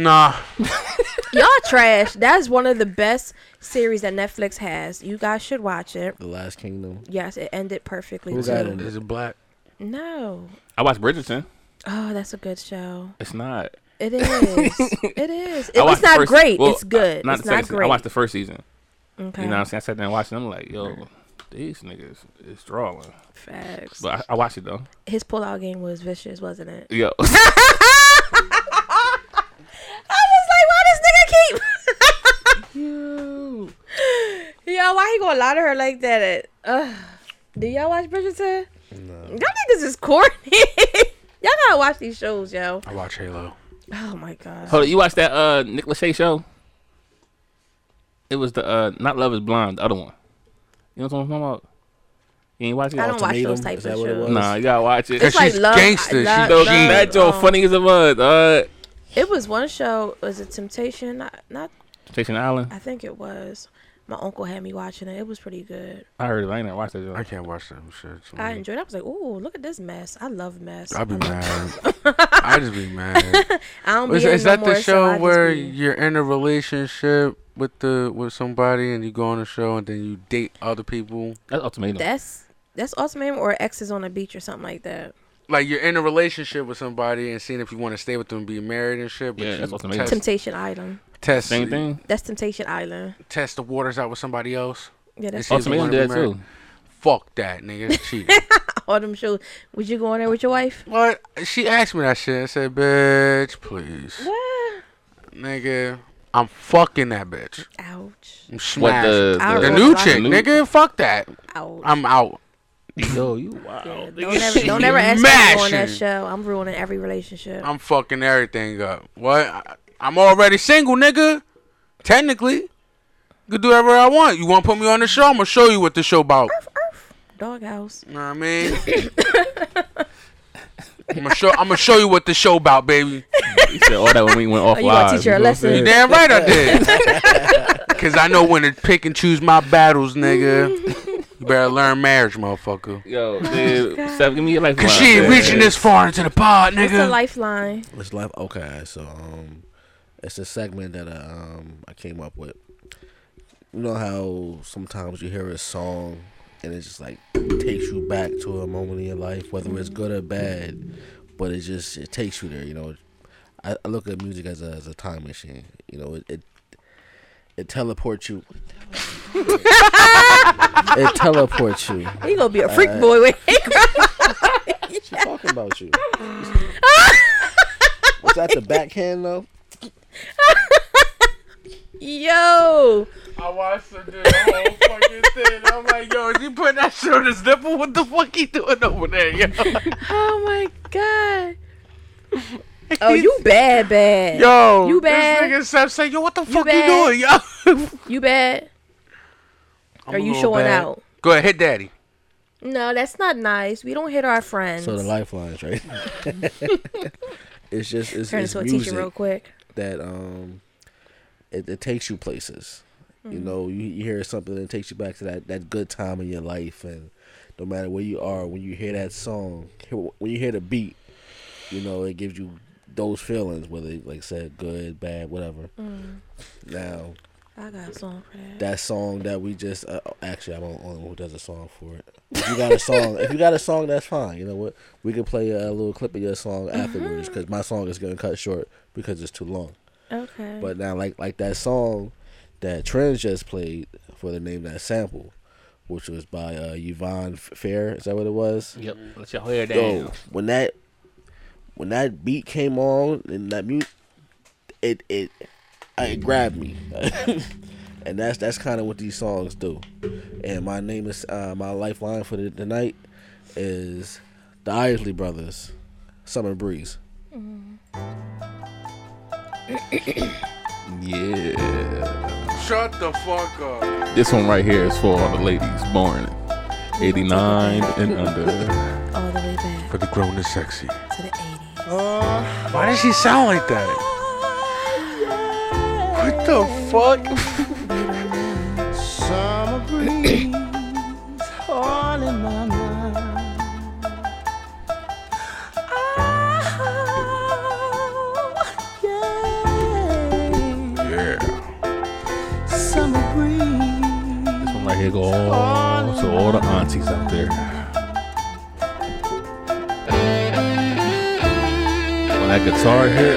Nah.
Y'all trash. That's one of the best series that Netflix has. You guys should watch it.
The Last Kingdom.
Yes, it ended perfectly.
Who
too.
got in it?
Is it black?
No.
I watched Bridgerton.
Oh, that's a good show.
It's not.
It is. it is. It,
I watched
it's
the
not
first-
great.
well,
it's good.
Not
it's
the
not
second season.
great.
I watched the first season.
Okay.
You know what I'm saying? I sat there and watched it. and I'm like, yo, these niggas is drawing.
Facts.
But I, I watched it though.
His pullout game was vicious, wasn't it?
Yo.
I was like, why this nigga keep? Yo, why he gonna lie to her like that? Ugh. Do y'all watch Bridgerton? No. Y'all niggas is corny. y'all gotta watch these shows, yo.
I watch Halo.
Oh my god.
Hold on, you watched that uh Nick Lachey show? It was the uh not Love Is Blind, the other one. You know what I'm talking about? You ain't watching
I don't watch those types of shows.
Nah, you gotta watch it.
It's like love, gangster. love,
Yo,
love,
that joint
um,
funny as a mud. Uh,
It was one show. Was it Temptation? Not, not.
Temptation Island.
I think it was. My uncle had me watching it. It was pretty good.
I heard it. I ain't never watched that joint. I
can't watch that shit.
I enjoyed. it. I was like, "Ooh, look at this mess! I love mess."
I'd be
I love-
mad. I just be mad.
I don't be
is,
in
is
no
that
more,
the
so
show
I just
where
be-
you're in a relationship with the with somebody and you go on a show and then you date other people?
That's ultimatum.
That's that's ultimatum or exes on a beach or something like that.
like you're in a relationship with somebody and seeing if you want to stay with them, be married and shit. But
Yeah,
you
that's ultimatum.
test-
Temptation Island.
Test
Same thing.
That's Temptation Island.
Test the waters out with somebody else.
Yeah,
and
that's
see if you
Ultimatum
wanna be
did that
married.
too.
Fuck that, nigga. It's cheating.
All them shows. Would you go on there with your wife?
What? she asked me that shit. I said, "Bitch, please, nigga, I'm fucking that bitch."
Ouch.
I'm
What,
smashing.
the-
the,
the- the-
new chick,
new-
nigga. Fuck that.
Ouch.
I'm out.
Yo, you wow.
Don't ever, don't ever ask me to go on that show. I'm ruining every relationship.
I'm fucking everything up. What? I, I'm already single, nigga. Technically, you can do whatever I want. You want to put me on the show? I'm gonna show you what the show about.
Doghouse.
You know what I mean? I'm gonna show. I'm gonna show you what the show about, baby.
You said all that when we went off
Oh, you gonna
live,
teach her a
know what I'm
lesson.
saying?
You damn right I did. Cause I know when to pick and choose my battles, nigga. You better learn marriage, motherfucker.
Yo, dude, Steph, give me your lifeline.
Cause she ain't reaching this far into the pod,
It's a
nigga.
lifeline.
It's life. Okay, so um, it's a segment that I, um I came up with. You know how sometimes you hear a song and it just like takes you back to a moment in your life, whether it's good or bad, but it just it takes you there. You know, I, I look at music as a, as a time machine. You know, it it, it teleports you. it teleports you.
You gonna be a freak
Alright.
boy when he
She talking about you. Was that the backhand though?
Yo.
I watched her do the whole fucking thing. I'm like, yo, is he putting that shit on his nipple? What the fuck he doing over there, yo?
Oh my god. Oh, you bad, bad.
Yo,
you bad.
Oh, This nigga Seth say, yo, what the fuck
bad.
you doing, yo?
You bad. Are
I'm a
you
little
showing
bad.
out?
Go ahead, hit daddy.
No, that's not nice. We don't hit our friends.
So the lifelines, right? it's just it's,
Turn
it's
into a teacher
music
real quick.
that um it, it takes you places. You
Mhm.
know, you, you hear something that takes you back to that, that good time in your life, and no matter where you are, when you hear that song, hear- when you hear the beat, you know it gives you those feelings, whether like I said good, bad, whatever.
Mm.
Now
I got a song for that.
that song that we just uh, actually I don't know who does a song for it. If you got a song, if you got a song, that's fine. You know what? We can play a, little clip of your song afterwards because my song is gonna cut short because it's too long.
Okay.
But now, like like that song that Trends just played for the name of that sample, which was by uh, Yvonne F- Fair. Is that what it was?
Yep, let your hair
Yo,
down.
when that when that beat came on and that mute, it it uh, it grabbed me, and that's that's kind of what these songs do. And my name is uh, my lifeline for the, tonight is the Isley Brothers, Summer Breeze.
Yeah.
Shut the fuck up.
This one right here is for all the ladies born 89 and under.
All the way back
For the grown and sexy.
to the 80s.
Why does she sound like that? What the
fuck? Summer breeze all in my mind. Oh, yeah.
Yeah.
Summer breeze.
This one right here go all to all the aunties out there. When that guitar hit.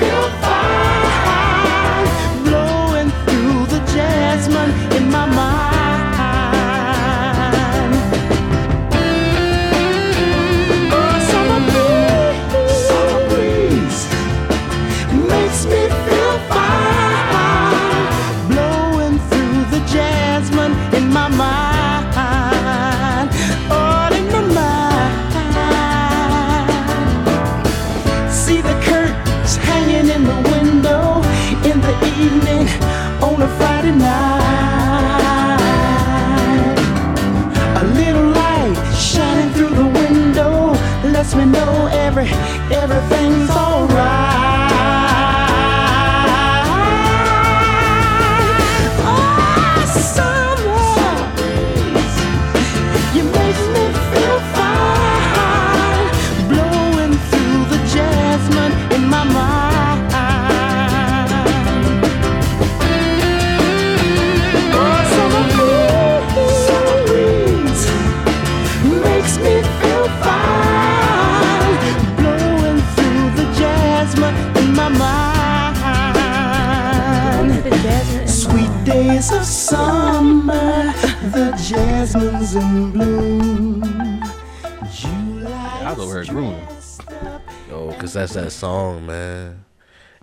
feel fine, blowing through the jasmine in my mind.
lets me know every everything's alright. Oh, somewhere you make me feel fine, blowing through the jasmine in my mind. Oh, summer breeze, summer breeze makes me feel fine, blowing through the jasmine in my mind. Sweet days of summer, the jasmine's in bloom.
I was over here grooming.
Yo, cause that's that song, man.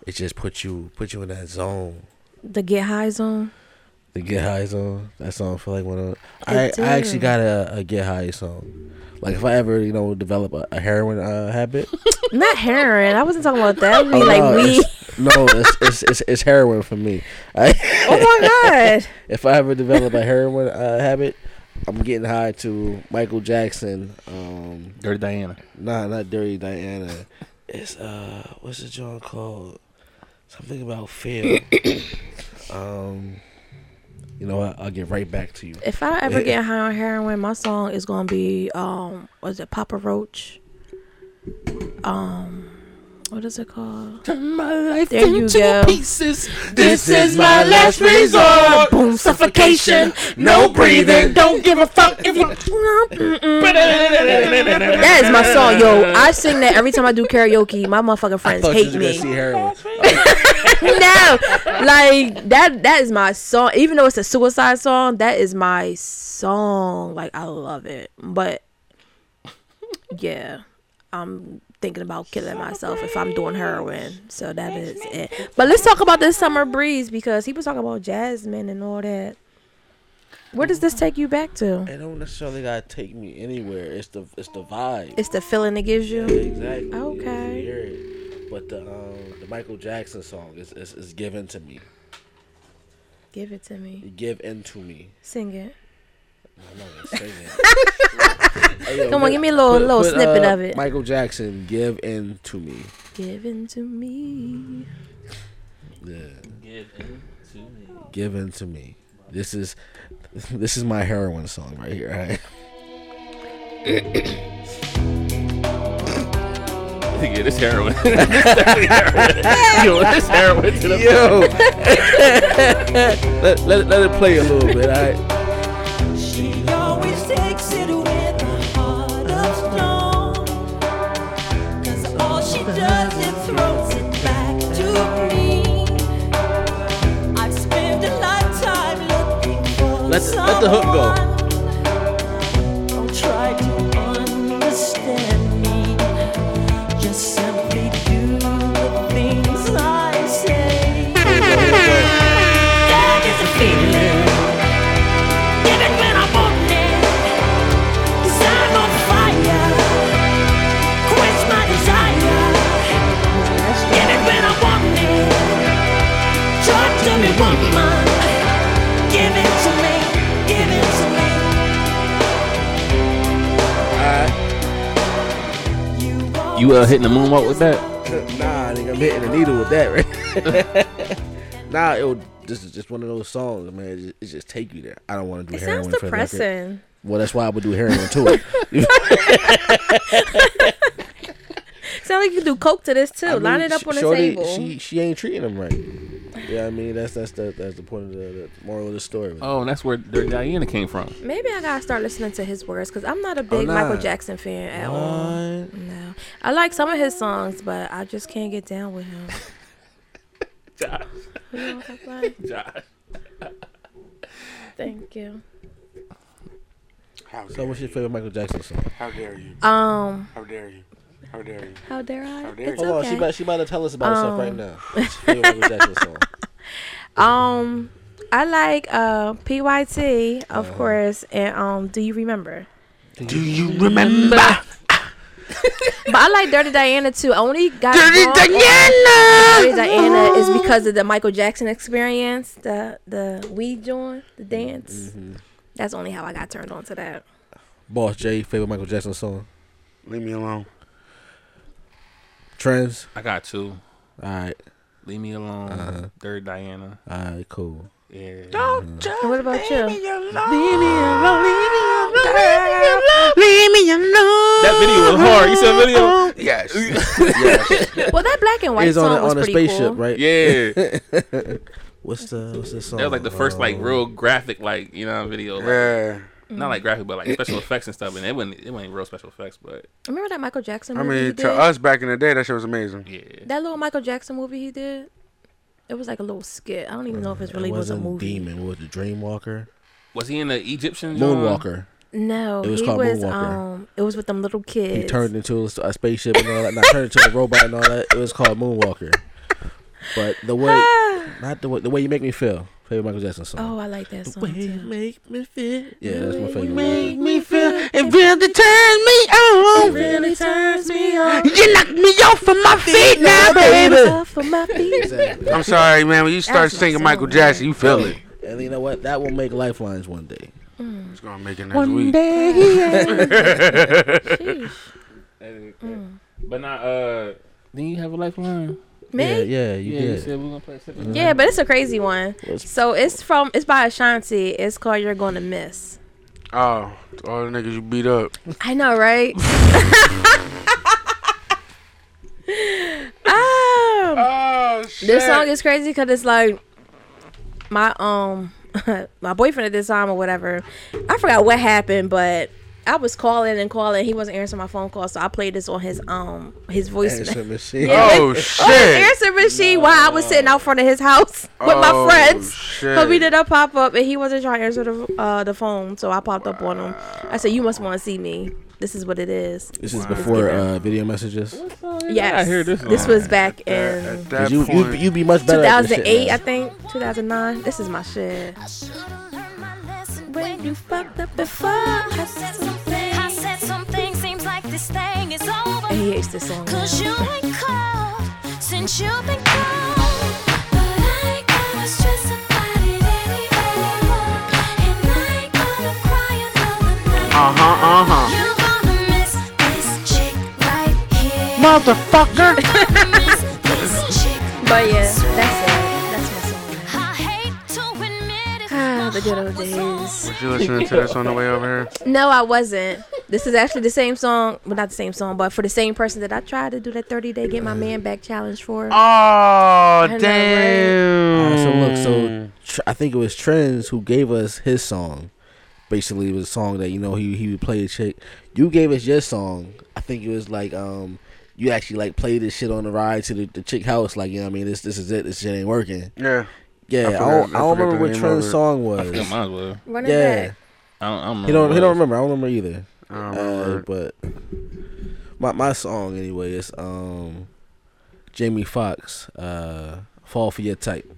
It just put you put you in that zone.
The get high zone.
The get high zone. That song feel like one of I
It
I actually
do.
got a, a get high song. Like if I ever you know develop a, a heroin uh, habit.
Not heroin. I wasn't talking about that. I mean,
Oh,
like
no,
weed.
it's- No, it's, it's it's it's heroin for me. I,
Oh my god.
if I ever develop a heroin uh, habit, I'm getting high to Michael Jackson. Um,
Dirty Diana.
Nah, not Dirty Diana. It's uh, what's the joint called? Something about fear. um, you know, what? I'll get right back to you.
If I ever get high on heroin, my song is gonna be um, was it Papa Roach? Um, what is it called?
Turn my life
There you
into
go.
pieces. This is my last resort. Boom, suffocation. No breathing. Don't give a fuck if you.
That is my song, yo. I sing that every time I do karaoke. My motherfucking friends
Thought you was
hate
gonna
me.
see heroin.
no, like that. That is my song. Even though it's a suicide song, that is my song. Like I love it. But yeah, I'm thinking about killing myself if I'm doing heroin. So that is it. But let's talk about this summer breeze because he was talking about jasmine and all that. Where does this take you back to?
It don't necessarily gotta take me anywhere. It's the it's the vibe.
It's the feeling it gives you.
Yeah, exactly.
Okay.
You hear it. But the um, the Michael Jackson song is, is is given to me.
Give it to me.
Give in to me.
Sing it.
I'm not gonna sing it. Hey, yo,
Come on,
put-
give me a little-
put-
little
put,
snippet
uh,
of it.
Michael Jackson, give in to me.
Give it to me.
Yeah.
Give in to me.
Give in to me. This is this is my heroin song right here. Right?
Yeah, this heroin. this definitely heroin. Yo, this heroin to the
Yo. let, let, let it play a little bit. All right.
She always takes it with a heart of stone. Cause all she does is throws it back to me. I've spent a lifetime looking
Uh-huh,
for
Let the- let the hook go.
someone. Don't try to understand me. Just simply do the things I say. That is a feeling. Even when I want it. Cause I'm on fire. Quench my desire. Even when I want it. Talk to me, woman. Give it to me. Give it to me.
You uh, hitting the moonwalk with that?
nah, nigga, I'm hitting the needle with that, right? nah, it would. This is just one of those songs, man. It just, it just take you there. I don't want to do
It
heroin
sounds
for the record.
depressing.
Well, that's why I would do heroin too.
Sound like you do coke to this too.
I mean,
Line it up
sh-
on the
shorty,
table.
She she ain't treating him right. Yeah, I mean that's that's the that's the point of the, the moral of the story. man.
Oh, and that's where Dirty Diana came from.
Maybe I gotta start listening to his words because I'm not a
Oh,
big
nah.
Michael Jackson fan at all. No, I like some of his songs, but I just can't get down with him.
Josh.
Who you want to play?
Josh.
Thank you.
so what's your favorite Michael Jackson song?
How dare you?
Um,
How dare you? How dare you?
How dare I?
How dare
It's
you?
Hold on,
okay.
she about she about to tell us about herself right
Um,
now. What's your favorite Michael Jackson song?
Um, I like uh PYT, of
Uh-huh.
course, and um, Do You Remember?
Do you remember?
But I like Dirty Diana too. I only got Dirty Diana. Dirty Diana is because of the Michael Jackson experience, the the weed joint, the dance.
Mm-hmm.
That's only how I got turned on to that.
Boss J, favorite Michael Jackson song?
Leave me alone.
Trends.
I got two.
All right.
Leave me alone.
Uh-huh.
Third Diana.
All right. Cool.
Yeah.
Don't judge. What about you? Leave me alone.
Leave me alone, leave me alone,
Leave me alone.
That video was hard. You saw the
Oh.
video?
Yes. yes.
Well, that black and white
It's
song
on,
was
on a
pretty
spaceship,
cool.
right?
Yeah.
what's the What's the song?
That was like the first like
Um,
real graphic like you know video. Like,
yeah.
Not like graphic, but like special effects and stuff. And it wasn't it wasn't real special effects, but
Remember that Michael Jackson
I
movie he
mean,
did?
to us back in the day, that shit was amazing.
Yeah.
That little Michael Jackson movie he did. It was like a little skit. I don't even know if it
it
really was a
wasn't
movie.
Demon. What was it? Dreamwalker.
was he in the Egyptian genre?
Moonwalker.
No,
It was
he
called
was
Moonwalker.
um it was with them little kids.
He turned into a, a spaceship and all that. Not turned into a robot and all that. It was called Moonwalker. But the way, not the way, the way you make me feel. Favorite Michael Jackson song.
Oh, I like that song too.
Make me feel. Yeah, that's my favorite.
Make me feel it really turns me on. It really turns me on. You knocked me off of my feet now, baby.
Off of my feet.
I'm sorry, man. When you start
That's my
singing Michael Jackson, you feel it.
And you know what? That will make lifelines one day.
Mm.
It's gonna make it next
One
week.
day,
yeah.
Mm.
But not uh. Then you have a lifeline.
Me? Yeah,
yeah, you
yeah,
did.
said we're gonna play a second.
Yeah, but it's a crazy one. So it's from it's by Ashanti. It's called You're Gonna Miss.
Oh, all the niggas you beat up.
I know, right? um, This song is crazy because it's like my um my boyfriend at this time or whatever. I forgot what happened, but I was calling and calling. He wasn't answering my phone call, so I played this on his um his voice
Answer machine.
Oh shit!
answer machine while I was sitting out front of his house with
Oh,
my friends.
shit.
But we did a pop up and he wasn't trying to answer the, uh, the phone, so I popped up on him. I said, "You must want to see me. This is what it is."
This is
Let's
before
get it.
uh, video messages.
Yes,
I hear this one.
was back in
Cause you, you, you be much better. at this shit
2008,
now.
I think. 2009. This is my shit.
When you fucked up before, I said something. I said something. Seems like this thing is over.
And he hates this song.
Cause you ain't cold since you've been cold. But I ain't gonna stress about it anymore. And I ain't gonna cry another
Uh
night.
huh, uh
Uh-huh.
huh.
uh-huh.
You're gonna miss this chick right here.
Motherfucker.
But yeah, that's it. That's my song. Ah, the good old days.
Was you listening to this on the way over here?
No, I wasn't. This is actually the same song, well, not the same song, but for the same person that I tried to do that 30 day get my man back challenge for.
Oh,
know,
damn.
Uh, so look, so tr- I think it was Trends who gave us his song. Basically, it was a song that you know he he would play a chick. You gave us your song. I think it was like um you actually like played this shit on the ride to the, the chick house. Like you know what I mean this this is it. This shit ain't working.
Yeah.
Yeah, I,
I
don't,
forgot- I
I don't
forgot
remember
the
what
name
Trends'
of it.
song was.
I forgot mine was.
Run it
yeah,
back.
I don't, I don't remember.
he don't
what
he
it
don't
was.
remember. I don't remember either.
I don't
Uh, but my my song anyway is um Jamie Foxx uh Fall for Your Type.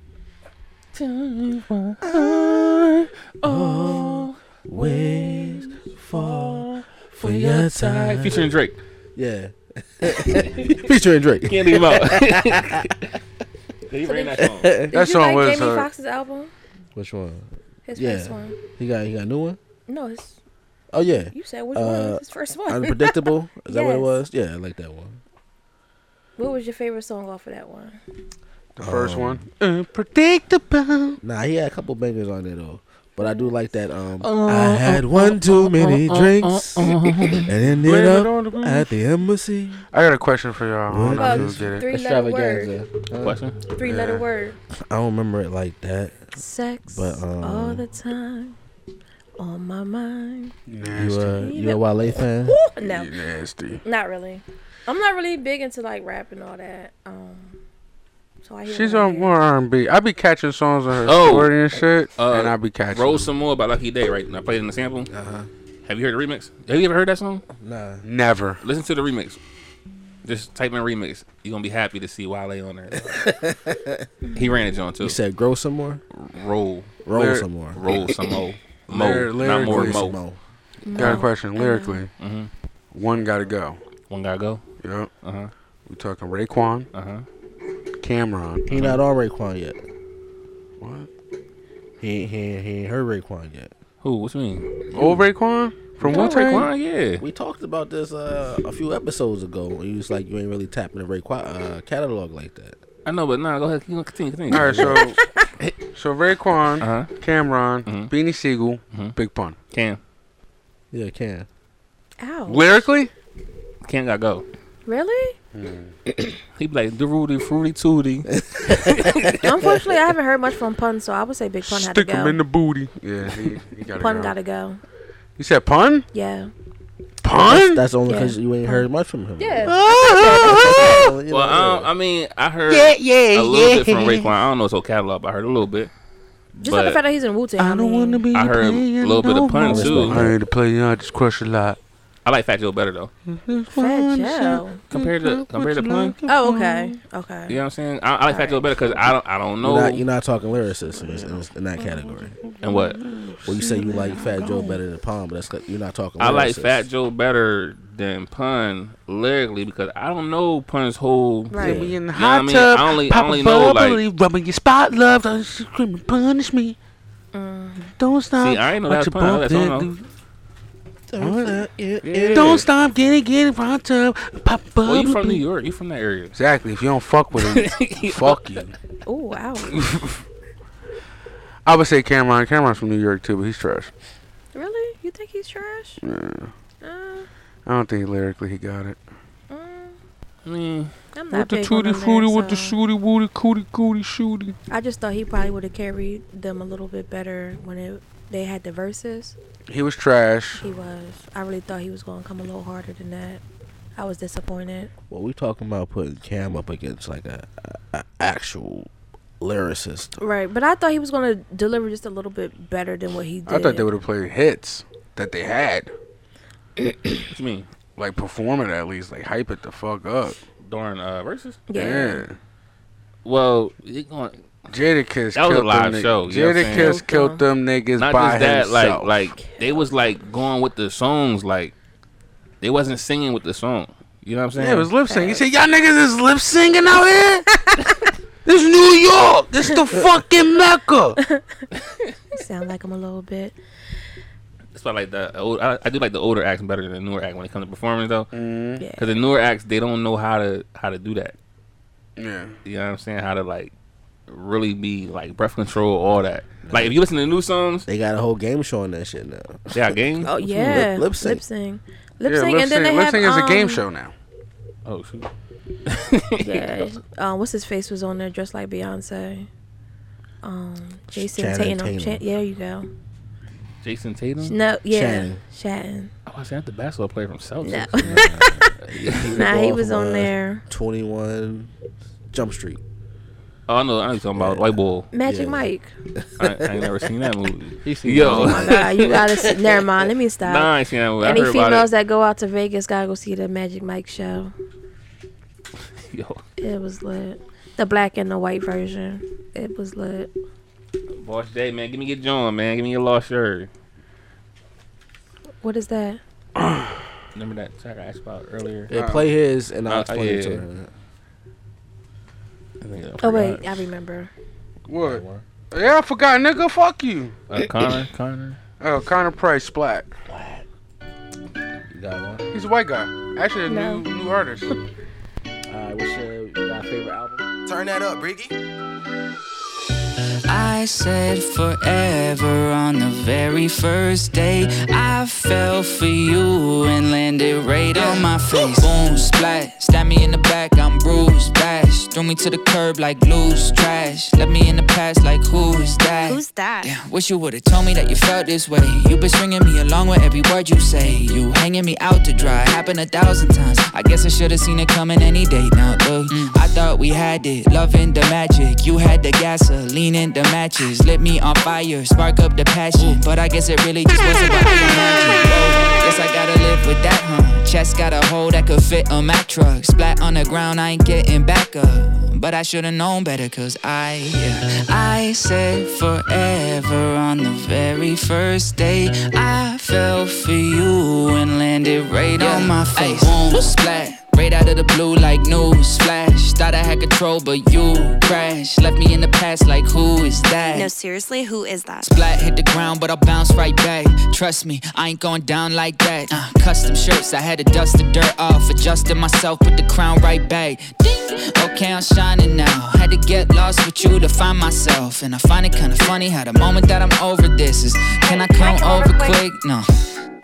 Always fall for your type.
Featuring Drake.
Yeah. Featuring Drake.
Can't leave him out. he
So
ran
did-
that
Did
song.
you like Jamie Foxx's album?
Which one?
His
yeah.
first one.
He got he got a new one?
No, it's
Oh yeah. Uh,
You said which one was his first one?
Unpredictable. Is that what it
Yes.
was? Yeah, I like that one.
what was your favorite song off of that one?
The first
Um,
one.
Uh,
Unpredictable.
Nah, he had a couple bangers on there though. But I do like that. Um,
Uh,
I had
uh,
one too many
uh, uh,
drinks
uh, uh, uh.
and
Blame
ended
it
up
on the
at the embassy.
I got a question for y'all. I don't know if
Bugs,
you'll get it.
three letter word.
Huh?
Question.
Three letter word.
I don't remember Uh, it like that.
Sex
But
all
Oh,
um,
the time. On my mind.
you a you a Wale fan?
Ooh, no.
You nasty.
Not really. I'm not really big into like rap and all that. Um so I hear
She's on more R&B. I be catching songs on her
Oh.
story and shit, and I be catching.
Uh, Roll some more by Lucky Day, right? And I played it in the sample. Uh-huh. Have you heard the remix? Have you ever heard that song?
Nah.
Never.
Listen to the remix. Just type in remix. You're gonna be happy to see Wale on there. he ran a joint too.
You said grow some more.
roll,
Roll
Lyri-
some more.
roll some more,
Lyri-
mo, not more
lyrically-
mo.
Got a
Mo.
question lyrically.
Mhm.
One gotta go.
One gotta go.
Yep.
Uh huh.
We talking Raekwon.
Uh huh.
Cameron.
He
Uh-huh.
not on Raekwon yet.
What?
He ain't- he ain't- he ain't heard Raekwon yet.
Who? What you mean? Oh,
Old Raekwon From
No,
Wu Tang?
yeah.
We talked about this uh, a few episodes ago. When you was like, you ain't really tapping the Raekwon uh, catalog like that.
I know, but nah, go ahead. Continue, continue. continue.
All right, so so Raekwon,
Uh-huh.
Cameron,
Mm-hmm.
Beanie Siegel, Big Pun.
Cam.
Yeah, Cam.
Ow.
Lyrically,
Cam got go.
Really?
he be like, Rudy, Fruity Tootie.
Unfortunately, I haven't heard much from Pun, so I would say Big Pun had to
stick
go.
him in the booty. Yeah, he, he gotta
Pun
go.
gotta go.
You said Pun?
Yeah.
Pun?
That's, that's only
Yeah.
because you ain't heard much from him.
well, um, I, don't- I mean, I heard
Yeah, yeah,
a little
yeah.
bit from Raekwon. I don't know his whole catalog, but I heard a little bit.
Just like the fact that he's in Wu Tang. I don't want to be.
I heard a little bit of pun too.
I ain't to play. I just crush a lot.
I like Fat Joe better though.
Fat Joe.
Compared to compared to Pun,
Oh, okay. Okay.
you know what I'm saying? I, I like Fat Joe better because I don't I don't know.
You're not, you're not talking lyricists in, this- in, this- in that category.
And what?
Well, you say you like Fat Joe better than Pond, but that's like- you're not talking.
I like
lyricists.
Fat Joe better than Pun lyrically because I don't know Pun's whole.
Right.
You
Be in the
know what
hot
I mean?
tub.
I only, I
pop
only
a
know like.
bubbly, rubbing your spot, love. Don't scream and punish me. Don't stop.
Mm-hmm. See, I ain't know that's
Watch your
Pun.
bump
That's all I
there,
know.
dude. Don't stop, get it, get it, hot tub, pop a
Well, you from New
bubbly.
York. You from that area.
Exactly. If you don't fuck with him, fuck you.
Oh wow.
I would say Cameron. Cameron's from New York too, but he's trash.
really? You think he's trash? Uh,
Yeah. I don't think lyrically he got it.
Mm. I mean,
I'm not
with the
big on
tutti
them
frutti,
lyrics,
with the
so-
shooty wooty, cootie cootie shooty.
I just thought he probably would have carried them a little bit better when it, they had the verses.
He was trash.
He was. I really thought he was going to come a little harder than that. I was disappointed.
Well, we talking about putting Cam up against like a, a, a actual lyricist.
Right, but I thought he was going to deliver just a little bit better than what he did.
I thought they would have played hits that they had.
what you mean?
Like perform it at least, like hype it the fuck up.
During uh, verses.
Yeah.
Well, you going.
Jadakiss
That was a
killed them
live
niggas.
show. you know what I'm saying?
Jadakiss killed them niggas
Not
by
just that,
himself.
like like they was like going with the songs, like they wasn't singing with the song. You know what I'm saying?
Yeah, it was lip sync. He said, "Y'all niggas is lip syncing out here. this New York. This the fucking mecca."
Sound like him a little bit.
That's why I like the old. I, I do like the older acts better than the newer act when it comes to performance though, because
Yeah.
the newer acts they don't know how to how to do that.
Yeah.
You know what I'm saying? How to like really be like breath control, all that. Like if you listen to new songs,
they got a whole game show on that shit now.
They got game.
Oh yeah,
lip sync.
lip sync,
Yeah,
lip sync, and then they
lip
have
sync is a game
um,
show now.
Oh shoot.
Yeah, um, what's his face was on there dressed like Beyonce. Um, Jason
Channing
Tatum.
Tatum.
Chan- yeah, there you go.
Jason Tatum.
No, yeah,
Channing.
Shatton.
Oh, I said that's the basketball player from Celtics.
No.
Yeah.
nah, he was on there.
Twenty one uh, Jump Street.
Oh, I know. I know you're talking about White Bull.
Magic Mike.
I, I ain't never seen that movie.
seen
Yo,
Oh my god, you gotta see. Never mind. Let me stop.
Nah, I ain't seen that movie. I
Any
heard about
females
it.
that go out to Vegas gotta go see the Magic Mike show. Oh,
Yo,
It was lit. The black and the white version. It was lit.
Boss J, man, give me your John, man, give me your lost shirt.
What is that?
Remember that track I asked about earlier?
Yeah, Uh, play his and I'll
Uh,
explain it to
her.
her.
Oh wait, I remember.
What? Yeah, I forgot, nigga. Fuck you.
Uh, Connor, Connor.
Oh, Connor Price, Splat.
You got one.
He's a white guy. Actually, a
No.
new new artist.
Alright, what's your, your favorite album?
Turn that up, Briggy.
I said forever on the very first day. I fell for you and landed right on my face. Boom, splat, stab me in the back, I'm bruised, bashed. Threw me to the curb like loose trash. Left me in the past like who's that? Who's that? Damn, wish you would've told me that you felt this way. you been stringing me along with every word you say. You hanging me out to dry, happened a thousand times. I guess I should've seen it coming any day now. Look, Mm. I thought we had it, loving the magic. You had the gasoline and the matches. Lit me on fire, spark up the passion. But I guess it really just wasn't what I imagined. Whoa, Guess I gotta live with that, huh? Chest got a hole that could fit a Mack truck. Splat on the ground, I ain't getting back up. But I should've known better, cause I, yeah. I said forever on the very first day. I fell for you and landed right on my face. Boom, splat. Right out of the blue, like news flash. Thought thought I had control, but you crashed. Left me in the past, like, who is that?
No, seriously, who is that?
Splat hit the ground, but I'll bounce right back. Trust me, I ain't going down like that. Uh, custom shirts, I had to dust the dirt off. Adjusted myself, put the crown right back. Ding! Okay, I'm shining now. Had to get lost with you to find myself. And I find it kinda funny how the moment that I'm over this is, can I come over quick? No.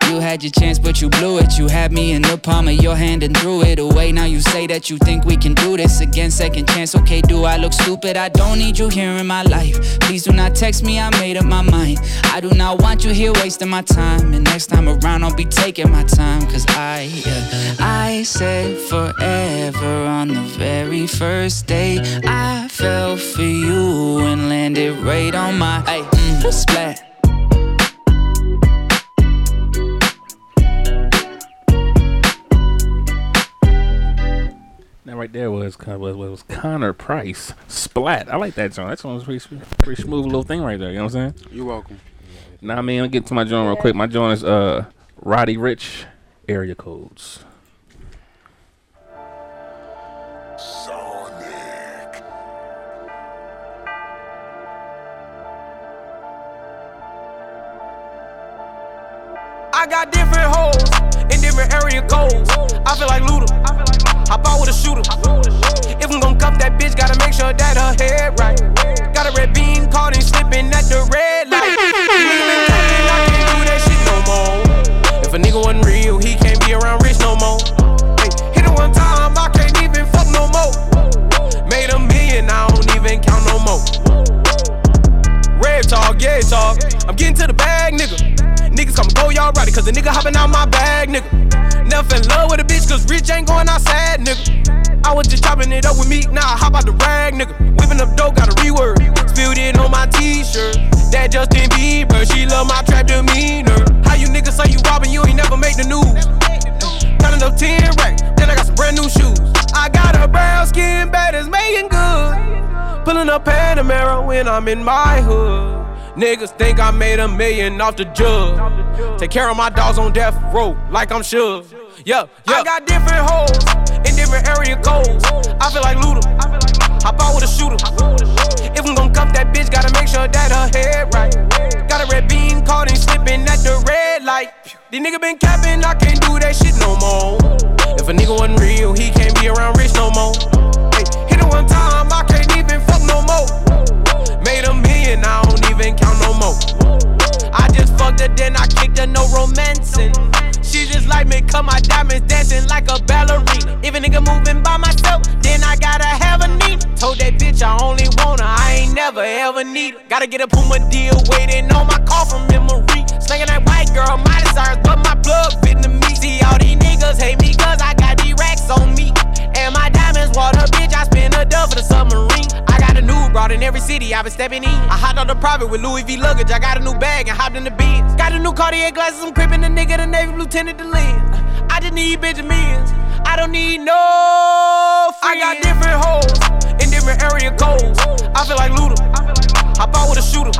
You had your chance, but you blew it. You had me in the palm of your hand and threw it away. Now you say that you think we can do this again. Second chance, okay, do I look stupid? I don't need you here in my life. Please do not text me, I made up my mind. I do not want you here wasting my time. And next time around, I'll be taking my time. Cause I, yeah, I said forever on the very first day. I fell for you and landed right on my, ay, mm, splat.
That right there was Con- was, was Connor Price Splat. I like that song. That song was pretty sm- pretty smooth little thing right there. You know what I'm saying?
You're welcome.
Nah, man. I'll get to my joint real quick. My joint is uh Roddy Rich area codes.
I got different hoes in different area codes. I feel like Luda. I bought with a shooter. If I'm gonna cuff that bitch, gotta make sure that her head right. Got a red beam caught and slipping at the red light. Nigga been talking, I can't do that shit no more. If a nigga wasn't real, he can't be around rich no more. Hey, hit it one time, I can't even fuck no more. Made a million, I don't even count no more. Red talk, yeah talk. I'm getting to the bag, nigga. Niggas call me go y'all righty, cause the nigga hopping out my bag, nigga. Never in love with a bitch, cause rich ain't going outside, nigga. I was just chopping it up with me, now I hop out the rag, nigga. Whipping up dope, got a reword. Spilled it on my t shirt. That Justin Bieber, she love my trap demeanor. How you niggas say you robbing, you ain't never make the news. Counting up 10 racks, then I got some brand new shoes. I got a brown skin, bad as Megan Good. Pulling up Panamera when I'm in my hood. Niggas think I made a million off the jug. Take care of my dogs on death row like I'm sure. Yeah, yeah. I got different hoes in different area codes. I feel like Luda. I bought with a shooter. If I'm gonna cuff that bitch, gotta make sure that her head right. Got a red beam caught and slipping at the red light. These nigga been capping, I can't do that shit no more. If a nigga wasn't real, he can't be around rich no more. Hey, hit it one time, I can't even fuck no more. Made a million, I don't even count no more. I just fucked her, then I kicked her, no romancing. She just like me, cut my diamonds dancing like a ballerina. If a nigga moving by myself, then I gotta have a need. Told that bitch I only want her, I ain't never ever need her. Gotta get a Puma deal, waiting on my call from memory. Slinging that white girl, my desires, but my blood fit to me. See, all these niggas hate me, cause I got these racks on me. And my diamonds water, bitch. I spin a dub for the submarine. I got a new broad in every city I've been stepping in. I hopped out the private with Louis V luggage. I got a new bag and hopped in the Benz. Got a new Cartier glasses. I'm crippin' the nigga, the Navy Lieutenant, the lens. I just need Benjamins. I don't need no friends. I got different hoes in different area codes. I feel like Luda. I bought with a shooter.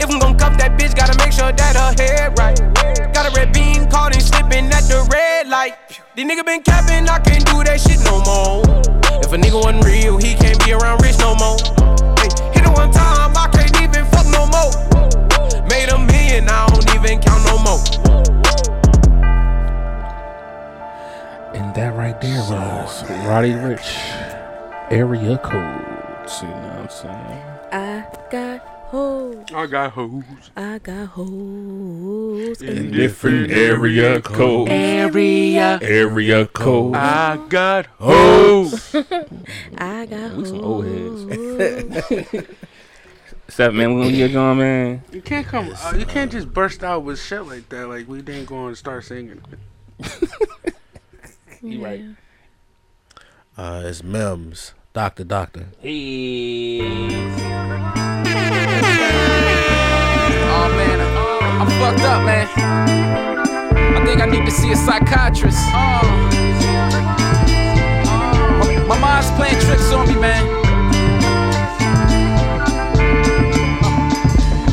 If I'm gonna cuff that bitch, gotta make sure that her head right. Got a red beam caught and slipping at the red light. These nigga been capping, I can't do that shit no more. If a nigga wasn't real, he can't be around rich no more. Hey, hit it one time, I can't even fuck no more. Made a million, I don't even count no more.
And that right there was Roddy Rich area codes. You know what I'm saying?
I got hoes.
I got hoes.
I got hoes.
In different area codes.
Area.
Area codes.
I got
hoes.
I got
we some old heads. What's up, man? We gonna get going, man.
You can't come. Uh, you can't just burst out with shit like that. Like we didn't go and start singing.
You right.
Uh, it's Mims, Doctor, Doctor.
Oh man, I'm fucked up, man. I think I need to see a psychiatrist. Oh. Oh. My, my mind's playing tricks on me, man.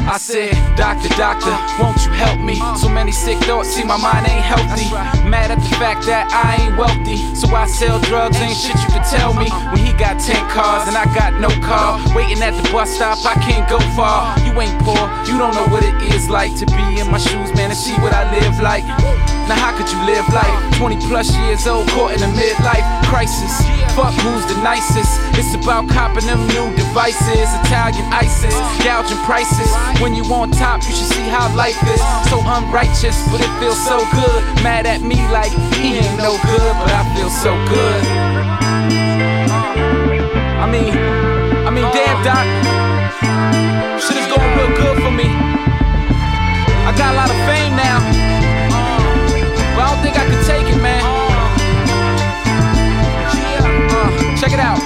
I said, Doctor, Doctor, won't you help me. So many sick thoughts, see, my mind ain't healthy. Mad at the fact that I ain't wealthy. So I sell drugs, ain't shit you can tell me. When he got 10 cars and I got no car. Waiting at the bus stop, I can't go far. You ain't poor, you don't know what it is like to be in my shoes, man, and see what I live like. Now, how could you live life? 20 plus years old, caught in a midlife crisis. Fuck who's the nicest. It's about copping them new devices. Italian ISIS, gouging prices. When you on top, you should see how life is. So unrighteous, but it feels so good. Mad at me like he ain't no good, but I feel so good. I mean, I mean, damn, Doc. Shit is going real good for me. I got a lot of fame now. But I don't think I could take it, man. Uh, check it out.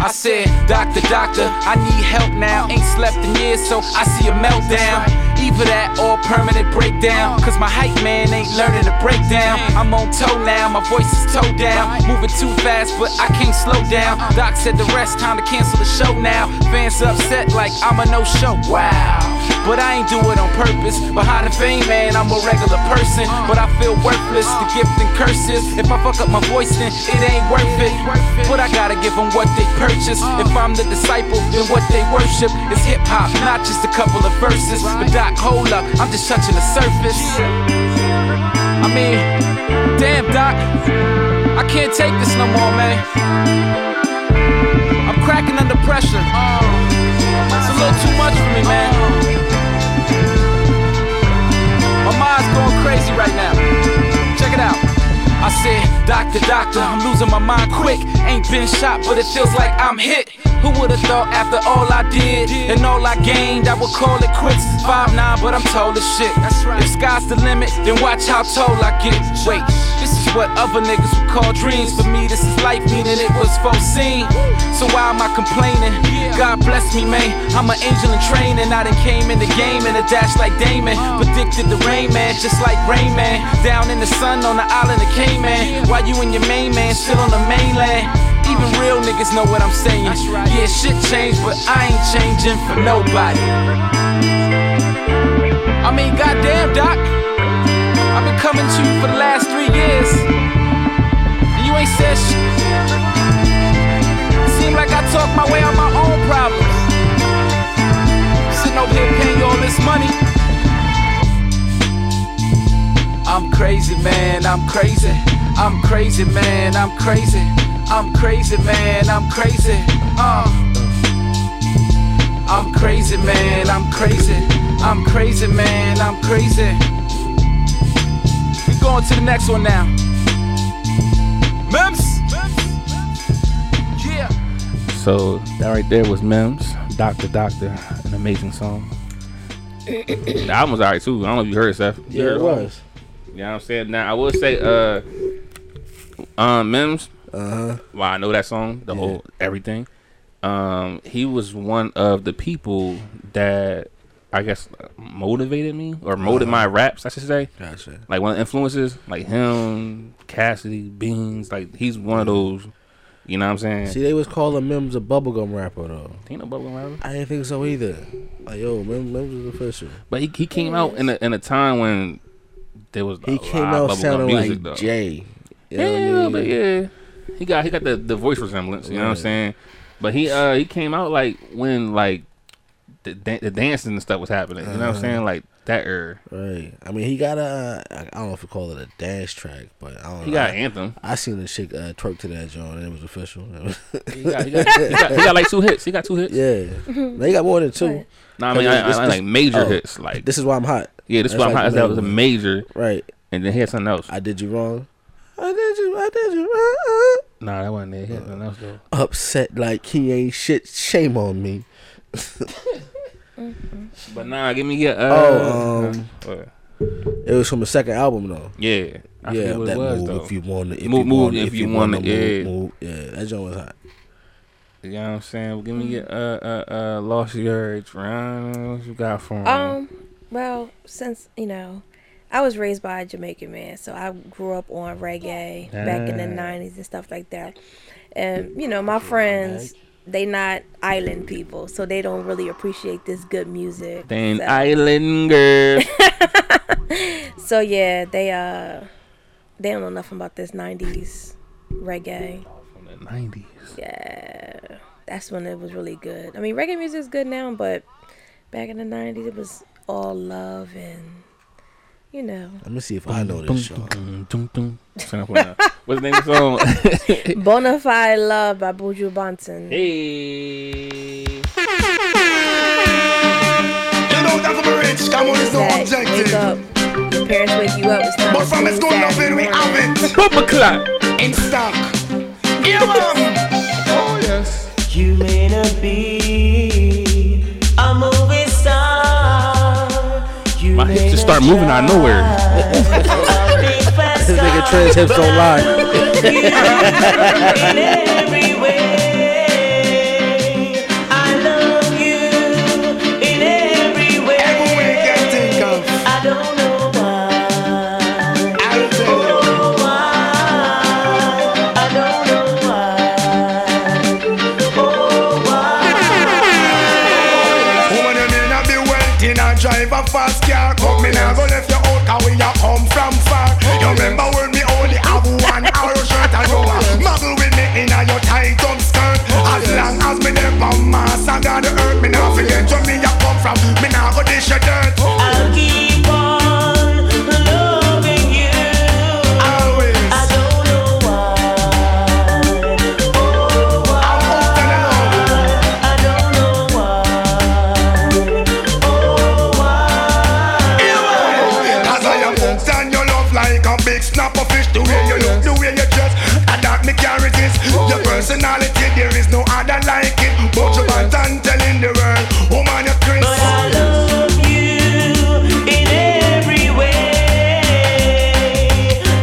I said, Doctor, doctor, I need help now. Ain't slept in years, so I see a meltdown. Either that or permanent breakdown. Cause my hype man ain't learning to break down. I'm on toe now, my voice is toe down. Moving too fast, but I can't slow down. Doc said the rest, time to cancel the show now. Fans upset like I'm a no show. Wow. But I ain't do it on purpose. Behind the fame, man, I'm a regular person. But I feel worthless, the gift and curses. If I fuck up my voice, then it ain't worth it. But I gotta give them what they purchase. If I'm the disciple, then what they worship is hip hop, not just a couple of verses. But Doc, hold up, I'm just touching the surface. I mean, damn, Doc, I can't take this no more, man. I'm cracking under pressure. It's a little too much for me, man. My mind's going crazy right now. Check it out. I said, Doctor, doctor, I'm losing my mind quick. Ain't been shot, but it feels like I'm hit. Who would've thought after all I did and all I gained, I would call it quits? Five nine, but I'm tall as shit. If sky's the limit, then watch how tall I get. Wait, this is what other niggas would call dreams. For me, this is life, meaning it was foreseen. So why am I complaining? God bless me, man. I'm an angel in training. I done came in the game in a dash like Damon. Predicted the rain, man, just like Rain Man. Down in the sun on the island of Cayman. While you and your main man still on the mainland. Even real niggas know what I'm saying. Yeah, shit changed, but I ain't changing for nobody. I mean, goddamn, Doc. I've been coming to you for the last three years. And you ain't said shit. Seem like I talk my way out my own problems. Sitting over here paying you all this money. I'm crazy, man, I'm crazy. I'm crazy, man, I'm crazy. I'm crazy, man, I'm crazy. Uh. I'm crazy, man, I'm crazy. I'm crazy, man, I'm crazy. We going to the next one now. Mems! Yeah.
So that right there was Mems, Doctor Doctor, an amazing song. the album was alright too. I don't know if you heard it, Seth.
Yeah, it was.
Yeah, I'm saying now. I will say, uh, um, Mims.
Uh-huh.
Well, I know that song, the
Yeah.
whole everything. Um, he was one of the people that I guess motivated me or molded
Uh-huh.
my raps. I should say.
Gotcha.
Like one of the influences, like him, Cassidy, Beans. Like he's one of those. You know what I'm saying?
Mm-hmm. See, they was calling Mims a bubblegum rapper though.
Mm. Ain't no bubblegum rapper.
I didn't think so either. Like, yo, Mim- Mims is official.
But he, he came out in a, in a time when there was
He
a
came
lot
out
of bubblegum
sounding
music,
like
though.
Jay. You know what I
yeah,
mean?
but yeah, he got he got the, the voice resemblance. You know what I'm
Right.
saying? But he uh he came out like when like the da- the dancing and stuff was happening. You know what I'm
Uh-huh.
saying? Like that era.
Right. I mean, he got a. uh, I don't know if we call it a dance track, but I don't.
He
know.
got
I,
an anthem.
I seen the chick uh, twerk to that joint. and It was official.
He got, he, got, he, got, he got like two hits. He got two hits.
Yeah, they got more than two.
No, I mean I, I, I like major hits. Like
Oh, this is why I'm hot.
Yeah, this is
That's
why I'm
like
hot. That
the main
was a
one.
major.
Right.
And then he had something else.
I did you wrong. I did you. I did you.
Nah, that wasn't it. He had something else though.
Upset like he ain't shit. Shame on me.
But nah, give me your. Uh,
Oh, um,
uh,
It was from the second album though.
Yeah. I
yeah,
forget what it
that
was,
move
though.
if you want to.
Move- move if you wanna, yeah.
yeah, that joint was hot.
You know what I'm saying? Well, give me your uh uh uh lost your Ryan. What you got for him?
Um, well, since you know, I was raised by a Jamaican man, so I grew up on reggae back in the
Ah.
'90s and stuff like that. And you know, my friends they not island people, so they don't really appreciate this good music.
Then
so.
Island Girl.
so yeah, they uh they don't know nothing about this nineties reggae.
From the nineties.
Yeah. That's when it was really good. I mean reggae music is good now, but back in the nineties it was all love and you know.
Let me see if I know this. y'all.
Sound for now. What's the name of the song?
Bonafide Love by Buju Banton.
Hey.
Come on, it's no
That wake up. Your parents wake you up. It's time
But
to
from
do
it's going up
Saturday
in, we have
morning.
it.
Bumper clock.
In stock. Yeah, mom. Oh, yes.
You may not be a movie star. You
My hips just start moving out of nowhere.
This nigga Trez hips don't lie.
I love you in every way. I don't know why. I don't know why. I don't know why. Oh, why?
Woman, you may not be wealthy, not drive a fast car. But me nah go left your out, cause we a come from far. You remember when me only have one hour shirt and you a muggle with me in a your tight up skirt. As long as me never mass and got the earth, me nah forget where me a come from. Me nah go dish your dirt. I'll keep on loving you. Always. I don't know As I am hooked on your love like a big snapper fish The way you look, the way you dress, and that me can't resist Your personality, there is no other like it But you want and telling the world, woman you're Chris But I love you in every way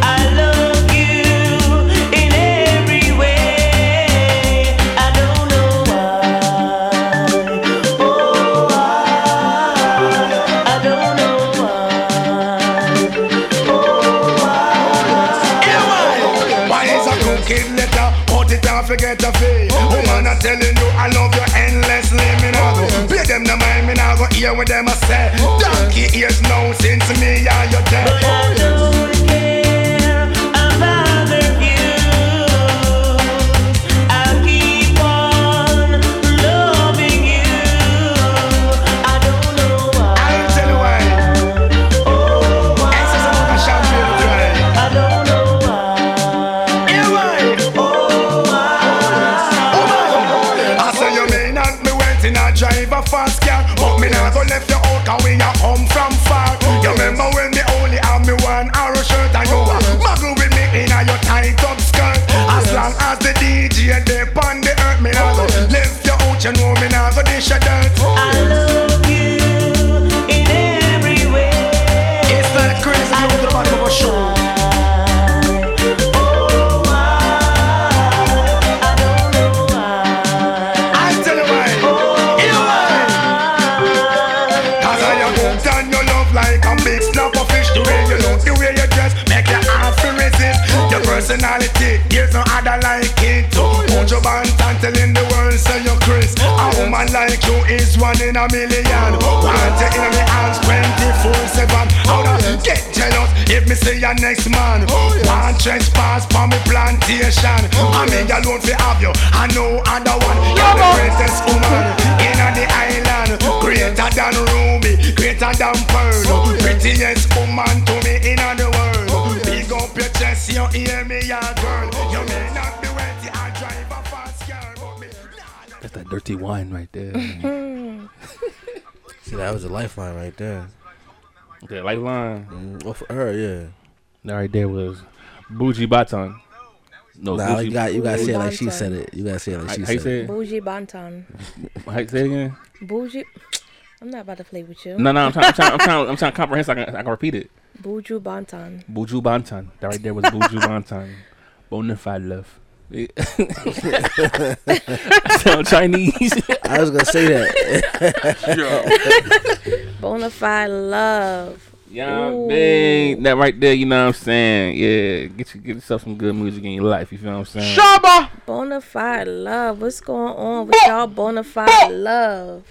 I love you in every way. I don't know why. Oh, why? I don't know why. Oh, why?
Why is a cooking letter? Cut it and forget the fee. Woman, I'm telling you, I love you endlessly. Me now go pay them no mind. Me now go hear what them a say. Donkey ears now since me and your dead.
I'll keep on loving you. I don't know why. I'll
tell you why.
Oh, why? I don't know.
I say you may not be waiting, I drive a fast car But me nah go left you out, cause we are home from far You remember when me only have me one arrow shirt And you a muggle with me in a your tight up skirt As long as the DJ dey on the earth Me nah go left you out, you know me nah go dish your dirt I love you in every way It's like crazy love the bottom of a show I tell you why. You why? Cause I am hooked on your love like a big snapper fish. The way you look, the way you dress, make your heart feel resist. Your personality, there's no other like it. Put your band and telling the world, say you're Chris. A woman like you is one in a million. Want you in my hands 24-7. How to get jealous if me see your next man. One trespass for me plantation. I mean, alone fi have you, I know other one. You're the greatest woman in the island. Greater than Ruby, greater than Pearl. Prettiest woman to me in the world. Big up your chest, you hear me, ya girl. You may not be wealthy, I drive a fast car. but me-
That's that dirty wine right there.
See, that was a lifeline right there.
The lifeline.
Mm, well, for her, yeah.
That right there was Bougie Baton. No,
Nah,
Gucci-
you got you gotta say it like she
Bougie
said it. You gotta say it like
How-
she
how you
said it.
Bougie Banton.
How you say it again?
Bougie. I'm not about to play with you.
No, no, I'm trying, I'm trying, I'm trying, I'm trying to comprehend so I can, I can repeat it.
Buju Banton.
Buju Bantan. That right there was Buju Bantan. Bonafide love. I sound Chinese.
I was gonna say that.
Bonafide love
Yeah, man. That right there, you know what I'm saying? Yeah, get you get yourself some good music in your life. You feel what I'm saying?
Shaba. Bonafide love. What's going on with y'all? Bonafide love.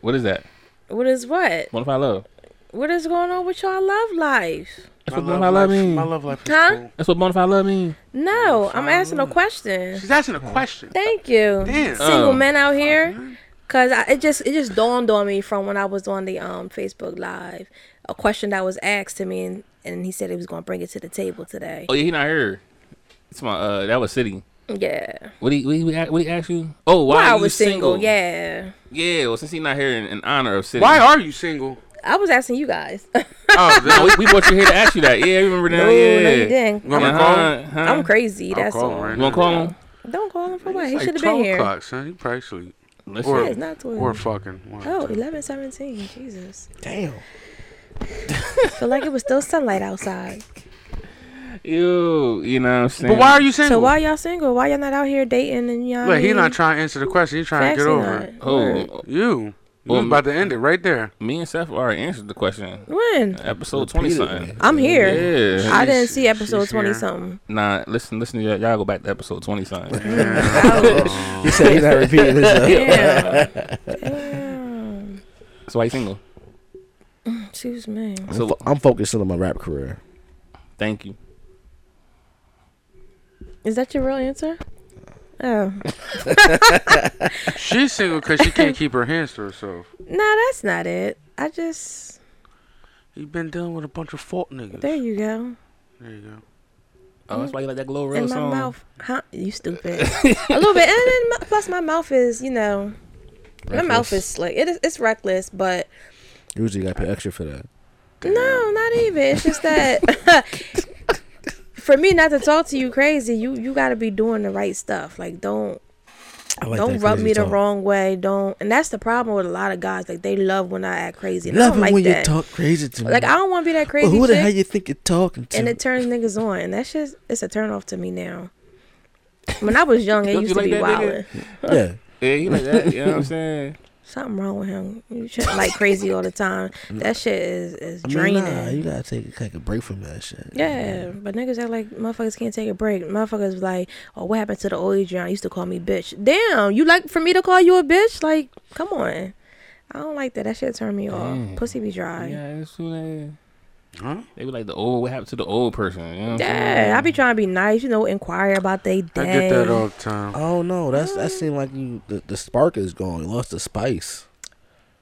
What is that?
What is what?
What if I love?
What is going on with y'all love life?
That's what bonafide love means.
My love life.
Huh?
That's what bonafide love means.
No, I'm asking a question. She's
asking a question.
Thank you.
Damn.
Single
Oh.
men out here, cause I, it just it just dawned on me from when I was on the um Facebook Live, a question that was asked to me, and, and he said he was gonna bring it to the table today.
Oh yeah, he not here. It's my uh, that was city.
Yeah.
What he what he, what he asked you? Oh, why,
Why I
are you
was single?
single?
Yeah.
Yeah, well, since he's not here in, in honor of city,
Why are you single?
I was asking you guys.
Oh, no, we, we brought you here to ask you that. Yeah, I remember that?
No,
yeah.
no, you didn't. Uh-huh.
You want me to call him?
I'm crazy. That's all.
You want to call him?
Don't call him for what? He
Like
should have been
12
here.
O'clock, son. You probably sleep.
Listen.
Or,
Yeah, it's not 12.
or fucking. One.
Oh, 11, 17. Jesus.
Damn.
feel like it was still sunlight outside.
You, you know what I'm saying?
But why are you single?
So why y'all single? Why y'all not out here dating and y'all?
Look, he not trying to answer the question. He trying to
Facts
get
he
over it.
not.
Oh,
Word.
You. You was about to end it right there.
Me and Seth already answered the question.
When?
Episode twenty something.
I'm here.
Yeah.
I didn't see episode
she's
20
here.
something.
Nah, listen, listen to y'all. Y'all go back to episode twenty something.
He said he's not repeating himself.
Yeah. So why you single?
Mm, Excuse me.
I'm, fo- I'm focusing on my rap career.
Thank you.
Is that your real answer? Oh.
She's single because she can't keep her hands to herself.
nah, that's not it. I just.
you been dealing with a bunch of fault niggas.
There you go.
There you go.
Oh, that's why you like that Glow
in
Real
my
song.
mouth. Huh? You stupid. a little bit, and then, my- plus my mouth is, you know, my mouth is
Reckless.
slick. It is, it's reckless, but
Usually, you gotta pay extra for that.
no, not even. It's just that for me not to talk to you crazy, you you got to be doing the right stuff. Like don't
I like
don't
that
rub
crazy
me the
talk.
wrong way. Don't, and that's the problem with a lot of guys. Like they love when I act crazy. and I
Love
don't
it
like
when
that.
you talk crazy to me.
Like I don't want to be that crazy.
Well, who the
chick,
hell you think you're talking to?
and it turns niggas on, and that's just it's a turn off to me now. When I was young, it
Don't
used
you
to be
like that,
wild.
nigga? Yeah. Yeah, you like that. You know what I'm saying?
Something wrong with him. You shouldn't like crazy all the time. That shit is, is
I mean,
draining.
nah, you gotta take, take a break from that shit.
yeah, but niggas act like motherfuckers can't take a break. Motherfuckers like, oh, what happened to the old Adrian? Used to call me bitch. Damn, you like for me to call you a bitch? Like, come on. I don't like that. That shit turn me off.
Damn.
Pussy be dry.
Yeah, that's what I.
Huh?
They be like the old. What happened to the old person? You know what I'm saying?
Yeah, I be trying to be nice, you know, inquire about they day.
uh,
the time.
I don't know. That's
Mm.
that seemed like you the, the spark is gone. You lost the spice.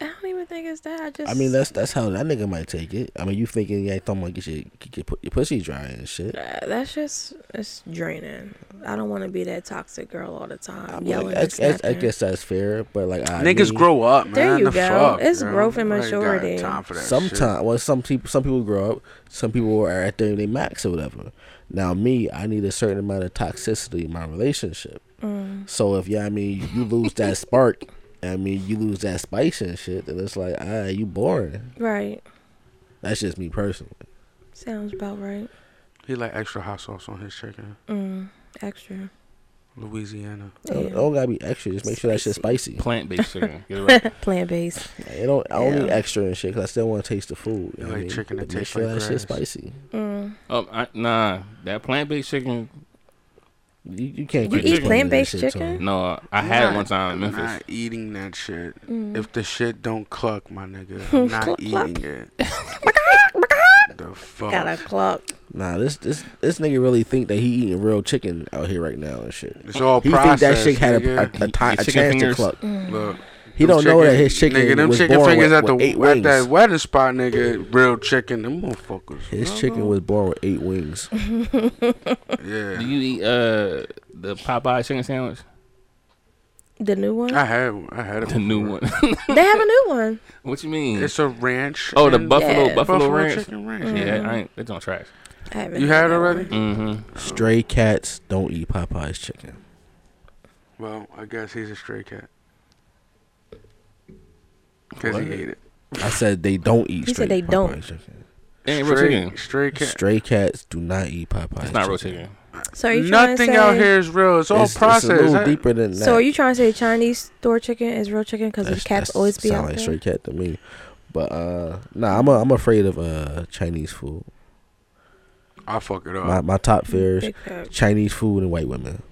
I don't even think it's that. I just
I mean, that's that's how that nigga might take it. I mean, you thinking yeah, talking about get your get your, pu- your pussy dry and shit.
Uh, that's just it's draining. I don't want to be that toxic girl all the time.
I'm
yelling
like,
and
I, I, I
snapping.
guess that's fair, but like
Ah,
I
Niggas
mean-
grow up, man.
There you
The
go.
fuck,
It's
yo.
growth and
I ain't got
maturity.
time for that shit.
Sometimes, well, some people some people grow up. Some people are at their, their max or whatever. Now, me, I need a certain amount of toxicity in my relationship.
Mm.
So if yeah, I mean, you lose that spark. I mean, you lose that spice and shit. Then it's like, ah, you boring.
Right.
That's just me personally.
Sounds about right.
He like extra hot sauce on his chicken.
Mm. Extra.
Louisiana.
It don't- it don't gotta be extra. Just make sure that shit's spicy.
Plant based chicken. Get
Plant based.
It don't. I don't need
Yeah.
extra and shit because I still want to taste the food. You know
like
what I mean?
chicken that
But make
tastes
sure
like
that shit's
grass.
spicy.
Mm.
Oh, I, nah, that plant based chicken.
You, you can't.
You eat plant-based chicken?
No, Uh, I
I'm
had
not-
it one time in
I'm
Memphis.
Not eating that shit.
Mm.
If the shit don't cluck, my nigga, I'm
Cluck,
not
cluck.
eating it. the fuck.
Got a clock.
Nah, this this this nigga really think that he eating real chicken out here right now and shit.
It's all
he think
processed,
that shit had a, a,
nigga.
a, ti-
Your chicken
a chance to
fingers.
cluck.
Mm. Look,
he
them
don't know that
chicken-
his chicken
nigga, them
was
chicken
born
fingers
with,
at the
with eight
at
wings.
that wedding spot, nigga. Real chicken, them motherfuckers.
his chicken was born with eight wings.
Yeah.
Do you eat uh the Popeye chicken sandwich?
The new one.
I had I had it
The new one.
they have a new one.
what you mean?
It's a ranch.
Oh, the
and-
buffalo
Yeah. Mm-hmm.
buffalo,
Buffalo
ranch.
chicken ranch.
Yeah,
Mhm.
I ain't. It's on trash.
I haven't.
You had it already?
Mm-hmm.
Stray cats don't eat Popeye's chicken.
Well, I guess he's a stray cat. Cause
What?
he ate it.
I said they don't eat.
He
Stray
said they
Popeye's
don't.
Chicken.
It ain't real
Stray-
chicken.
Stray cat.
Stray cats do not eat Popeye's.
It's not real chicken.
So are you trying to
Nothing
say,
out here is real. It's all
It's- it's a
processed.
little
That-
deeper than that.
So are you trying to say Chinese store chicken is real chicken because the
That's-
cats
that's
always be
sound
out
like
there?
stray cat to me. But uh, nah, I'm a, I'm afraid of uh Chinese food.
I fuck it up.
My my top fears:
Mm, Big facts.
Chinese food and white women.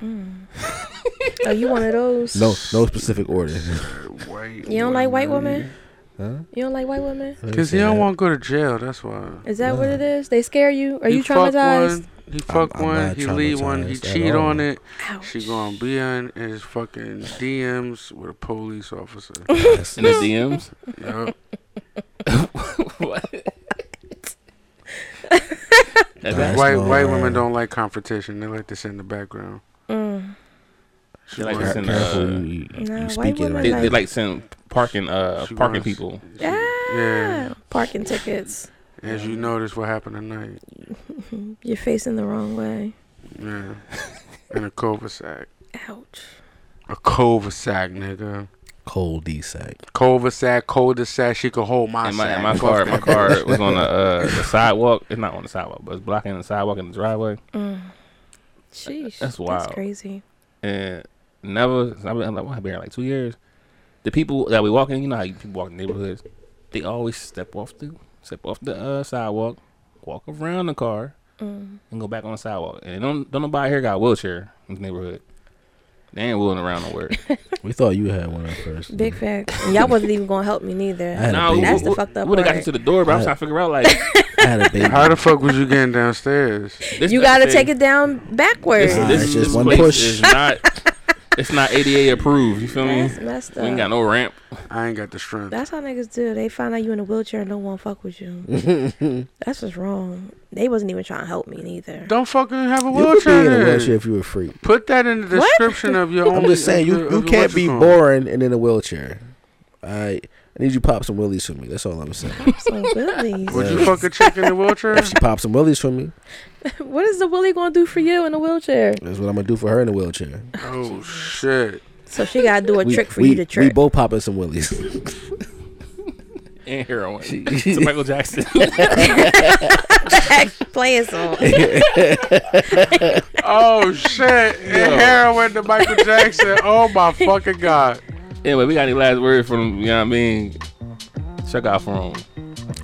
Mm. oh, you one of those?
No no specific order.
white.
You don't like white women?
Huh?
You don't like white women?
Cause he don't want to go to jail. That's why.
Is that what it is? They scare you? Are you
He fuck
traumatized?
one, He fuck
I'm
one.
not
He leave one. He
traumatized at
cheat on
all.
it. She gonna be in his fucking DMs with a police officer.
In the DMs?
Yup.
That's why-
white white women don't like confrontation. They like to sit in the background.
Mm.
She
They like
wants-
to send,
Careful,
uh,
you- you-
Nah,
you
white
speak it
women
right.
They, they like send parking uh
She
parking
wants-
people.
Yeah. Ah, Parking tickets.
As you notice, what happened tonight?
You're facing the wrong way.
Yeah, in a cul-de-sac.
Ouch.
A cul-de-sac, nigga.
Cold D sack.
Cul-de-sac, cul-de-sac. She could hold my
And my,
sack.
and my
Fuck
car, my
that.
car was on the, uh, the sidewalk. It's not on the sidewalk, but it's blocking the sidewalk in the driveway.
Mm. Sheesh.
That's wild.
That's crazy.
and never. I've been, like, I've been here like two years. The people that we walk in, you know how you people walk in neighborhoods, they always step off the step off the uh, sidewalk, walk around the car,
Mm.
and go back on the sidewalk. And don't don't nobody here got a wheelchair in the neighborhood. They ain't wheeling around nowhere.
We thought Oh, you had one at first.
Big fact. And y'all wasn't even gonna help me neither.
Mm. had a
No, we-
that's the
we-
fucked up
We
part.
would have got you to the door, but I'm
I-
trying to figure out like
How the fuck was you getting downstairs?
this
you
type
gotta
of
take
thing-
it down backwards.
This, this,
it's
this
just one
place
push.
is not. It's not ADA approved. You feel me?
That's messed
We ain't got
up.
no ramp.
I ain't got the strength.
That's how niggas do. They find out you in a wheelchair and don't want to fuck with you. That's just wrong. They wasn't even trying to help me neither.
Don't fucking have a
You could be
wheelchair.
in a
then.
wheelchair if you were free.
Put that in the
What?
description of your.
I'm
only-
just saying
of
you
your-
you
of your
can't be
whatchamacallit.
boring and in a wheelchair. I I need you to pop some willies for me. That's all I'm saying.
So willies.
Would you fuck a chick in a wheelchair?
If she pops some willies for me,
what is the willie gonna do for you in a wheelchair?
that's what I'm gonna do for her in a wheelchair.
Oh shit!
So she gotta do a
we,
trick for
we,
you to
We
trick.
both popping some willies.
And heroin. to Michael Jackson.
Play a song.
Oh shit! And heroin to Michael Jackson. Oh my fucking god!
Anyway, we got any last words from you know what I mean? Check out from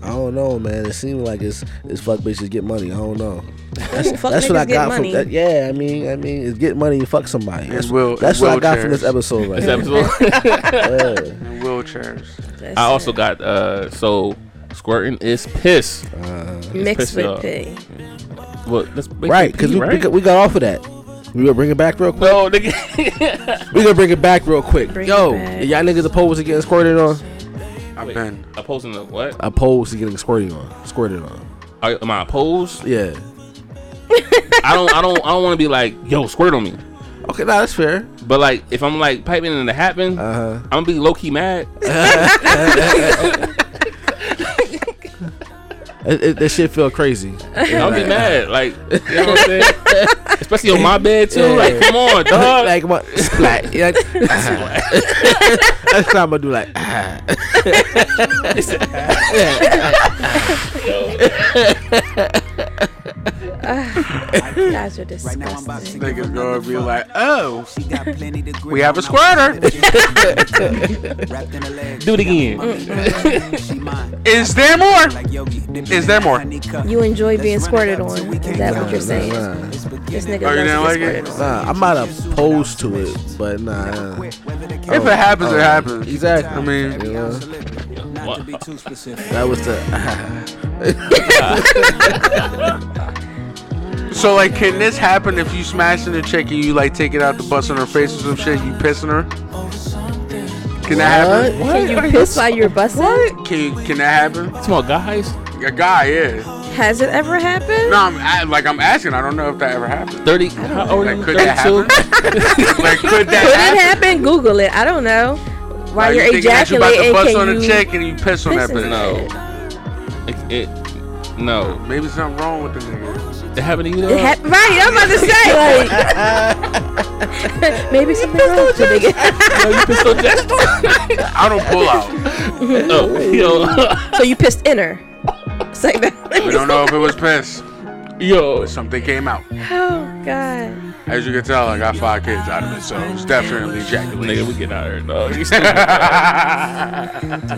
I don't know, man. It seems like it's it's fuck bitches get money. I don't know. That's,
Fuck
that's what
niggas
I
get
got
money.
from that. Yeah, I mean, I mean, it's get money and fuck somebody. That's,
will-
that's
and
what I got from
wheelchairs.
this episode right
this
now.
episode.
Yeah.
And wheelchairs.
I also got uh so squirting is piss. It's
mixed
piss, y'all.
with pee.
Well, that's basically
Uh, Right, because
pee,
we, we
right?
got- we got off of that. We gonna bring it back real quick.
no, nigga.
We gonna bring it back real quick.
Bring it
Yo,
back.
y'all niggas opposed to getting squirted on?
I've been.
Opposing the what?
Opposed to getting squirted on? Squirted on?
Are, am I opposed?
Yeah.
I don't. I don't. I don't want to be like yo squirt on me.
Okay, nah, that's fair.
But like if I'm like piping and it happen,
Uh
I'm gonna be low key mad.
huh. It, it, that shit feel crazy.
I'm gonna be mad. Like you know what I'm saying? Especially on my bed too.
Yeah.
Like come on, dog.
like my splat. Yeah, like, uh-huh. that's what I'm gonna do. Like, ah.
You guys are disgusting.
Niggas gonna be like, oh,
She got plenty to grip
we have a
on. I
squirter.
was just- Wrapped in her legs.
Do it again.
She mine.
Is there more?
Like Yogi.
Is there more?
You enjoy being squirted on. Is that what you're saying?
Nah,
This nigga
Oh,
loves
you didn't
to
like
get
it?
squirted on.
nah, I'm not opposed to it, but nah.
If it happens, it happens.
Exactly.
I mean,
You know,
Not to be too specific.
that was the.
so like, can this happen if you smashing a chick and you like take it out the bus on her face or some shit? You pissing her? Can that happen?
Can you piss while you're busting?
Can you, can that happen?
Small guys.
A guy, yeah.
Has it ever happened?
No, I'm I, like I'm asking. I don't know if that ever happened.
Thirty. How old are
Like,
you?
could that
Thirty-two.
happen? like, could
Could
that
it
happen?
happen? Google it. I don't know. While
Like,
you're
thinking that you
ejaculating,
about to bust
can
on
you?
a chick and you piss on that
piss
bitch.
in
No. It, it no.
Maybe something wrong with the nigga.
It happened to you
It
though.
hap- right, I'm about to say. Like, maybe something wrong with the nigga.
No, you pissed on Jess.
I don't pull out.
Oh, yo,
so you pissed in her. Say that.
We don't know if it was piss.
yo,
Something came out.
Oh God.
As you can tell, I got five kids out of it, so it's definitely ejaculation. Nigga, we get out of here, dog.
I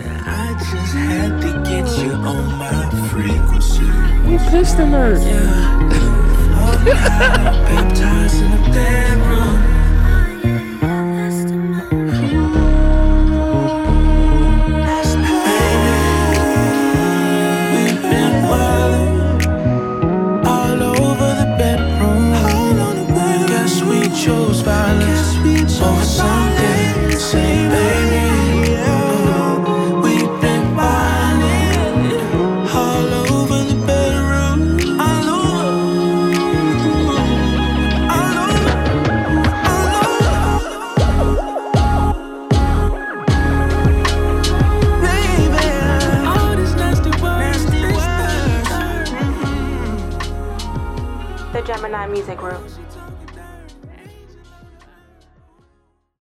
just had to get you on my frequency. You pissed him earth. Baptized in the bedroom.
all over the bedroom. Guess we chose violence over something. Say, baby, we've been wildin' all over the bedroom. All over, all over, all over. Baby, all these nasty words, nasty words.
The Gemini Music Group.